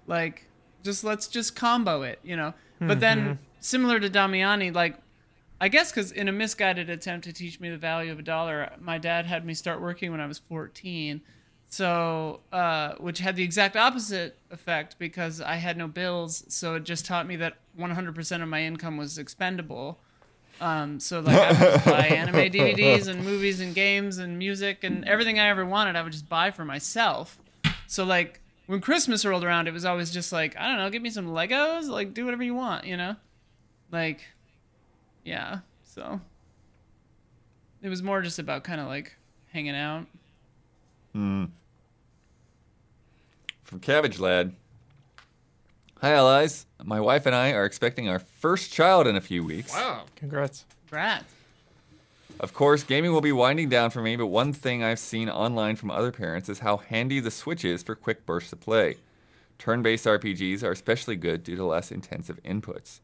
[SPEAKER 1] like just let's just combo it. You know. But then similar to Damiani, like I guess because in a misguided attempt to teach me the value of a dollar, my dad had me start working when I was 14. So, uh, which had the exact opposite effect because I had no bills. So it just taught me that 100% of my income was expendable. Um, so like I would just buy anime DVDs and movies and games and music and everything I ever wanted, I would just buy for myself. So like when Christmas rolled around, it was always just like, I don't know, give me some Legos, like do whatever you want, you know? Like, yeah. So it was more just about kind of like hanging out.
[SPEAKER 2] From Cabbage Lad. Hi, allies. My wife and I are expecting our first child in a few weeks.
[SPEAKER 4] Congrats.
[SPEAKER 1] Brats.
[SPEAKER 2] Of course, gaming will be winding down for me, but one thing I've seen online from other parents is how handy the Switch is for quick bursts of play. Turn based RPGs are especially good due to less intensive inputs.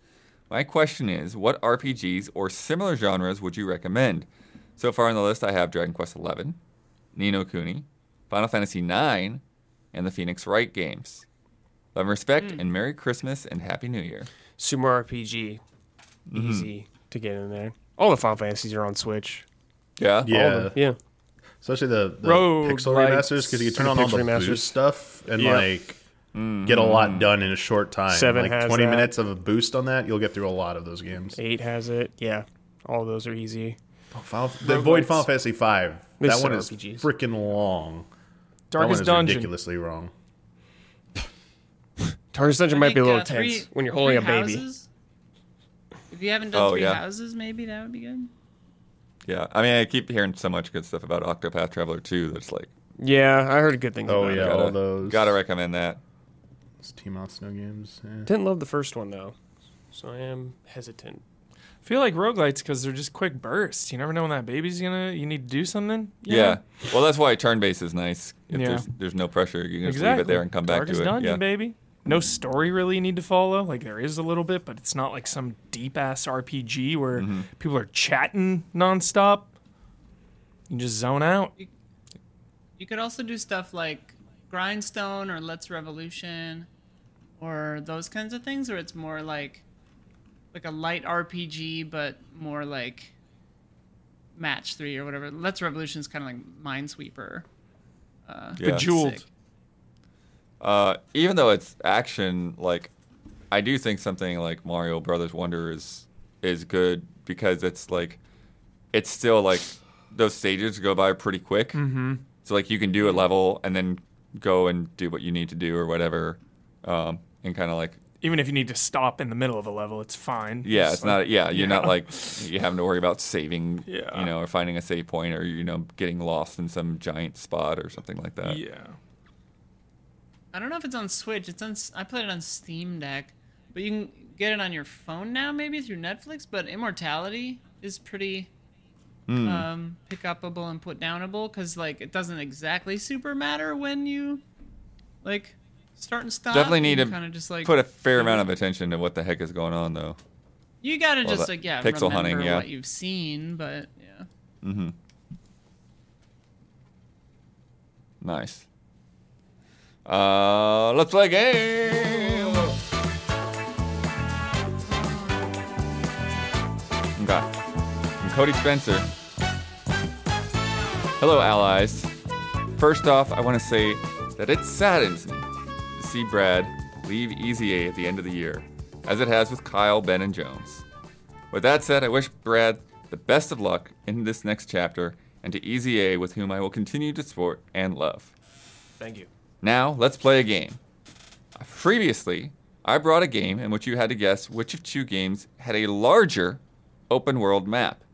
[SPEAKER 2] My question is what RPGs or similar genres would you recommend? So far on the list, I have Dragon Quest XI, Nino Kuni, Final Fantasy IX, and the Phoenix Wright games. Love and respect, and Merry Christmas and Happy New Year.
[SPEAKER 5] Sumo RPG,
[SPEAKER 3] Mm-hmm.
[SPEAKER 5] easy to get in there. All the Final Fantasies are on Switch.
[SPEAKER 2] Yeah?
[SPEAKER 3] Yeah.
[SPEAKER 5] All of them. yeah.
[SPEAKER 3] Especially the, the
[SPEAKER 5] Road
[SPEAKER 3] pixel
[SPEAKER 5] lights.
[SPEAKER 3] remasters because you can turn on
[SPEAKER 5] The
[SPEAKER 3] all the
[SPEAKER 5] pixel remasters.
[SPEAKER 3] boost stuff and
[SPEAKER 5] Yeah.
[SPEAKER 3] like get a lot done in a short time.
[SPEAKER 5] Seven
[SPEAKER 3] like
[SPEAKER 5] has
[SPEAKER 3] twenty
[SPEAKER 5] that.
[SPEAKER 3] minutes of a boost on that, you'll get through a lot of those games.
[SPEAKER 5] Eight has it. Yeah, all those are easy.
[SPEAKER 3] Oh, Final, the Void Final Fantasy V. That
[SPEAKER 5] There's
[SPEAKER 3] one
[SPEAKER 5] some
[SPEAKER 3] is
[SPEAKER 5] RPGs.
[SPEAKER 3] freaking long. that one
[SPEAKER 4] Darkest
[SPEAKER 3] is
[SPEAKER 4] Dungeon.
[SPEAKER 3] ridiculously wrong.
[SPEAKER 5] Target's Dungeon
[SPEAKER 1] I
[SPEAKER 5] might be a
[SPEAKER 1] think,
[SPEAKER 5] little
[SPEAKER 1] uh,
[SPEAKER 5] tense
[SPEAKER 1] three-
[SPEAKER 5] when you're holding a
[SPEAKER 1] three
[SPEAKER 5] baby.
[SPEAKER 1] houses? If you haven't done
[SPEAKER 2] Oh,
[SPEAKER 1] three
[SPEAKER 2] yeah.
[SPEAKER 1] houses, maybe that would be good.
[SPEAKER 2] Yeah. I mean, I keep hearing so much good stuff about Octopath Traveler 2 that's like,
[SPEAKER 5] Yeah, I heard good things.
[SPEAKER 3] Oh,
[SPEAKER 5] about
[SPEAKER 3] yeah.
[SPEAKER 5] It.
[SPEAKER 2] gotta,
[SPEAKER 3] all those.
[SPEAKER 2] Gotta recommend that.
[SPEAKER 3] It's Team Out Snow Games. eh.
[SPEAKER 5] Didn't love the first one though, so I am hesitant.
[SPEAKER 4] I feel like roguelites because they're just quick bursts. You never know when that baby's gonna. You need to do something. you
[SPEAKER 2] Yeah.
[SPEAKER 4] know?
[SPEAKER 2] Well, that's why turn base is nice. If
[SPEAKER 4] Yeah.
[SPEAKER 2] there's, there's no pressure, you can just
[SPEAKER 4] Exactly.
[SPEAKER 2] leave it there and come back
[SPEAKER 4] Darkest
[SPEAKER 2] to it.
[SPEAKER 4] Dungeon,
[SPEAKER 2] yeah.
[SPEAKER 4] baby. No story really you need to follow. Like there is a little bit, but it's not like some deep ass RPG where
[SPEAKER 2] Mm-hmm.
[SPEAKER 4] people are chatting nonstop. You can just zone out.
[SPEAKER 1] You could also do stuff like Grindstone or Let's Revolution or those kinds of things where it's more like like a light RPG but more like match 3 or whatever. Let's Revolution is kind of like Minesweeper.
[SPEAKER 2] Yeah.
[SPEAKER 4] Bejeweled.
[SPEAKER 1] Sick.
[SPEAKER 2] Uh, even though it's action, like I do think something like Mario Brothers Wonder is is good because it's like it's still like those stages go by pretty quick. Mm-hmm. So like you can do a level and then go and do what you need to do or whatever, um, and kind of like
[SPEAKER 4] Even if you need to stop in the middle of a level, it's fine.
[SPEAKER 2] Yeah,
[SPEAKER 4] Just
[SPEAKER 2] it's
[SPEAKER 4] like-
[SPEAKER 2] not. Yeah, you're not like you having to worry about saving,
[SPEAKER 4] Yeah.
[SPEAKER 2] you know, or finding a save point, or you know, getting lost in some giant spot or something like that.
[SPEAKER 4] Yeah.
[SPEAKER 1] I don't know if it's on Switch. It's on. S- I played it on Steam Deck, but you can get it on your phone now, maybe through Netflix. But Immortality is pretty
[SPEAKER 2] Hmm.
[SPEAKER 1] um, pick upable and put downable because like it doesn't exactly super matter when you like start and stop.
[SPEAKER 2] Definitely need to
[SPEAKER 1] kind of just like
[SPEAKER 2] Put a fair amount of attention to what the heck is going on, though.
[SPEAKER 1] You gotta
[SPEAKER 2] well,
[SPEAKER 1] just
[SPEAKER 2] that-
[SPEAKER 1] like yeah,
[SPEAKER 2] pixel
[SPEAKER 1] remember
[SPEAKER 2] hunting, yeah.
[SPEAKER 1] what you've seen, but yeah.
[SPEAKER 2] Nice. Uh, let's play a game. Okay. From Cody Spencer. Hello, allies. First off, I want to say that it saddens me to see Brad leave Easy A at the end of the year, as it has with Kyle, Ben, and Jones. With that said, I wish Brad the best of luck in this next chapter, and to Easy A, with whom I will continue to sport and love.
[SPEAKER 5] Thank you.
[SPEAKER 2] Now, let's play a game. Uh, Previously, I brought a game in which you had to guess which of two games had a larger open world map.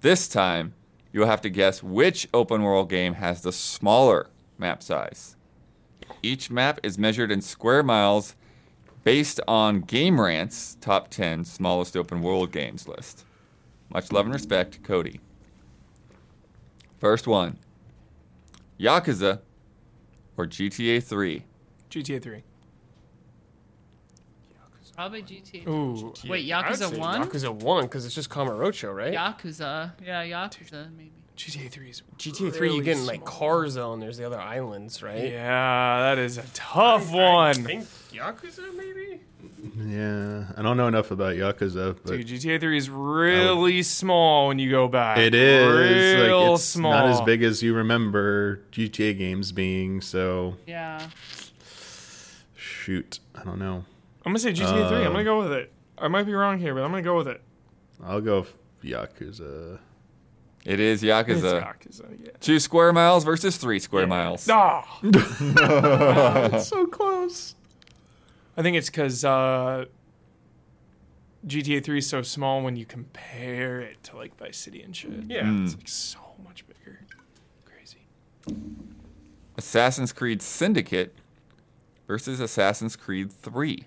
[SPEAKER 2] this time, you'll have to guess which open world game has the smaller map size. Each map is measured in square miles based on Game Rant's top 10 smallest open world games list. Much love and respect, Cody. First one Yakuza or GTA 3?
[SPEAKER 4] GTA 3.
[SPEAKER 1] Probably GTA.
[SPEAKER 4] Ooh.
[SPEAKER 1] Wait,
[SPEAKER 5] I would
[SPEAKER 1] Yakuza
[SPEAKER 5] say
[SPEAKER 1] one?
[SPEAKER 5] Yakuza one, because it's just Kamurocho, right?
[SPEAKER 1] Yakuza. Yeah, Yakuza maybe.
[SPEAKER 4] GTA 3 is.
[SPEAKER 5] GTA three,
[SPEAKER 4] really
[SPEAKER 5] you get in like
[SPEAKER 4] small.
[SPEAKER 5] Car Zone. There's the other islands, right?
[SPEAKER 4] Yeah, that is a tough
[SPEAKER 5] I
[SPEAKER 4] one.
[SPEAKER 5] think Yakuza maybe.
[SPEAKER 3] Yeah, I don't know enough about Yakuza, but
[SPEAKER 4] Dude, GTA 3 is really small when you go back.
[SPEAKER 3] it is like,
[SPEAKER 4] real
[SPEAKER 3] it's
[SPEAKER 4] small.
[SPEAKER 3] not as big as you remember GTA games being. So
[SPEAKER 1] Yeah.
[SPEAKER 3] shoot, I don't know.
[SPEAKER 4] I'm gonna say GTA 3. I'm
[SPEAKER 3] Uh,
[SPEAKER 4] gonna go with it. I might be wrong here, but I'm gonna go with it.
[SPEAKER 3] I'll go f- Yakuza.
[SPEAKER 2] It is uh,
[SPEAKER 4] It's uh,
[SPEAKER 2] Yakuza.
[SPEAKER 4] Yakuza, yeah.
[SPEAKER 2] Two square miles versus three square miles.
[SPEAKER 4] Ah,
[SPEAKER 3] That's so close.
[SPEAKER 4] I think it's because uh, GTA 3 is so small when you compare it to like Vice City and shit.
[SPEAKER 3] Mm.
[SPEAKER 5] Yeah.
[SPEAKER 4] It's like so much bigger. Crazy.
[SPEAKER 2] Assassin's Creed Syndicate versus Assassin's Creed 3.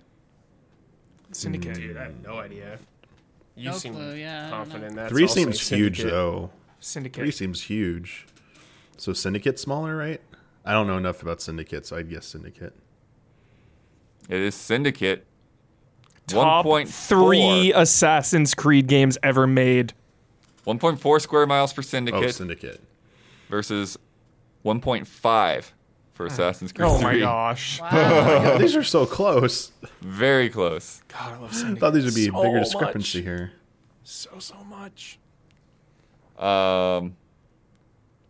[SPEAKER 4] Syndicate.
[SPEAKER 3] Mm.
[SPEAKER 5] Dude, I have no idea. You
[SPEAKER 1] No
[SPEAKER 5] seem
[SPEAKER 1] clue, yeah, I don't
[SPEAKER 5] confident
[SPEAKER 1] know.
[SPEAKER 5] in that.
[SPEAKER 3] Three
[SPEAKER 5] so I'll
[SPEAKER 3] seems
[SPEAKER 5] say
[SPEAKER 3] huge
[SPEAKER 5] Syndicate.
[SPEAKER 3] though.
[SPEAKER 4] Syndicate.
[SPEAKER 3] Three seems huge. So Syndicate smaller, right? I don't know enough about Syndicate, so I'd guess Syndicate.
[SPEAKER 2] It is Syndicate.
[SPEAKER 4] Top
[SPEAKER 2] 1.4
[SPEAKER 4] three Assassin's Creed games ever made.
[SPEAKER 2] 1.4 square miles for
[SPEAKER 3] Oh,
[SPEAKER 2] Syndicate
[SPEAKER 3] Syndicate.
[SPEAKER 2] versus 1.5 for Assassin's Creed
[SPEAKER 4] Oh
[SPEAKER 2] 3.
[SPEAKER 4] my gosh.
[SPEAKER 1] Wow.
[SPEAKER 3] Yeah, these are so close.
[SPEAKER 2] Very close.
[SPEAKER 4] God, I love
[SPEAKER 3] I
[SPEAKER 4] Syndicate.
[SPEAKER 3] thought these would be
[SPEAKER 4] so
[SPEAKER 3] a bigger discrepancy
[SPEAKER 4] much.
[SPEAKER 3] here.
[SPEAKER 4] So, so much.
[SPEAKER 2] Um,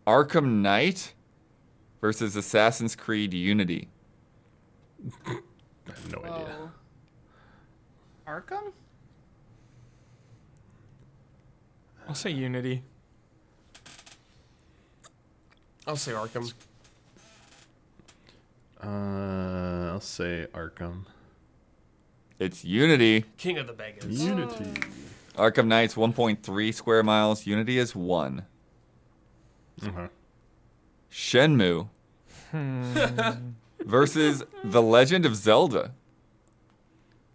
[SPEAKER 2] Arkham Knight versus Assassin's Creed Unity.
[SPEAKER 3] I have no idea.
[SPEAKER 1] Whoa. Arkham?
[SPEAKER 4] I'll say Unity.
[SPEAKER 5] I'll say Arkham.
[SPEAKER 3] Uh, I'll say Arkham.
[SPEAKER 2] It's Unity.
[SPEAKER 5] King of the Beggars.
[SPEAKER 3] Unity.
[SPEAKER 2] Arkham Knight's 1.3 square miles. Unity is 1.
[SPEAKER 3] Okay.
[SPEAKER 2] Shenmue
[SPEAKER 4] Hmm.
[SPEAKER 2] versus The Legend of Zelda.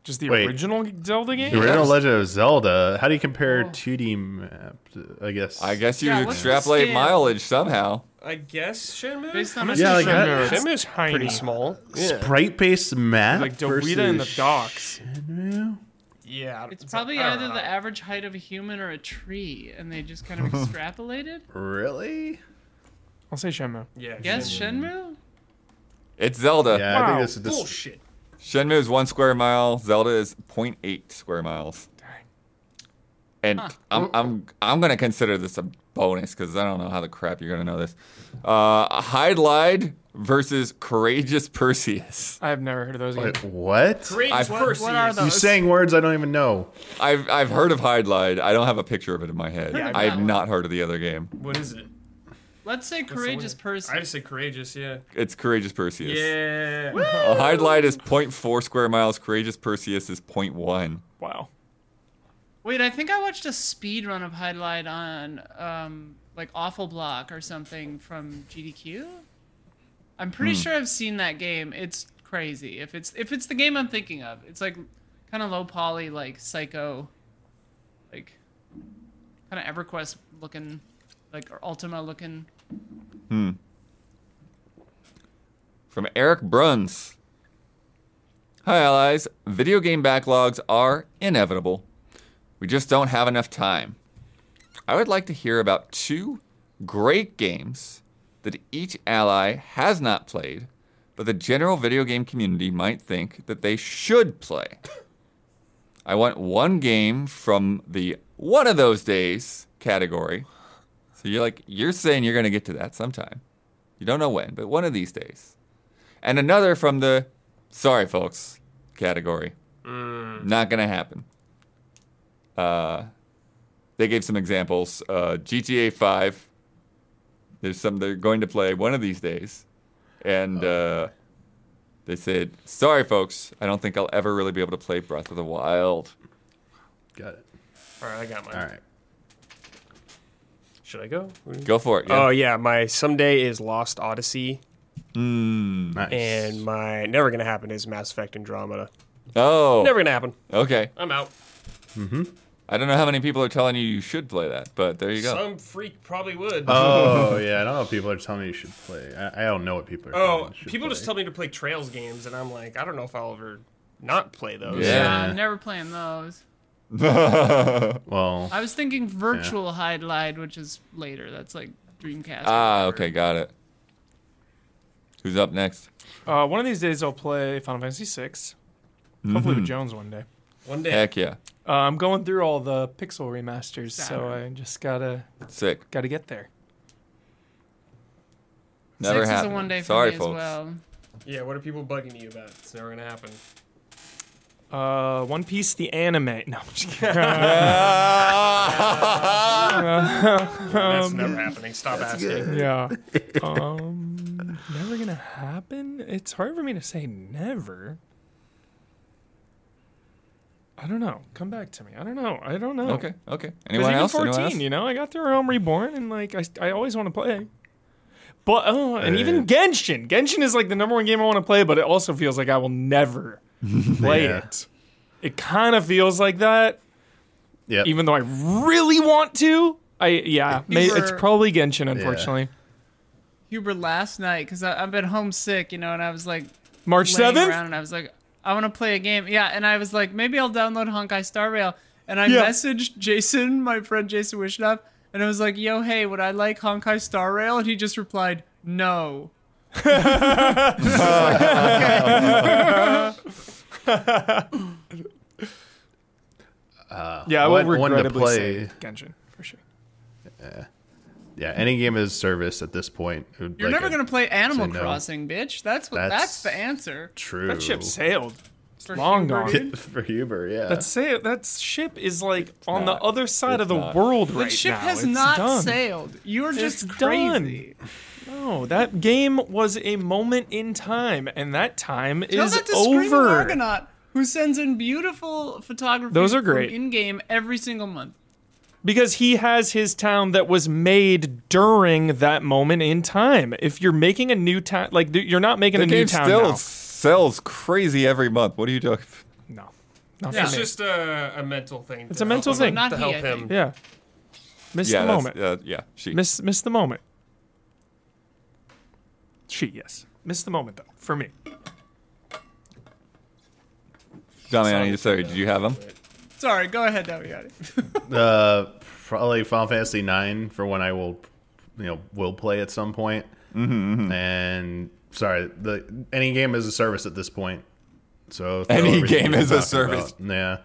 [SPEAKER 4] Just the
[SPEAKER 3] Wait.
[SPEAKER 4] original Zelda game?
[SPEAKER 3] The original Legend of Zelda. How do you compare 2D map? I guess.
[SPEAKER 2] I guess you
[SPEAKER 1] Yeah, what's the
[SPEAKER 2] extrapolate
[SPEAKER 1] scale?
[SPEAKER 2] mileage somehow.
[SPEAKER 5] I guess Shenmue.
[SPEAKER 1] Based on
[SPEAKER 4] I'm
[SPEAKER 1] a
[SPEAKER 4] gonna
[SPEAKER 3] Yeah, like
[SPEAKER 4] say
[SPEAKER 3] that-
[SPEAKER 4] Shenmue. It's
[SPEAKER 5] Shenmue's pretty
[SPEAKER 4] tiny.
[SPEAKER 5] small.
[SPEAKER 3] Sprite based map.
[SPEAKER 4] Like Dorita in the
[SPEAKER 3] versus
[SPEAKER 4] docks.
[SPEAKER 3] Shenmue?
[SPEAKER 5] Yeah,
[SPEAKER 1] It's probably
[SPEAKER 5] I don't
[SPEAKER 1] either
[SPEAKER 5] know.
[SPEAKER 1] the average height of a human or a tree, and they just kind of extrapolated.
[SPEAKER 3] Really?
[SPEAKER 4] I'll say Shenmue.
[SPEAKER 5] Yeah,
[SPEAKER 1] Guess
[SPEAKER 5] Shenmue.
[SPEAKER 1] Shenmue.
[SPEAKER 2] It's Zelda.
[SPEAKER 3] Yeah, I
[SPEAKER 4] Wow.
[SPEAKER 3] think this is this.
[SPEAKER 5] Bullshit.
[SPEAKER 2] Shenmue is one square mile. Zelda is 0.8 square miles. And
[SPEAKER 5] Oh.
[SPEAKER 2] I'm, I'm, I'm going to consider this a bonus because I don't know how the crap you're going to know this. Uh, Hyde Lied versus Courageous Perseus.
[SPEAKER 4] I've never heard of those games.
[SPEAKER 3] Wait, what?
[SPEAKER 5] Courageous
[SPEAKER 2] What-
[SPEAKER 5] Perseus.
[SPEAKER 1] what are those?
[SPEAKER 3] You saying words I don't even know.
[SPEAKER 2] I've, I've heard of Hyde Lied. I don't have a picture of it in my head.
[SPEAKER 5] Yeah,
[SPEAKER 2] I
[SPEAKER 5] I
[SPEAKER 2] have
[SPEAKER 5] know.
[SPEAKER 2] not heard of the other game.
[SPEAKER 5] What is it?
[SPEAKER 1] Let's say courageous person.
[SPEAKER 5] just say courageous. Yeah.
[SPEAKER 2] It's Courageous Perseus.
[SPEAKER 5] Yeah.
[SPEAKER 2] Uh, Hyde Lied is 0.4 square miles. Courageous Perseus is 0.1.
[SPEAKER 4] Wow.
[SPEAKER 1] Wait, I think I watched a speed run of Highlight on um, like Awful Block or something from GDQ. I'm pretty sure I've seen that game. It's crazy. If it's if it's the game I'm thinking of, it's like kind of low poly, like psycho, like kind of EverQuest looking, like or Ultima looking.
[SPEAKER 2] from Eric Bruns. Hi, allies. Video game backlogs are inevitable. We just don't have enough time. I would like to hear about two great games that each ally has not played, but the general video game community might think that they should play. I want one game from the one of those days category. So you're like, you're saying you're going to get to that sometime. You don't know when, but one of these days and another from the sorry folks
[SPEAKER 5] Mm.
[SPEAKER 2] category. Not gonna happen. Uh, They gave some examples. Uh, GTA 5. There's some they're going to play one of these days, and
[SPEAKER 5] Oh.
[SPEAKER 2] uh, they said, "Sorry, folks, I don't think I'll ever really be able to play Breath of the Wild."
[SPEAKER 3] Got it.
[SPEAKER 5] All right, I got mine.
[SPEAKER 3] All right.
[SPEAKER 5] Should I go?
[SPEAKER 2] Go for it.
[SPEAKER 5] Oh
[SPEAKER 2] Yeah.
[SPEAKER 5] yeah, my someday is Lost Odyssey,
[SPEAKER 2] Mm.
[SPEAKER 3] Nice.
[SPEAKER 5] and my never gonna happen is Mass Effect Andromeda.
[SPEAKER 2] Oh.
[SPEAKER 5] Never gonna happen.
[SPEAKER 2] Okay.
[SPEAKER 5] I'm out.
[SPEAKER 2] I don't know how many people are telling you you should play that, but there you go.
[SPEAKER 5] Some freak probably would.
[SPEAKER 3] oh yeah, I don't know if people are telling me you should play. I, I don't know what people are. telling
[SPEAKER 5] oh,
[SPEAKER 3] me you should
[SPEAKER 5] people
[SPEAKER 3] play.
[SPEAKER 5] just tell me to play Trails games, and I'm like, I don't know if I'll ever not play those.
[SPEAKER 2] Yeah.
[SPEAKER 1] I'm Uh, never playing those.
[SPEAKER 3] Well,
[SPEAKER 1] I was thinking virtual hide light, which is later. That's like Dreamcast.
[SPEAKER 2] ah, okay, got it. Who's up next?
[SPEAKER 4] Uh, one of these days I'll play Final Fantasy VI. Hopefully
[SPEAKER 3] Mm-hmm.
[SPEAKER 4] with Jones one day.
[SPEAKER 5] One day.
[SPEAKER 2] Heck yeah.
[SPEAKER 4] Uh, I'm going through all the Pixel remasters, so I
[SPEAKER 1] Saturn.
[SPEAKER 4] just gotta
[SPEAKER 2] Sick.
[SPEAKER 4] gotta get there.
[SPEAKER 2] Never
[SPEAKER 1] Six
[SPEAKER 2] happened.
[SPEAKER 1] is a one day for
[SPEAKER 2] Sorry,
[SPEAKER 1] me
[SPEAKER 2] folks.
[SPEAKER 1] as well.
[SPEAKER 5] Yeah. What are people bugging you about? It's never gonna happen.
[SPEAKER 4] Uh, One Piece the anime. No, I'm just kidding.
[SPEAKER 5] That's never happening. Stop asking.
[SPEAKER 4] yeah. Um, never gonna happen. It's hard for me to say never. I don't know. Come back to me. I don't know. I don't know.
[SPEAKER 2] okay, okay.
[SPEAKER 4] Because
[SPEAKER 2] Anyone
[SPEAKER 4] even
[SPEAKER 2] else?
[SPEAKER 4] 14,
[SPEAKER 2] Anyone else?
[SPEAKER 4] you know, I got through Realm Reborn and like I, I always want to play. But oh, and even Genshin. Genshin is like the number one game I want to play, but it also feels like I will never play
[SPEAKER 3] Yeah.
[SPEAKER 4] it. It kind of feels like that,
[SPEAKER 3] yeah.
[SPEAKER 4] even though I really want to. I yeah, may, it's
[SPEAKER 1] were-
[SPEAKER 4] probably Genshin, unfortunately.
[SPEAKER 1] Huber last night because I've been homesick, you know, and I was like
[SPEAKER 4] March
[SPEAKER 1] laying
[SPEAKER 4] seventh.
[SPEAKER 1] around and I was like, I want to play a game. Yeah, and I was like, maybe I'll download Honkai Star Rail. And I
[SPEAKER 4] Yeah.
[SPEAKER 1] messaged Jason, my friend Jason Wishnup, and I was like, yo, hey, would I like Honkai Star Rail? And he just replied, no.
[SPEAKER 4] Yeah, I
[SPEAKER 3] One-
[SPEAKER 4] will
[SPEAKER 3] one to
[SPEAKER 4] regrettably
[SPEAKER 3] play.
[SPEAKER 4] say Genshin for sure.
[SPEAKER 3] yeah, any game as service at this point. it would,
[SPEAKER 1] You're
[SPEAKER 3] like,
[SPEAKER 1] never
[SPEAKER 3] a-
[SPEAKER 1] gonna play Animal
[SPEAKER 3] say no.
[SPEAKER 1] Crossing, bitch. That's what. That's,
[SPEAKER 3] That's-
[SPEAKER 1] the answer.
[SPEAKER 3] True.
[SPEAKER 4] That ship sailed.
[SPEAKER 1] For
[SPEAKER 4] long
[SPEAKER 1] Huber,
[SPEAKER 4] gone.
[SPEAKER 1] dude.
[SPEAKER 3] for Huber, yeah.
[SPEAKER 4] That sail. That ship is like on
[SPEAKER 2] not.
[SPEAKER 4] the other side
[SPEAKER 2] It's
[SPEAKER 4] of the
[SPEAKER 2] not.
[SPEAKER 4] world
[SPEAKER 1] The
[SPEAKER 4] right
[SPEAKER 1] ship
[SPEAKER 4] now.
[SPEAKER 1] has
[SPEAKER 4] It's
[SPEAKER 1] not
[SPEAKER 4] done.
[SPEAKER 1] sailed. You're
[SPEAKER 4] It's
[SPEAKER 1] just
[SPEAKER 4] done.
[SPEAKER 1] crazy.
[SPEAKER 4] No, that game was a moment in time, and that time
[SPEAKER 1] Tell
[SPEAKER 4] is
[SPEAKER 1] that to Screaming
[SPEAKER 4] over.
[SPEAKER 1] Argonaut, who sends in beautiful photography.
[SPEAKER 4] Those are
[SPEAKER 1] from
[SPEAKER 4] great.
[SPEAKER 1] in-game every single month.
[SPEAKER 4] Because he has his town that was made during that moment in time. If you're making a new town, like th- you're not making
[SPEAKER 2] The
[SPEAKER 4] a new
[SPEAKER 2] game
[SPEAKER 4] town
[SPEAKER 2] still
[SPEAKER 4] now.
[SPEAKER 2] sells crazy every month. What are you doing?
[SPEAKER 4] No, not
[SPEAKER 1] Yeah.
[SPEAKER 4] for
[SPEAKER 5] It's
[SPEAKER 4] me.
[SPEAKER 5] just a, a mental thing.
[SPEAKER 4] It's
[SPEAKER 5] to
[SPEAKER 4] a mental
[SPEAKER 5] help him-
[SPEAKER 4] thing.
[SPEAKER 1] Not
[SPEAKER 5] to
[SPEAKER 1] he,
[SPEAKER 5] help
[SPEAKER 1] I
[SPEAKER 5] him.
[SPEAKER 1] think.
[SPEAKER 4] yeah, missed
[SPEAKER 2] yeah,
[SPEAKER 4] the
[SPEAKER 2] that's-
[SPEAKER 4] moment.
[SPEAKER 2] Uh, yeah, she.
[SPEAKER 4] Miss miss the moment. She yes, missed the moment though for me.
[SPEAKER 2] Damiani, sorry, did you have him?
[SPEAKER 1] Sorry, go ahead, Damiani.
[SPEAKER 3] Uh, probably Final Fantasy Nine for when I will, you know, will play at some point.
[SPEAKER 2] Mm-hmm,
[SPEAKER 3] And sorry, the any game as a service at this point. So throw
[SPEAKER 2] Any
[SPEAKER 3] everything
[SPEAKER 2] game
[SPEAKER 3] you're
[SPEAKER 2] as a
[SPEAKER 3] talking
[SPEAKER 2] service.
[SPEAKER 3] about. Yeah,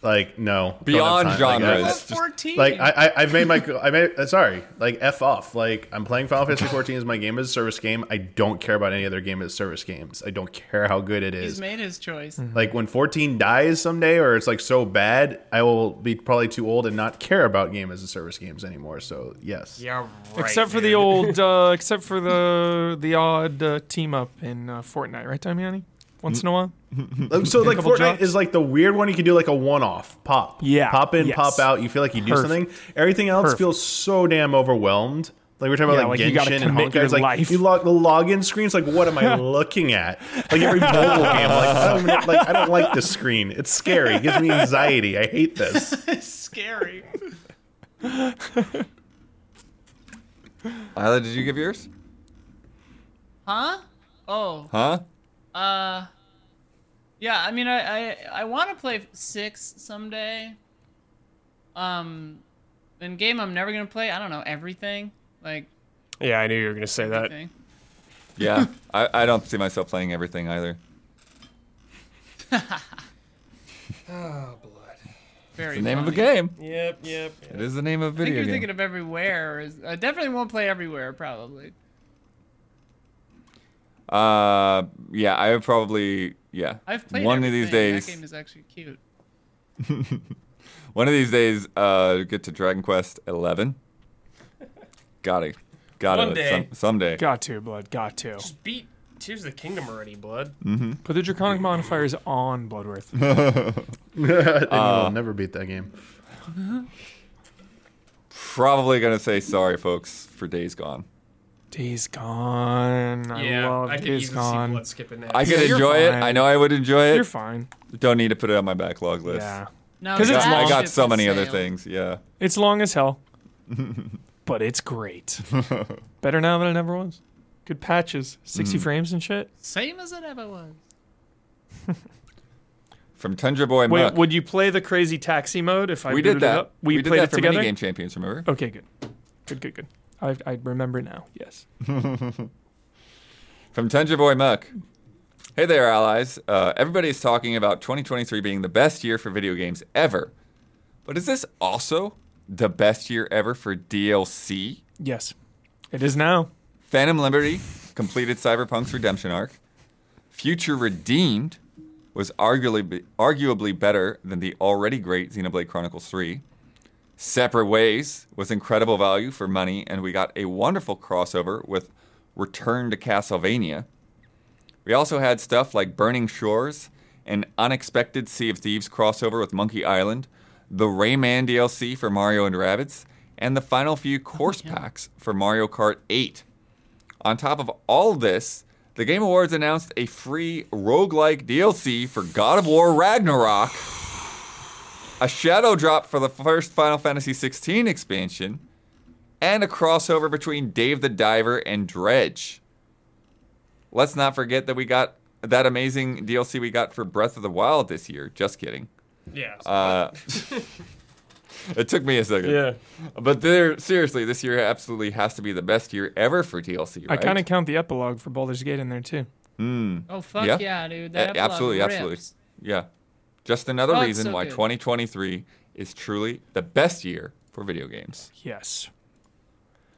[SPEAKER 3] like no don't
[SPEAKER 2] Beyond
[SPEAKER 3] have time. Like,
[SPEAKER 2] genres.
[SPEAKER 3] I-
[SPEAKER 1] Level
[SPEAKER 2] It's just-
[SPEAKER 1] fourteen.
[SPEAKER 3] Like I, I, I've made my, I made. uh, Sorry, like f off. Like I'm playing Final Fantasy 14 as my game as a service game. I don't care about any other game as service games. I don't care how good it
[SPEAKER 1] he's
[SPEAKER 3] is.
[SPEAKER 1] made his choice.
[SPEAKER 3] Like when 14 dies someday, or it's like so bad, I will be probably too old and not care about game as a service games anymore. So yes,
[SPEAKER 5] Yeah, right.
[SPEAKER 4] except for the
[SPEAKER 5] dude.
[SPEAKER 4] old, uh, except for the the odd uh, team up in uh, Fortnite, right, Damiani? Once in a while.
[SPEAKER 3] Um, so like
[SPEAKER 4] couple
[SPEAKER 3] Fortnite
[SPEAKER 4] drops.
[SPEAKER 3] is like the weird one you can do like a one off pop,
[SPEAKER 4] Yeah,
[SPEAKER 3] pop in,
[SPEAKER 4] yes.
[SPEAKER 3] pop out. You feel like you do
[SPEAKER 4] Perfect.
[SPEAKER 3] something. Everything else
[SPEAKER 4] Perfect.
[SPEAKER 3] feels so damn overwhelmed. Like we're talking
[SPEAKER 4] Yeah,
[SPEAKER 3] about like,
[SPEAKER 4] like, you gotta
[SPEAKER 3] Genshin and
[SPEAKER 4] commit
[SPEAKER 3] Honkai.
[SPEAKER 4] your
[SPEAKER 3] It's like
[SPEAKER 4] life.
[SPEAKER 3] you log the login screen's like, what am I looking at? Like every mobile game, like I, don't, even- like I don't like this screen. It's scary. It gives me anxiety. I hate this.
[SPEAKER 1] it's scary.
[SPEAKER 2] Isla, did you give yours?
[SPEAKER 1] Huh? Oh.
[SPEAKER 2] Huh?
[SPEAKER 1] Uh. Yeah. I mean, I I, I want to play six someday. Um, in game I'm never gonna play. I don't know everything. Like
[SPEAKER 5] Yeah, I knew you were gonna say that.
[SPEAKER 1] everything.
[SPEAKER 2] Yeah, I, I don't see myself playing everything either.
[SPEAKER 1] Very.
[SPEAKER 2] The name of a
[SPEAKER 1] funny.
[SPEAKER 2] game.
[SPEAKER 5] Yep, yep. yep.
[SPEAKER 2] It is the name of a
[SPEAKER 1] I think
[SPEAKER 2] video
[SPEAKER 1] you're thinking
[SPEAKER 2] game.
[SPEAKER 1] of everywhere. Is, I definitely won't play everywhere. Probably.
[SPEAKER 2] Uh, yeah, I would probably yeah.
[SPEAKER 1] I've played
[SPEAKER 2] one of these
[SPEAKER 1] everything.
[SPEAKER 2] days.
[SPEAKER 1] That game is actually cute.
[SPEAKER 2] One of these days, uh, get to Dragon Quest Eleven. Got it. Got
[SPEAKER 8] One
[SPEAKER 2] it.
[SPEAKER 8] day.
[SPEAKER 2] Some, someday.
[SPEAKER 4] Got to, blood. Got to.
[SPEAKER 8] Just beat Tears of the Kingdom already, blood.
[SPEAKER 4] Put the draconic modifiers on Bloodworth.
[SPEAKER 3] and
[SPEAKER 4] Uh,
[SPEAKER 3] you'll never beat that game.
[SPEAKER 2] Probably gonna say sorry, folks, for Days Gone.
[SPEAKER 4] Days Gone. I
[SPEAKER 8] yeah,
[SPEAKER 4] love
[SPEAKER 8] I could
[SPEAKER 4] Days
[SPEAKER 8] easily see
[SPEAKER 4] Gone.
[SPEAKER 8] blood skipping that.
[SPEAKER 2] I could
[SPEAKER 4] Yeah, you're
[SPEAKER 2] enjoy it.
[SPEAKER 4] fine.
[SPEAKER 2] I know I would enjoy
[SPEAKER 4] You're
[SPEAKER 2] it.
[SPEAKER 4] fine.
[SPEAKER 2] Don't need to put it on my backlog list.
[SPEAKER 4] Yeah.
[SPEAKER 1] No,
[SPEAKER 4] 'Cause
[SPEAKER 2] I
[SPEAKER 4] it's
[SPEAKER 2] got- I
[SPEAKER 4] long.
[SPEAKER 2] got so
[SPEAKER 1] Ship
[SPEAKER 2] many
[SPEAKER 1] has
[SPEAKER 2] other
[SPEAKER 1] sailed.
[SPEAKER 2] things. Yeah.
[SPEAKER 4] It's long as hell, but it's great. Better now than it ever was. Good patches, 60 frames and shit.
[SPEAKER 1] Same as it ever was.
[SPEAKER 2] From Tundra Boy
[SPEAKER 4] Wait,
[SPEAKER 2] Muck.
[SPEAKER 4] would you play the crazy taxi mode if I
[SPEAKER 2] we
[SPEAKER 4] booted
[SPEAKER 2] did
[SPEAKER 4] it
[SPEAKER 2] that.
[SPEAKER 4] up? We,
[SPEAKER 2] did
[SPEAKER 4] played
[SPEAKER 2] that
[SPEAKER 4] it
[SPEAKER 2] for
[SPEAKER 4] together.
[SPEAKER 2] Minigame Champions. Remember?
[SPEAKER 4] Okay, good, good, good, good. I, I remember now. Yes.
[SPEAKER 2] From Tundra Boy Muck. Hey there, allies. Uh, everybody's talking about 2023 being the best year for video games ever. But is this also the best year ever for DLC?
[SPEAKER 4] Yes. It is now.
[SPEAKER 2] Phantom Liberty completed Cyberpunk's redemption arc. Future Redeemed was arguably, arguably better than the already great Xenoblade Chronicles 3. Separate Ways was incredible value for money, and we got a wonderful crossover with Return to Castlevania. We also had stuff like Burning Shores, an unexpected Sea of Thieves crossover with Monkey Island, the Rayman DLC for Mario and Rabbids, and the final few course packs for Mario Kart 8. On top of all this, the Game Awards announced a free roguelike DLC for God of War Ragnarok, a shadow drop for the first Final Fantasy XVI expansion, and a crossover between Dave the Diver and Dredge. Let's not forget that we got that amazing DLC we got for Breath of the Wild this year. Just kidding.
[SPEAKER 8] Yeah.
[SPEAKER 2] Uh, it took me a second.
[SPEAKER 8] yeah.
[SPEAKER 2] But there, seriously, this year absolutely has to be the best year ever for DLC.
[SPEAKER 4] I
[SPEAKER 2] Right?
[SPEAKER 4] kind of count the epilogue for Baldur's Gate in there too.
[SPEAKER 1] Oh fuck
[SPEAKER 2] Yeah.
[SPEAKER 1] yeah, dude! That
[SPEAKER 2] A- absolutely,
[SPEAKER 1] epilogue
[SPEAKER 2] absolutely.
[SPEAKER 1] rips.
[SPEAKER 2] Yeah. Just another
[SPEAKER 1] Oh, it's
[SPEAKER 2] reason
[SPEAKER 1] so
[SPEAKER 2] why
[SPEAKER 1] good.
[SPEAKER 2] 2023 is truly the best year for video games.
[SPEAKER 4] Yes.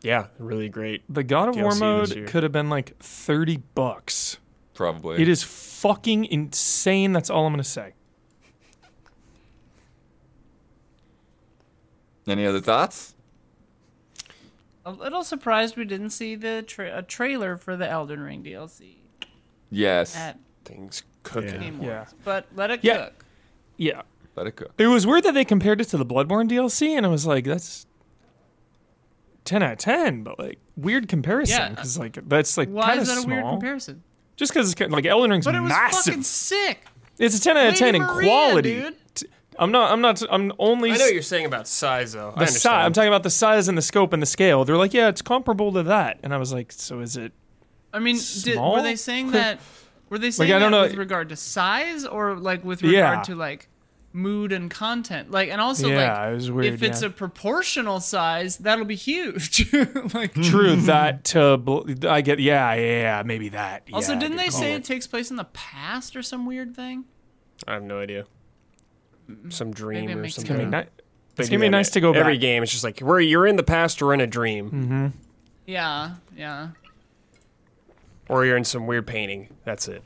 [SPEAKER 5] Yeah, really great.
[SPEAKER 4] The God of War
[SPEAKER 5] DLC this
[SPEAKER 4] mode
[SPEAKER 5] year.
[SPEAKER 4] could have been like 30 bucks.
[SPEAKER 2] Probably.
[SPEAKER 4] It is fucking insane. That's all I'm going to say.
[SPEAKER 2] Any other thoughts?
[SPEAKER 1] A little surprised we didn't see the tra- a trailer for the Elden Ring DLC
[SPEAKER 2] Yes.
[SPEAKER 1] at
[SPEAKER 5] Things cooking.
[SPEAKER 3] Yeah.
[SPEAKER 1] Game
[SPEAKER 4] Yeah.
[SPEAKER 1] Awards, but let it
[SPEAKER 4] Yeah.
[SPEAKER 1] cook.
[SPEAKER 4] Yeah.
[SPEAKER 2] Let it cook.
[SPEAKER 4] It was weird that they compared it to the Bloodborne DLC, and I was like, that's 10 out of 10, but like, weird comparison.
[SPEAKER 1] Yeah.
[SPEAKER 4] Because, like, that's like
[SPEAKER 1] Why
[SPEAKER 4] kind of
[SPEAKER 1] is that a
[SPEAKER 4] small.
[SPEAKER 1] weird comparison?
[SPEAKER 4] Just because it's kind- like Elden Ring's
[SPEAKER 1] But it was
[SPEAKER 4] massive.
[SPEAKER 1] fucking sick.
[SPEAKER 4] It's a 10 out of
[SPEAKER 1] Lady
[SPEAKER 4] 10 in
[SPEAKER 1] Maria,
[SPEAKER 4] quality.
[SPEAKER 1] dude.
[SPEAKER 4] T- I'm not, I'm not, I'm only.
[SPEAKER 8] I know what you're saying about size, though. I
[SPEAKER 4] the si- I'm
[SPEAKER 8] understand.
[SPEAKER 4] talking about the size and the scope and the scale. They're like, yeah, it's comparable to that. And I was like, so is it?
[SPEAKER 1] I mean, did,
[SPEAKER 4] Small?
[SPEAKER 1] were they saying that? Were they saying
[SPEAKER 4] I don't
[SPEAKER 1] that
[SPEAKER 4] know.
[SPEAKER 1] with regard to size or like with
[SPEAKER 4] Yeah.
[SPEAKER 1] regard to like mood and content? Like, and also
[SPEAKER 4] Yeah,
[SPEAKER 1] like,
[SPEAKER 4] it was weird,
[SPEAKER 1] if it's
[SPEAKER 4] yeah.
[SPEAKER 1] a proportional size, that'll be huge. like,
[SPEAKER 4] True, that to. Bl- I get, yeah, yeah, yeah, maybe that.
[SPEAKER 1] also,
[SPEAKER 4] Yeah,
[SPEAKER 1] didn't
[SPEAKER 4] good
[SPEAKER 1] they
[SPEAKER 4] call.
[SPEAKER 1] say it takes place in the past or some weird thing?
[SPEAKER 5] I have no idea. Some dream
[SPEAKER 1] Maybe it
[SPEAKER 5] or
[SPEAKER 1] makes
[SPEAKER 5] something.
[SPEAKER 4] It's gonna be, ni-
[SPEAKER 5] They
[SPEAKER 4] it's
[SPEAKER 5] do
[SPEAKER 4] gonna be
[SPEAKER 5] that
[SPEAKER 4] nice
[SPEAKER 5] in
[SPEAKER 4] to go back. Mm.
[SPEAKER 5] Every game, it's just like where you're in the past or in a dream,
[SPEAKER 1] Yeah, yeah.
[SPEAKER 5] or you're in some weird painting. That's it.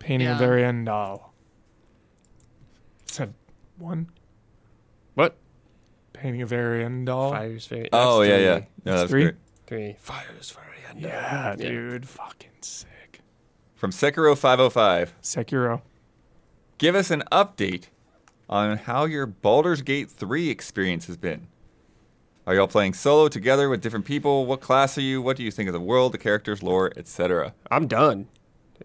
[SPEAKER 4] Painting
[SPEAKER 1] Yeah.
[SPEAKER 4] of Arian Dahl. Said one.
[SPEAKER 5] What?
[SPEAKER 4] Painting of Arian Dahl.
[SPEAKER 5] Fires, fairy.
[SPEAKER 2] Oh,
[SPEAKER 5] that's
[SPEAKER 2] yeah,
[SPEAKER 5] three.
[SPEAKER 2] yeah. No, that's
[SPEAKER 4] three.
[SPEAKER 2] great.
[SPEAKER 5] Three fires, fairy. and-
[SPEAKER 4] Yeah, dude. Fucking sick.
[SPEAKER 2] From Sekiro 505.
[SPEAKER 4] Sekiro.
[SPEAKER 2] Give us an update on how your Baldur's Gate 3 experience has been. Are y'all playing solo together with different people? What class are you? What do you think of the world, the characters, lore, etc.?
[SPEAKER 5] I'm done.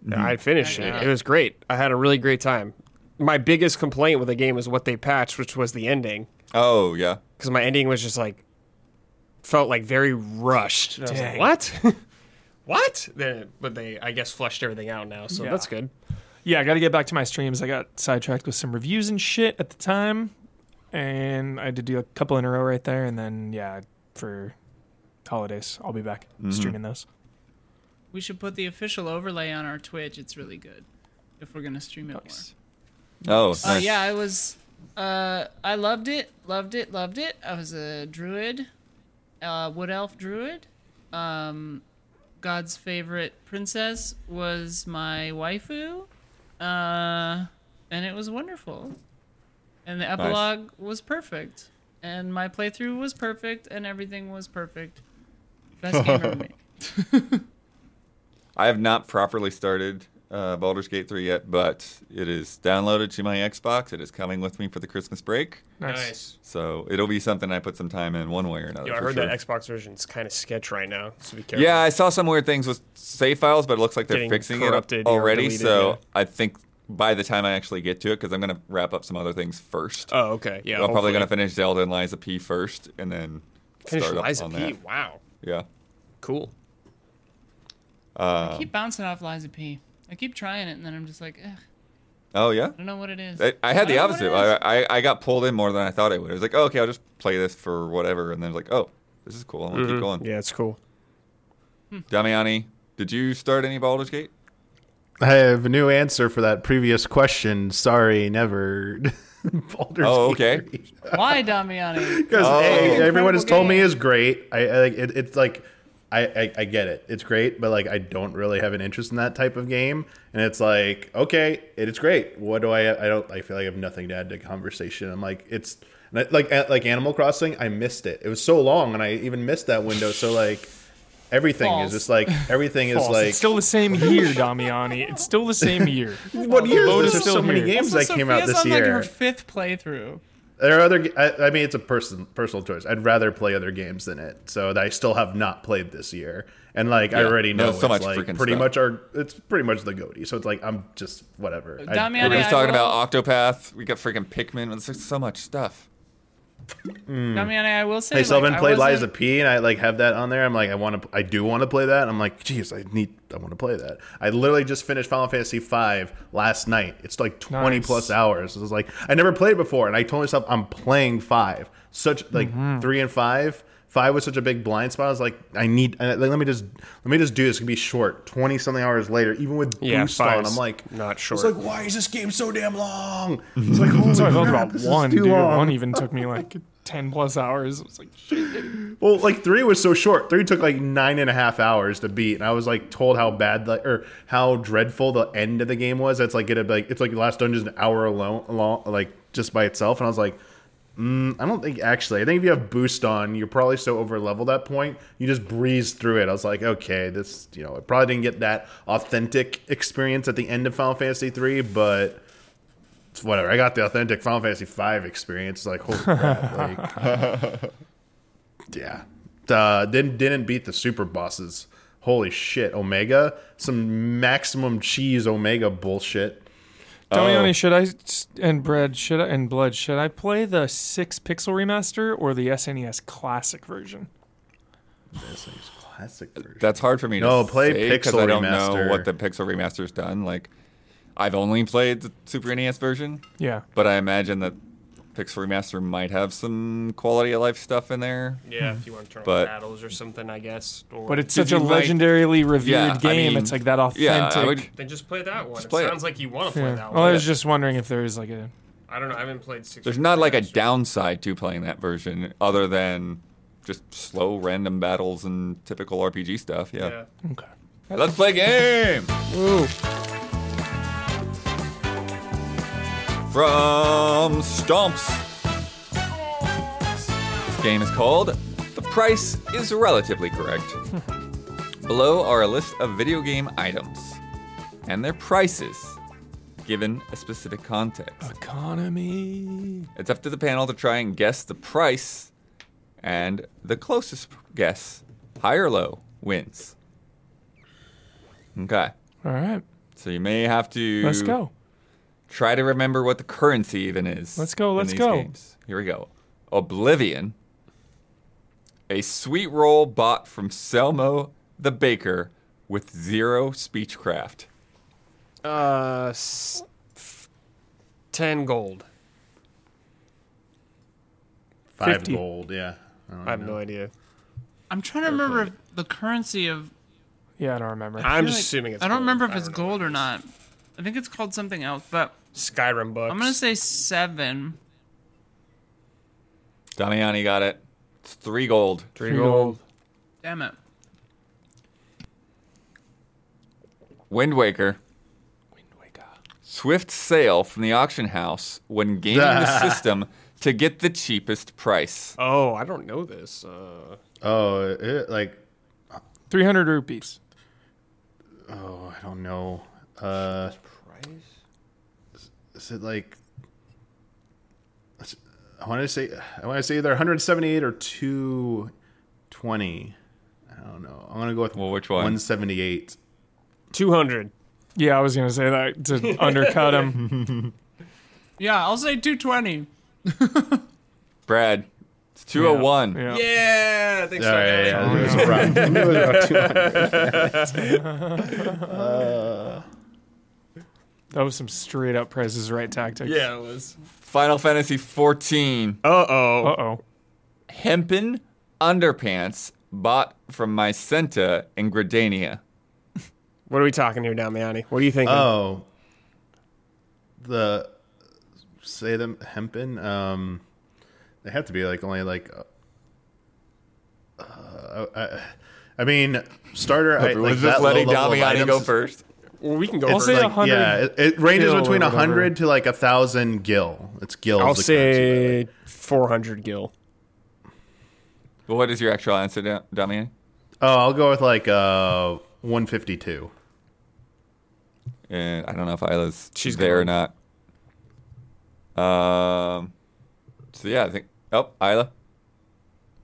[SPEAKER 2] Mm.
[SPEAKER 5] I finished it.
[SPEAKER 1] Yeah.
[SPEAKER 5] It was great. I had a really great time. My biggest complaint with the game is what they patched, which was the ending,
[SPEAKER 2] Oh, yeah.
[SPEAKER 5] because my ending was just like felt like very rushed. And I was like,
[SPEAKER 4] Dang.
[SPEAKER 5] what? what? Then, but they, I guess, flushed everything out now, so
[SPEAKER 4] Yeah.
[SPEAKER 5] that's good.
[SPEAKER 4] Yeah, I got to get back to my streams. I got sidetracked with some reviews and shit at the time, and I had to do a couple in a row right there. And then yeah, for holidays, I'll be back streaming those.
[SPEAKER 1] We should put the official overlay on our Twitch. It's really good. If we're gonna stream it more.
[SPEAKER 2] Oh,
[SPEAKER 1] Uh,
[SPEAKER 2] nice.
[SPEAKER 1] yeah, I was. Uh, I loved it, loved it, loved it. I was a druid, uh, wood elf druid. Um, God's favorite princess was my waifu, uh, and it was wonderful. and the epilogue was perfect, and my playthrough was perfect, and everything was perfect. Best game ever made.
[SPEAKER 2] I have not properly started uh, Baldur's Gate 3 yet, but it is downloaded to my Xbox. It is coming with me for the Christmas break.
[SPEAKER 8] Nice.
[SPEAKER 2] So it'll be something I put some time in one way or another.
[SPEAKER 5] Yo, I
[SPEAKER 2] for
[SPEAKER 5] heard
[SPEAKER 2] sure.
[SPEAKER 5] that Xbox version's kind of sketch right now, so be careful.
[SPEAKER 2] Yeah, I saw some weird things with save files, but it looks like they're
[SPEAKER 5] Getting
[SPEAKER 2] fixing
[SPEAKER 5] corrupted
[SPEAKER 2] it
[SPEAKER 5] or
[SPEAKER 2] already.
[SPEAKER 5] deleted,
[SPEAKER 2] so
[SPEAKER 5] yeah.
[SPEAKER 2] I think by the time I actually get to it, because I'm going to wrap up some other things first.
[SPEAKER 5] Oh, okay. Yeah.
[SPEAKER 2] I'm probably
[SPEAKER 5] hopefully.
[SPEAKER 2] going to finish Zelda and Liza P first, and then
[SPEAKER 5] finish
[SPEAKER 2] start up
[SPEAKER 5] Liza
[SPEAKER 2] on
[SPEAKER 5] P.
[SPEAKER 2] that.
[SPEAKER 5] Wow.
[SPEAKER 2] Yeah.
[SPEAKER 5] Cool.
[SPEAKER 1] I keep bouncing off Liza P. I keep trying it, and then I'm just like, Ugh,
[SPEAKER 2] Oh
[SPEAKER 1] I
[SPEAKER 2] yeah.
[SPEAKER 1] don't know what it is.
[SPEAKER 2] I, I had the
[SPEAKER 1] don't know what
[SPEAKER 2] opposite.
[SPEAKER 1] it is.
[SPEAKER 2] I, I I got pulled in more than I thought I would. I was like, oh, okay, I'll just play this for whatever, and then like, oh, this is cool. I'm gonna
[SPEAKER 4] Mm-hmm.
[SPEAKER 2] keep going.
[SPEAKER 5] Yeah, it's cool.
[SPEAKER 2] Damiani, did you start any Baldur's Gate?
[SPEAKER 3] I have a new answer for that previous question. Sorry, never. Baldur's
[SPEAKER 2] Oh,
[SPEAKER 3] Gate
[SPEAKER 2] okay.
[SPEAKER 3] 3.
[SPEAKER 1] Why Damiani?
[SPEAKER 3] Because
[SPEAKER 2] Oh.
[SPEAKER 3] hey, everyone has
[SPEAKER 1] Incredible
[SPEAKER 3] told me
[SPEAKER 1] game.
[SPEAKER 3] is great. I, I like it, it's like I, I I get it. It's great, but like I don't really have an interest in that type of game. And it's like okay, it is great. What do I? I don't. I feel like I have nothing to add to conversation. I'm like it's and I- like like Animal Crossing. I missed it. It was so long, and I even missed that window. So like everything
[SPEAKER 1] False.
[SPEAKER 3] is just like everything is
[SPEAKER 4] False.
[SPEAKER 3] like
[SPEAKER 4] it's still the same year, Damiani. It's still the same year.
[SPEAKER 3] what year?
[SPEAKER 4] vote
[SPEAKER 3] There's
[SPEAKER 4] is
[SPEAKER 3] just
[SPEAKER 4] still
[SPEAKER 3] so many
[SPEAKER 4] here.
[SPEAKER 3] games
[SPEAKER 1] Also,
[SPEAKER 3] that came out
[SPEAKER 1] Sophia's
[SPEAKER 3] this
[SPEAKER 1] on, Like her
[SPEAKER 3] year.
[SPEAKER 1] fifth playthrough.
[SPEAKER 3] There are other. g- I, I mean, it's a person personal choice. I'd rather play other games than it. So that I still have not played this year, and like I
[SPEAKER 2] Yeah.
[SPEAKER 3] already know
[SPEAKER 2] There's so
[SPEAKER 3] it's
[SPEAKER 2] much
[SPEAKER 3] like
[SPEAKER 2] freaking
[SPEAKER 3] pretty
[SPEAKER 2] stuff.
[SPEAKER 3] much our. It's pretty much the goatee. So it's like I'm just whatever. I-
[SPEAKER 1] Damiani,
[SPEAKER 2] We're
[SPEAKER 1] Yeah,
[SPEAKER 2] just
[SPEAKER 1] I
[SPEAKER 2] talking
[SPEAKER 1] will-
[SPEAKER 2] about Octopath. We got freaking Pikmin. There's just so much stuff.
[SPEAKER 1] Damiani, I will say,
[SPEAKER 3] I still
[SPEAKER 1] like,
[SPEAKER 3] haven't Hmm. played
[SPEAKER 1] I
[SPEAKER 3] Liza
[SPEAKER 1] wasn't-
[SPEAKER 3] P, and I like have that on there. I'm like, I want to, I do want to play that. I'm like, geez, I need, I want to play that. I literally just finished Final Fantasy V last night. It's like 20
[SPEAKER 4] Nice.
[SPEAKER 3] plus hours. It was like I never played before, and I told myself I'm playing five. Such like
[SPEAKER 4] Mm-hmm.
[SPEAKER 3] three and five. Five was such a big blind spot. I was like, I need, I, like, let me just, let me just do this. It could be short. 20 something hours later, even with
[SPEAKER 5] Yeah,
[SPEAKER 3] boost on,
[SPEAKER 5] five's
[SPEAKER 3] I'm like,
[SPEAKER 5] not
[SPEAKER 3] It's
[SPEAKER 5] short.
[SPEAKER 3] like, why is this game so damn long? It's like, holy
[SPEAKER 4] That's how I felt
[SPEAKER 3] crap,
[SPEAKER 4] about
[SPEAKER 3] this is
[SPEAKER 4] one,
[SPEAKER 3] too
[SPEAKER 4] dude.
[SPEAKER 3] long.
[SPEAKER 4] One even took me like ten plus hours. It was like
[SPEAKER 3] Well, like three was so short. Three took like nine and a half hours to beat, and I was like told how bad the or how dreadful the end of the game was. That's like it had, like it's like the last dungeon's an hour alone, long, like just by itself, and I was like. Mm, I don't think actually. I think if you have boost on, you're probably so over level that point. You just breeze through it. I was like, okay, this you know, I probably didn't get that authentic experience at the end of Final Fantasy three, but it's whatever. I got the authentic Final Fantasy five experience. Like, holy crap! Like, yeah. Uh, didn't didn't beat the super bosses. Holy shit, Omega! Some maximum cheese Omega bullshit.
[SPEAKER 4] Damiani, should I s- and bread should I and blood should I play the six pixel remaster or the SNES classic version?
[SPEAKER 3] This is classic. version.
[SPEAKER 2] That's hard for me
[SPEAKER 3] No,
[SPEAKER 2] to
[SPEAKER 3] play
[SPEAKER 2] say 'cause
[SPEAKER 3] Pixel
[SPEAKER 2] I don't know
[SPEAKER 3] Remaster.
[SPEAKER 2] what the Pixel Remaster's done. Like, I've only played the Super NES version,
[SPEAKER 4] Yeah,
[SPEAKER 2] but I imagine that Pixel Remaster might have some quality of life stuff in there.
[SPEAKER 8] Yeah,
[SPEAKER 1] Hmm.
[SPEAKER 8] if you want to turn
[SPEAKER 2] But-
[SPEAKER 8] on battles or something, I guess. Or
[SPEAKER 4] but it's
[SPEAKER 2] Did
[SPEAKER 4] such a
[SPEAKER 2] you like-
[SPEAKER 4] legendarily revered
[SPEAKER 2] Yeah, I
[SPEAKER 4] game.
[SPEAKER 2] mean,
[SPEAKER 4] it's like that authentic.
[SPEAKER 2] Yeah, I would.
[SPEAKER 8] then just play that one. it
[SPEAKER 2] play it.
[SPEAKER 8] sounds like you want to play
[SPEAKER 4] Yeah.
[SPEAKER 8] that
[SPEAKER 4] Well,
[SPEAKER 8] one.
[SPEAKER 4] I was just wondering if there is like a
[SPEAKER 8] I don't know. I haven't played six.
[SPEAKER 2] There's not like a
[SPEAKER 8] down.
[SPEAKER 2] downside to playing that version other than just slow random battles and typical RPG stuff. Yeah.
[SPEAKER 8] Yeah.
[SPEAKER 4] okay.
[SPEAKER 2] Hey, let's play a game. From Stomps. This game is called The Price is Relatively Correct. Below are a list of video game items and their prices given a specific context.
[SPEAKER 4] Economy.
[SPEAKER 2] It's up to the panel to try and guess the price, and the closest guess, high or low, wins. Okay.
[SPEAKER 4] All right,
[SPEAKER 2] So you may have to
[SPEAKER 4] let's go.
[SPEAKER 2] try to remember what the currency even is.
[SPEAKER 4] Let's go,
[SPEAKER 2] in
[SPEAKER 4] let's
[SPEAKER 2] these
[SPEAKER 4] go.
[SPEAKER 2] games. Here we go. Oblivion. A sweet roll bought from Selmo the baker with zero speechcraft.
[SPEAKER 5] Uh, s- f- ten gold.
[SPEAKER 3] Five
[SPEAKER 4] 50.
[SPEAKER 3] gold. Yeah. I don't
[SPEAKER 5] I have
[SPEAKER 3] know.
[SPEAKER 5] no idea.
[SPEAKER 1] I'm trying to remember if the currency of.
[SPEAKER 4] Yeah, I don't remember.
[SPEAKER 5] I'm
[SPEAKER 1] feel
[SPEAKER 5] just
[SPEAKER 1] like-
[SPEAKER 5] assuming it's.
[SPEAKER 1] I don't
[SPEAKER 5] gold.
[SPEAKER 1] remember if it's
[SPEAKER 5] know.
[SPEAKER 1] gold or not. I think it's called something else, but
[SPEAKER 5] Skyrim bucks.
[SPEAKER 1] I'm gonna say seven.
[SPEAKER 2] Damiani got it. It's three gold.
[SPEAKER 5] three gold.
[SPEAKER 1] Damn it.
[SPEAKER 2] Wind Waker.
[SPEAKER 4] Wind Waker.
[SPEAKER 2] Swift sale from the auction house when gaming the system to get the cheapest price.
[SPEAKER 5] Oh, I don't know this. Uh,
[SPEAKER 3] Oh, it, like
[SPEAKER 4] 300 rupees.
[SPEAKER 3] oh, I don't know. Uh, is it like? I want to say I want to say either 178 or 220. I don't know. I'm gonna go with
[SPEAKER 2] Well, which one?
[SPEAKER 3] 178.
[SPEAKER 5] 200.
[SPEAKER 4] Yeah, I was gonna say that to undercut him.
[SPEAKER 1] Yeah, I'll say 220.
[SPEAKER 2] Brad, it's 201.
[SPEAKER 4] Yeah.
[SPEAKER 8] Yeah, I think so.
[SPEAKER 3] All right,
[SPEAKER 8] yeah, yeah.
[SPEAKER 3] yeah, it was around- it was around 200.
[SPEAKER 4] That was some straight up prices right tactics.
[SPEAKER 8] Yeah, it was.
[SPEAKER 2] Final Fantasy 14.
[SPEAKER 5] Uh oh.
[SPEAKER 4] Uh oh.
[SPEAKER 2] Hempen underpants bought from Mycenta in Gradania.
[SPEAKER 5] What are we talking here, Damiani? What are you thinking?
[SPEAKER 3] Oh, the say them hempen. Um, they have to be like only like. Uh, I, I mean, starter. I, like
[SPEAKER 2] Everyone's
[SPEAKER 3] that
[SPEAKER 2] just
[SPEAKER 3] low
[SPEAKER 2] letting
[SPEAKER 3] level of
[SPEAKER 2] Damiani
[SPEAKER 3] items
[SPEAKER 2] go
[SPEAKER 3] is-
[SPEAKER 2] first.
[SPEAKER 5] well, we can go
[SPEAKER 4] I'll
[SPEAKER 5] for
[SPEAKER 4] say
[SPEAKER 5] like,
[SPEAKER 4] 100.
[SPEAKER 3] Yeah, it, it ranges
[SPEAKER 4] Gil or
[SPEAKER 3] between a
[SPEAKER 4] whatever.
[SPEAKER 3] hundred to like a thousand gil. It's gil.
[SPEAKER 5] I'll
[SPEAKER 3] is the currency, by the way.
[SPEAKER 5] say 400 gil.
[SPEAKER 2] Well, what is your actual answer, Da- Damiani?
[SPEAKER 3] Oh, I'll go with like uh one fifty two.
[SPEAKER 2] And Uh, I don't know if Isla's
[SPEAKER 5] She's
[SPEAKER 2] there or not. Um. So yeah, I think. Oh, Isla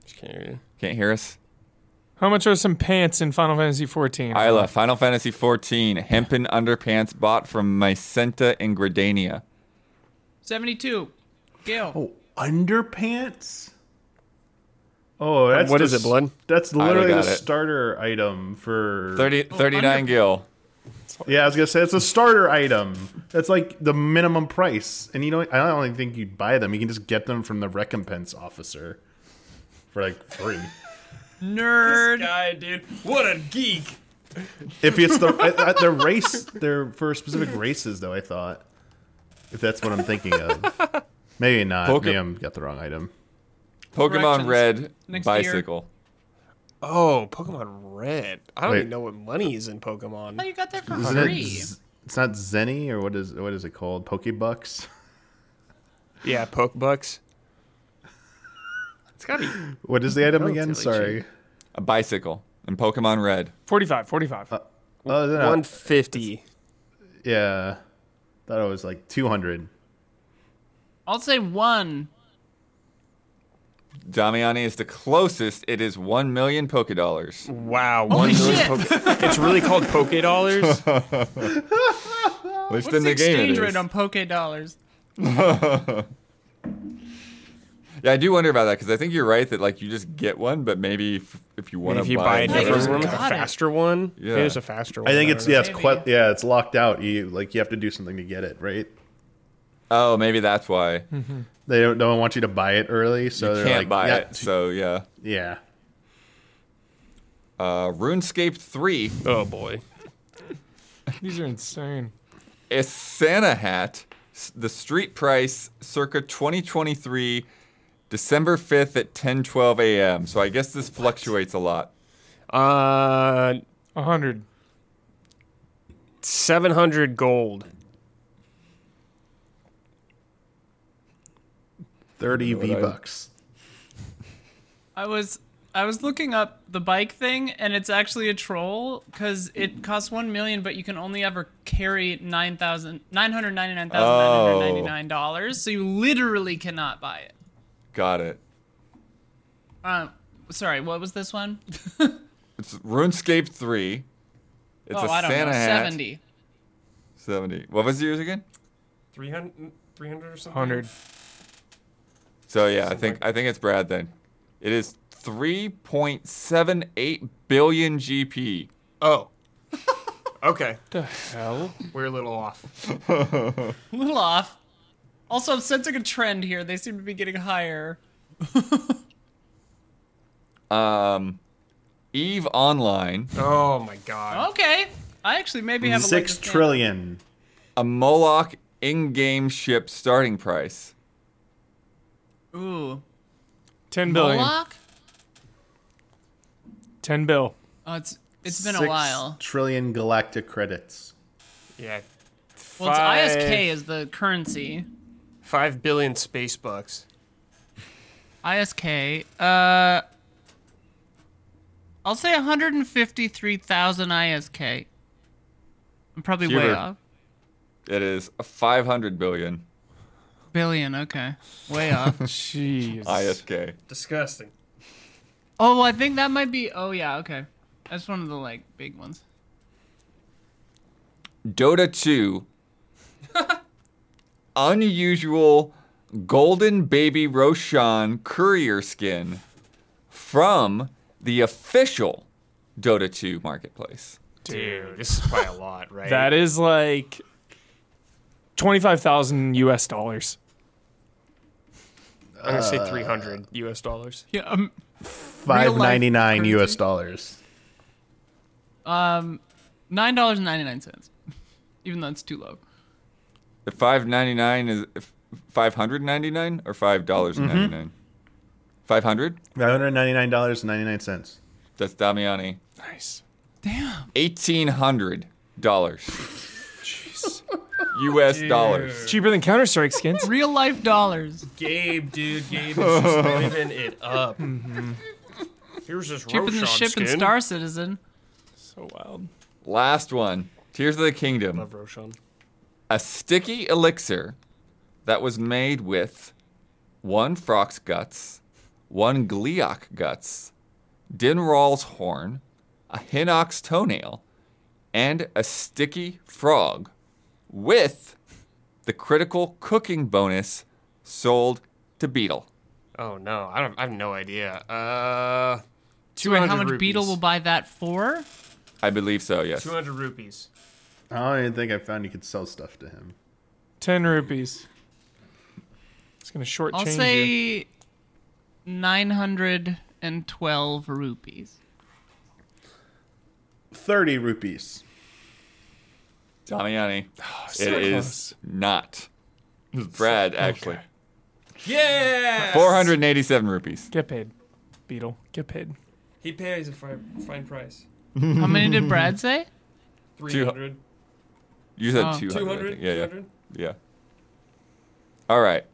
[SPEAKER 5] Just can't hear you.
[SPEAKER 2] can't hear us.
[SPEAKER 4] How much are some pants in Final Fantasy 14?
[SPEAKER 2] Isla, Final Fantasy 14, hempen underpants bought from Mycenta in Gradania.
[SPEAKER 1] 72. Gail.
[SPEAKER 3] Oh, underpants. Oh, that's
[SPEAKER 5] what
[SPEAKER 3] the
[SPEAKER 5] is it,
[SPEAKER 3] s-
[SPEAKER 5] Blood?
[SPEAKER 3] That's literally the
[SPEAKER 2] got it.
[SPEAKER 3] starter item for
[SPEAKER 2] 30,
[SPEAKER 1] Oh,
[SPEAKER 2] 39 gil.
[SPEAKER 3] Yeah, I was gonna say it's a starter item. That's like the minimum price, and you don't. I don't even think you'd buy them. You can just get them from the recompense officer for like free.
[SPEAKER 1] Nerd.
[SPEAKER 8] Guy, dude. What a geek.
[SPEAKER 3] if it's the uh, their race, they're for specific races though. I thought if that's what I'm thinking of, maybe not.
[SPEAKER 2] Poke-
[SPEAKER 3] Maybe I'm got the wrong item.
[SPEAKER 2] Pokemon
[SPEAKER 1] Corrections.
[SPEAKER 2] Red
[SPEAKER 1] Next
[SPEAKER 2] bicycle.
[SPEAKER 5] Oh, Pokemon Red. I don't
[SPEAKER 3] Wait.
[SPEAKER 5] even know what money is in
[SPEAKER 1] Oh,
[SPEAKER 5] Pokemon.
[SPEAKER 1] you got that for
[SPEAKER 3] Isn't it?
[SPEAKER 1] free.
[SPEAKER 3] Z- It's not Zenny or what is what is it called? Pokebucks.
[SPEAKER 5] Yeah, Pokebucks.
[SPEAKER 8] It's gotta be.
[SPEAKER 3] What is the item again?
[SPEAKER 8] Relatively
[SPEAKER 3] Sorry.
[SPEAKER 2] A bicycle and Pokemon Red.
[SPEAKER 4] 45, 45.
[SPEAKER 3] Oh, is it not-
[SPEAKER 5] 150.
[SPEAKER 3] yeah. Thought it was like 200.
[SPEAKER 1] I'll say one.
[SPEAKER 2] Damiani is the closest. It is 1 million Poke dollars.
[SPEAKER 5] Wow. one million Poke- it's really called Poke Dollars.
[SPEAKER 2] At
[SPEAKER 1] What's
[SPEAKER 2] least in
[SPEAKER 1] the
[SPEAKER 2] the game. it
[SPEAKER 1] exchange
[SPEAKER 2] is.
[SPEAKER 1] rate on Poke dollars?
[SPEAKER 2] Yeah, I do wonder about that because I think you're right that like you just get one, but maybe if, if you want
[SPEAKER 5] if
[SPEAKER 2] to
[SPEAKER 5] you
[SPEAKER 2] buy
[SPEAKER 5] buy a
[SPEAKER 1] another
[SPEAKER 5] different
[SPEAKER 1] one.
[SPEAKER 5] one, with a
[SPEAKER 1] Got it.
[SPEAKER 5] faster one,
[SPEAKER 2] Yeah.
[SPEAKER 5] maybe it's a faster one.
[SPEAKER 3] I think it's
[SPEAKER 5] don't know.
[SPEAKER 3] yeah, it's
[SPEAKER 1] Maybe.
[SPEAKER 3] quite yeah, it's locked out. You like you have to do something to get it, right?
[SPEAKER 2] oh, maybe that's why you
[SPEAKER 3] They don't, don't want you to buy it early, so they're
[SPEAKER 2] can't
[SPEAKER 3] like,
[SPEAKER 2] buy
[SPEAKER 3] yeah,
[SPEAKER 2] it. So yeah,
[SPEAKER 3] yeah.
[SPEAKER 2] uh, RuneScape three
[SPEAKER 5] Oh boy.
[SPEAKER 4] These are insane.
[SPEAKER 2] is Santa hat. S- The street price circa 2023, December 5th at 10:12 a.m. So I guess this fluctuates a lot.
[SPEAKER 5] Uh,
[SPEAKER 4] 100.
[SPEAKER 5] 700 gold.
[SPEAKER 3] Thirty V
[SPEAKER 2] I-
[SPEAKER 3] bucks.
[SPEAKER 1] I was I was looking up the bike thing, and it's actually a troll because it costs one million, but you can only ever carry nine thousand nine hundred ninety nine
[SPEAKER 2] Oh.
[SPEAKER 1] thousand nine hundred ninety nine dollars. So you literally cannot buy it.
[SPEAKER 2] Got it.
[SPEAKER 1] Um, sorry, what was this one?
[SPEAKER 2] It's RuneScape three. It's
[SPEAKER 1] oh,
[SPEAKER 2] a
[SPEAKER 1] I don't
[SPEAKER 2] Santa
[SPEAKER 1] know.
[SPEAKER 2] hat.
[SPEAKER 1] Seventy.
[SPEAKER 2] 70. What was yours again?
[SPEAKER 8] 300, 300 or something?
[SPEAKER 4] 100.
[SPEAKER 2] So yeah, I think I think it's Brad then. It is 3.78 billion GP.
[SPEAKER 5] Oh. okay.
[SPEAKER 4] The hell?
[SPEAKER 5] We're a little off.
[SPEAKER 1] A little off. Also, I'm sensing a trend here. They seem to be getting higher.
[SPEAKER 2] Um, Eve Online,
[SPEAKER 5] Oh my god.
[SPEAKER 1] Okay, I actually maybe have a leg to
[SPEAKER 3] Six
[SPEAKER 1] stand
[SPEAKER 3] trillion.
[SPEAKER 2] a Moloch in-game ship starting price.
[SPEAKER 1] on. Ooh,
[SPEAKER 4] 10 billion.
[SPEAKER 1] Moloch?
[SPEAKER 4] 10 bill.
[SPEAKER 1] Oh, it's it's been
[SPEAKER 3] Six
[SPEAKER 1] a while.
[SPEAKER 3] Trillion galactic credits.
[SPEAKER 5] Yeah.
[SPEAKER 1] Well, it's
[SPEAKER 5] Five.
[SPEAKER 1] ISK is the currency.
[SPEAKER 8] Five billion space bucks.
[SPEAKER 1] ISK. Uh, I'll say 153,000 ISK. I'm probably way
[SPEAKER 2] Huber.
[SPEAKER 1] off.
[SPEAKER 2] It is 500 billion
[SPEAKER 1] Billion, okay. Way off.
[SPEAKER 4] Jeez.
[SPEAKER 2] ISK.
[SPEAKER 8] Disgusting.
[SPEAKER 1] oh, well, I think that might be. Oh, yeah, okay. That's one of the like big ones.
[SPEAKER 2] Dota 2 unusual golden baby Roshan courier skin from the official Dota 2 marketplace.
[SPEAKER 8] Dude, this is probably a lot, right?
[SPEAKER 4] That is like twenty-five thousand U.S. dollars.
[SPEAKER 5] I'm gonna say 300 U.S. dollars.
[SPEAKER 1] Yeah, um,
[SPEAKER 3] Five ninety nine
[SPEAKER 1] Real life
[SPEAKER 3] U.S. dollars.
[SPEAKER 1] um $9.99. Even though it's too low.
[SPEAKER 2] The 599 is 599 or $5.99? 500?
[SPEAKER 3] Five hundred ninety nine dollars and ninety nine cents.
[SPEAKER 2] That's Damiani.
[SPEAKER 4] Nice.
[SPEAKER 1] Damn.
[SPEAKER 2] $1800 US dollars.
[SPEAKER 4] Cheaper than Counter Strike skins.
[SPEAKER 1] Real life dollars.
[SPEAKER 8] Gabe, dude, Gabe is just living it up.
[SPEAKER 5] Here's this
[SPEAKER 1] Cheaper than Mm-hmm. the ship in Star Citizen.
[SPEAKER 4] so wild.
[SPEAKER 2] Last one. Tears of the Kingdom.
[SPEAKER 5] Love Roshan.
[SPEAKER 2] a sticky elixir that was made with one Frox guts, one Gleok guts, Dinral's horn, a Hinox toenail, and a sticky frog with the critical cooking bonus sold to Beetle.
[SPEAKER 8] Oh no, I don't. I have no idea. Uh, two
[SPEAKER 1] Wait,
[SPEAKER 8] hundred.
[SPEAKER 1] how much Beetle will buy that for?
[SPEAKER 2] I believe so, yes.
[SPEAKER 8] Two hundred rupees.
[SPEAKER 3] I don't even think I found you could sell stuff to him.
[SPEAKER 4] Ten rupees. It's gonna shortchange
[SPEAKER 1] I'll
[SPEAKER 4] you.
[SPEAKER 1] say 912 rupees.
[SPEAKER 3] Thirty rupees.
[SPEAKER 2] Damiani,
[SPEAKER 4] So
[SPEAKER 2] it
[SPEAKER 4] close.
[SPEAKER 2] is not. Brad, actually.
[SPEAKER 8] Yeah.
[SPEAKER 2] 487 rupees.
[SPEAKER 4] Get paid, Beetle. Get paid.
[SPEAKER 8] He pays a fine, fine price.
[SPEAKER 1] How many did Brad say?
[SPEAKER 8] 300.
[SPEAKER 2] You said
[SPEAKER 1] Oh.
[SPEAKER 2] 200. I
[SPEAKER 8] 200.
[SPEAKER 2] think. Yeah, yeah.
[SPEAKER 8] 200?
[SPEAKER 2] Yeah. All right.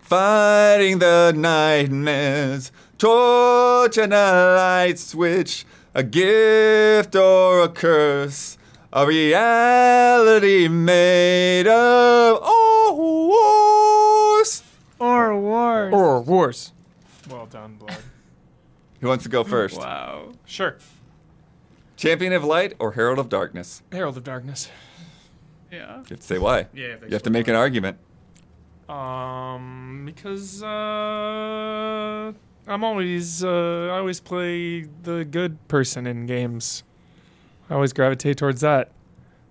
[SPEAKER 2] Fighting the nightmares, torch and a light switch, a gift or a curse, a reality made of wars.
[SPEAKER 1] Or war.
[SPEAKER 5] Or worse.
[SPEAKER 4] Well done, Blood.
[SPEAKER 2] Who wants to go first?
[SPEAKER 4] wow. Sure.
[SPEAKER 2] Champion of Light or Herald of Darkness?
[SPEAKER 4] Herald of Darkness.
[SPEAKER 1] Yeah.
[SPEAKER 2] You have to say why.
[SPEAKER 8] Yeah,
[SPEAKER 2] You have to make an argument.
[SPEAKER 4] Um, because uh, I'm always uh, I always play the good person in games. I always gravitate towards that.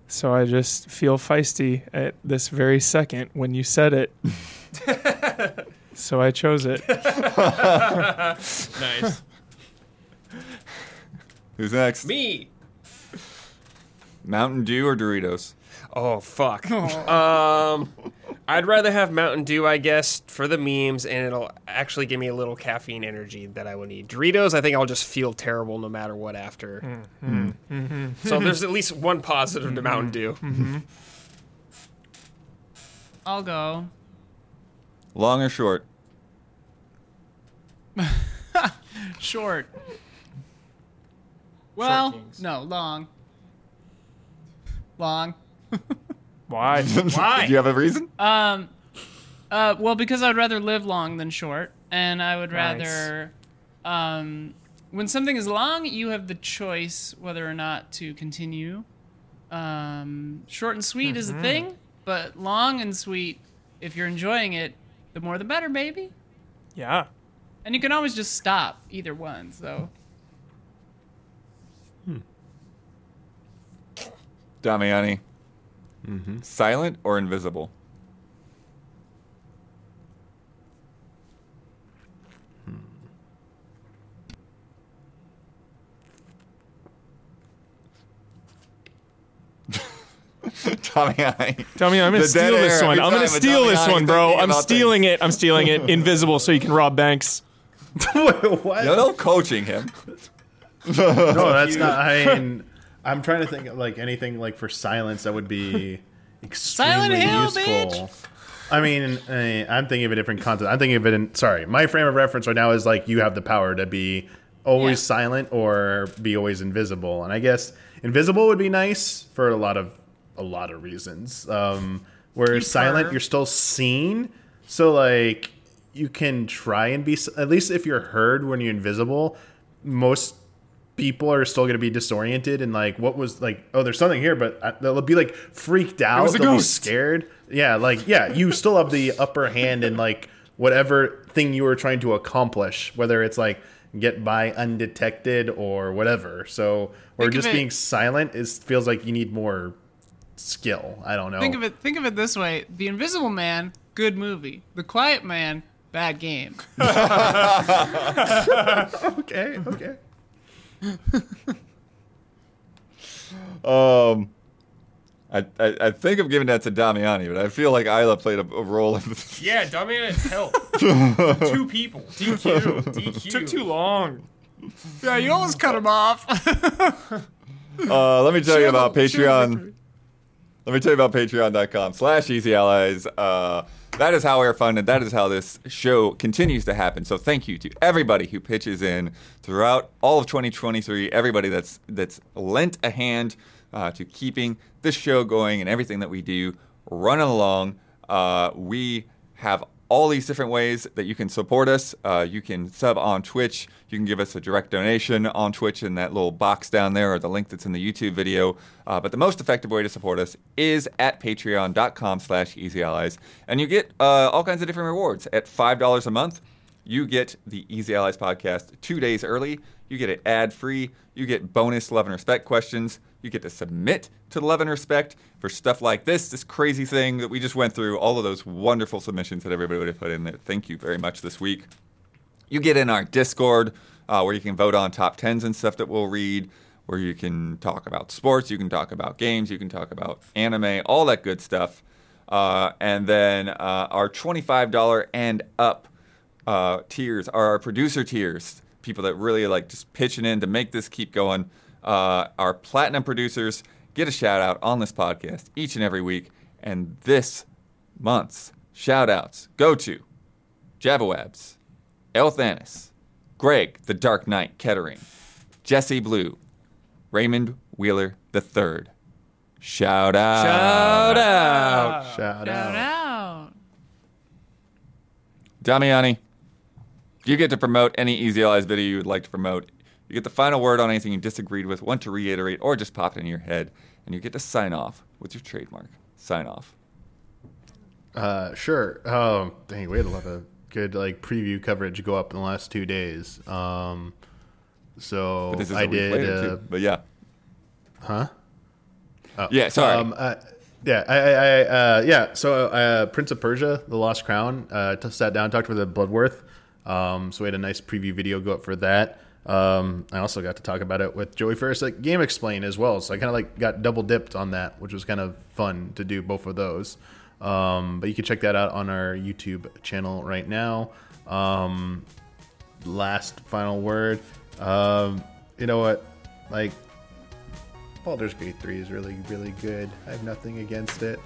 [SPEAKER 4] So I just feel feisty at this very second when you said it. so I chose it.
[SPEAKER 8] nice.
[SPEAKER 2] Who's next?
[SPEAKER 8] Me.
[SPEAKER 2] Mountain Dew or Doritos?
[SPEAKER 5] Oh fuck. um, I'd rather have Mountain Dew, I guess, for the memes, and it'll actually give me a little caffeine energy that I will need. Doritos, I think I'll just feel terrible no matter what after.
[SPEAKER 8] Mm-hmm.
[SPEAKER 5] Mm-hmm. So there's at least one positive to Mountain Dew.
[SPEAKER 8] Mm-hmm.
[SPEAKER 1] I'll go.
[SPEAKER 2] Long or short?
[SPEAKER 1] Short. Well,
[SPEAKER 8] kings.
[SPEAKER 1] no, long. Long.
[SPEAKER 4] Why?
[SPEAKER 2] Do you have a reason?
[SPEAKER 1] Um, uh, well, because I'd rather live long than short, and I would
[SPEAKER 4] Nice.
[SPEAKER 1] rather, um, when something is long, you have the choice whether or not to continue. Um, short and sweet is a thing, but long and sweet, if you're enjoying it, the more the better, baby.
[SPEAKER 4] yeah.
[SPEAKER 1] And you can always just stop either one. So
[SPEAKER 2] Damiani. Silent or invisible? Hmm. Damiani.
[SPEAKER 4] Tell me, I'm gonna
[SPEAKER 2] The dead
[SPEAKER 4] steal this
[SPEAKER 2] air.
[SPEAKER 4] one.
[SPEAKER 2] Every
[SPEAKER 4] I'm gonna
[SPEAKER 2] time a
[SPEAKER 4] steal this
[SPEAKER 2] Damiani
[SPEAKER 4] one,
[SPEAKER 2] is
[SPEAKER 4] bro.
[SPEAKER 2] thinking
[SPEAKER 4] I'm
[SPEAKER 2] about
[SPEAKER 4] stealing it. I'm stealing it. Invisible, so you can rob banks.
[SPEAKER 3] Wait, what?
[SPEAKER 2] No, no coaching him.
[SPEAKER 1] Oh,
[SPEAKER 3] No, that's not. I mean, I'm trying to think of like anything like for silence that would be extremely
[SPEAKER 1] Hill,
[SPEAKER 3] useful. I mean, eh, I'm thinking of a different concept. I'm thinking of it in. Sorry, my frame of reference right now is like you have the power to be always
[SPEAKER 1] Yeah.
[SPEAKER 3] silent or be always invisible, and I guess invisible would be nice for a lot of a lot of reasons. Um, where silent,
[SPEAKER 1] perv.
[SPEAKER 3] you're still seen, so like you can try and be s- at least if you're heard when you're invisible. Most people are still going to be disoriented and like what was like oh there's something here but uh, they'll be like freaked out
[SPEAKER 4] was a
[SPEAKER 3] they'll
[SPEAKER 4] ghost.
[SPEAKER 3] be scared yeah like yeah you still have the upper hand in like whatever thing you were trying to accomplish whether it's like get by undetected or whatever so or
[SPEAKER 1] Think of
[SPEAKER 3] just
[SPEAKER 1] it-
[SPEAKER 3] being silent is feels like you need more skill i don't know
[SPEAKER 1] Think of it. Think of it this way: The Invisible Man, good movie. The Quiet Man, bad game.
[SPEAKER 3] okay okay
[SPEAKER 2] Um, I, I, I think I'm giving that to Damiani, but I feel like Isla played a, a role in this.
[SPEAKER 8] Yeah, Damian help. Two people. DQ. DQ.
[SPEAKER 4] Took too long.
[SPEAKER 1] yeah, you almost cut him off.
[SPEAKER 2] Uh, let me tell you
[SPEAKER 1] Share the-
[SPEAKER 2] about
[SPEAKER 1] share the
[SPEAKER 2] Patreon.
[SPEAKER 1] victory.
[SPEAKER 2] Let me tell you about patreon.com slash easy allies. Uh, that is how we're funded. That is how this show continues to happen. So thank you to everybody who pitches in throughout all of 2023, everybody that's that's lent a hand uh, to keeping this show going and everything that we do running along. Uh, we have all these different ways that you can support us. Uh, you can sub on Twitch. You can give us a direct donation on Twitch in that little box down there or the link that's in the YouTube video. Uh, but the most effective way to support us is at patreon.com slash easyallies. And you get uh, all kinds of different rewards. At $5 a month, you get the Easy Allies podcast two days early. You get it ad free. You get bonus love and respect questions. You get to submit to love and respect for stuff like this, this crazy thing that we just went through, all of those wonderful submissions that everybody put in there. Thank you very much this week. You get in our Discord uh, where you can vote on top tens and stuff that we'll read, where you can talk about sports, you can talk about games, you can talk about anime, all that good stuff. Uh, and then uh, our $25 and up uh, tiers are our producer tiers, people that really like just pitching in to make this keep going. Uh, our platinum producers get a shout out on this podcast each and every week. And this month's shout outs go to Jabawabs, El Thanis, Greg the Dark Knight Kettering, Jesse Blue, Raymond Wheeler III. Shout out. Shout out.
[SPEAKER 3] shout
[SPEAKER 1] Shout
[SPEAKER 3] out
[SPEAKER 1] out.
[SPEAKER 2] Damiani, you get to promote any Easy Allies video you would like to promote. You get the final word on anything you disagreed with, want to reiterate, or just popped in your head. And you get to sign off with your trademark. Sign off.
[SPEAKER 3] Uh, sure. Um, dang, we had a lot of good like preview coverage go up in the last two days. Um, so
[SPEAKER 2] But this is a
[SPEAKER 3] I
[SPEAKER 2] week
[SPEAKER 3] did.
[SPEAKER 2] later,
[SPEAKER 3] uh,
[SPEAKER 2] too. But yeah.
[SPEAKER 3] Huh?
[SPEAKER 2] yeah, sorry.
[SPEAKER 3] Um, uh, yeah, I, I, I uh, yeah. So uh, Prince of Persia, The Lost Crown, uh, t- sat down, talked with the Bloodworth. Um, so we had a nice preview video go up for that. Um, I also got to talk about it with Joey Ferris at Game Explain as well. So I kind of like got double dipped on that, which was kind of fun to do both of those. Um, but you can check that out on our YouTube channel right now. Um, last final word. Um, you know what? Like Baldur's Gate 3 is really, really good. I have nothing against it.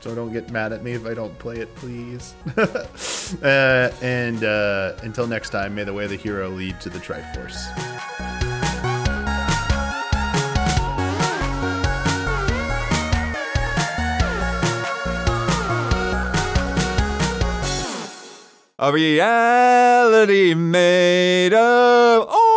[SPEAKER 3] So don't get mad at me if I don't play it, please. uh, and uh, until next time, may the way of the hero lead to the Triforce.
[SPEAKER 2] A reality made of. Oh!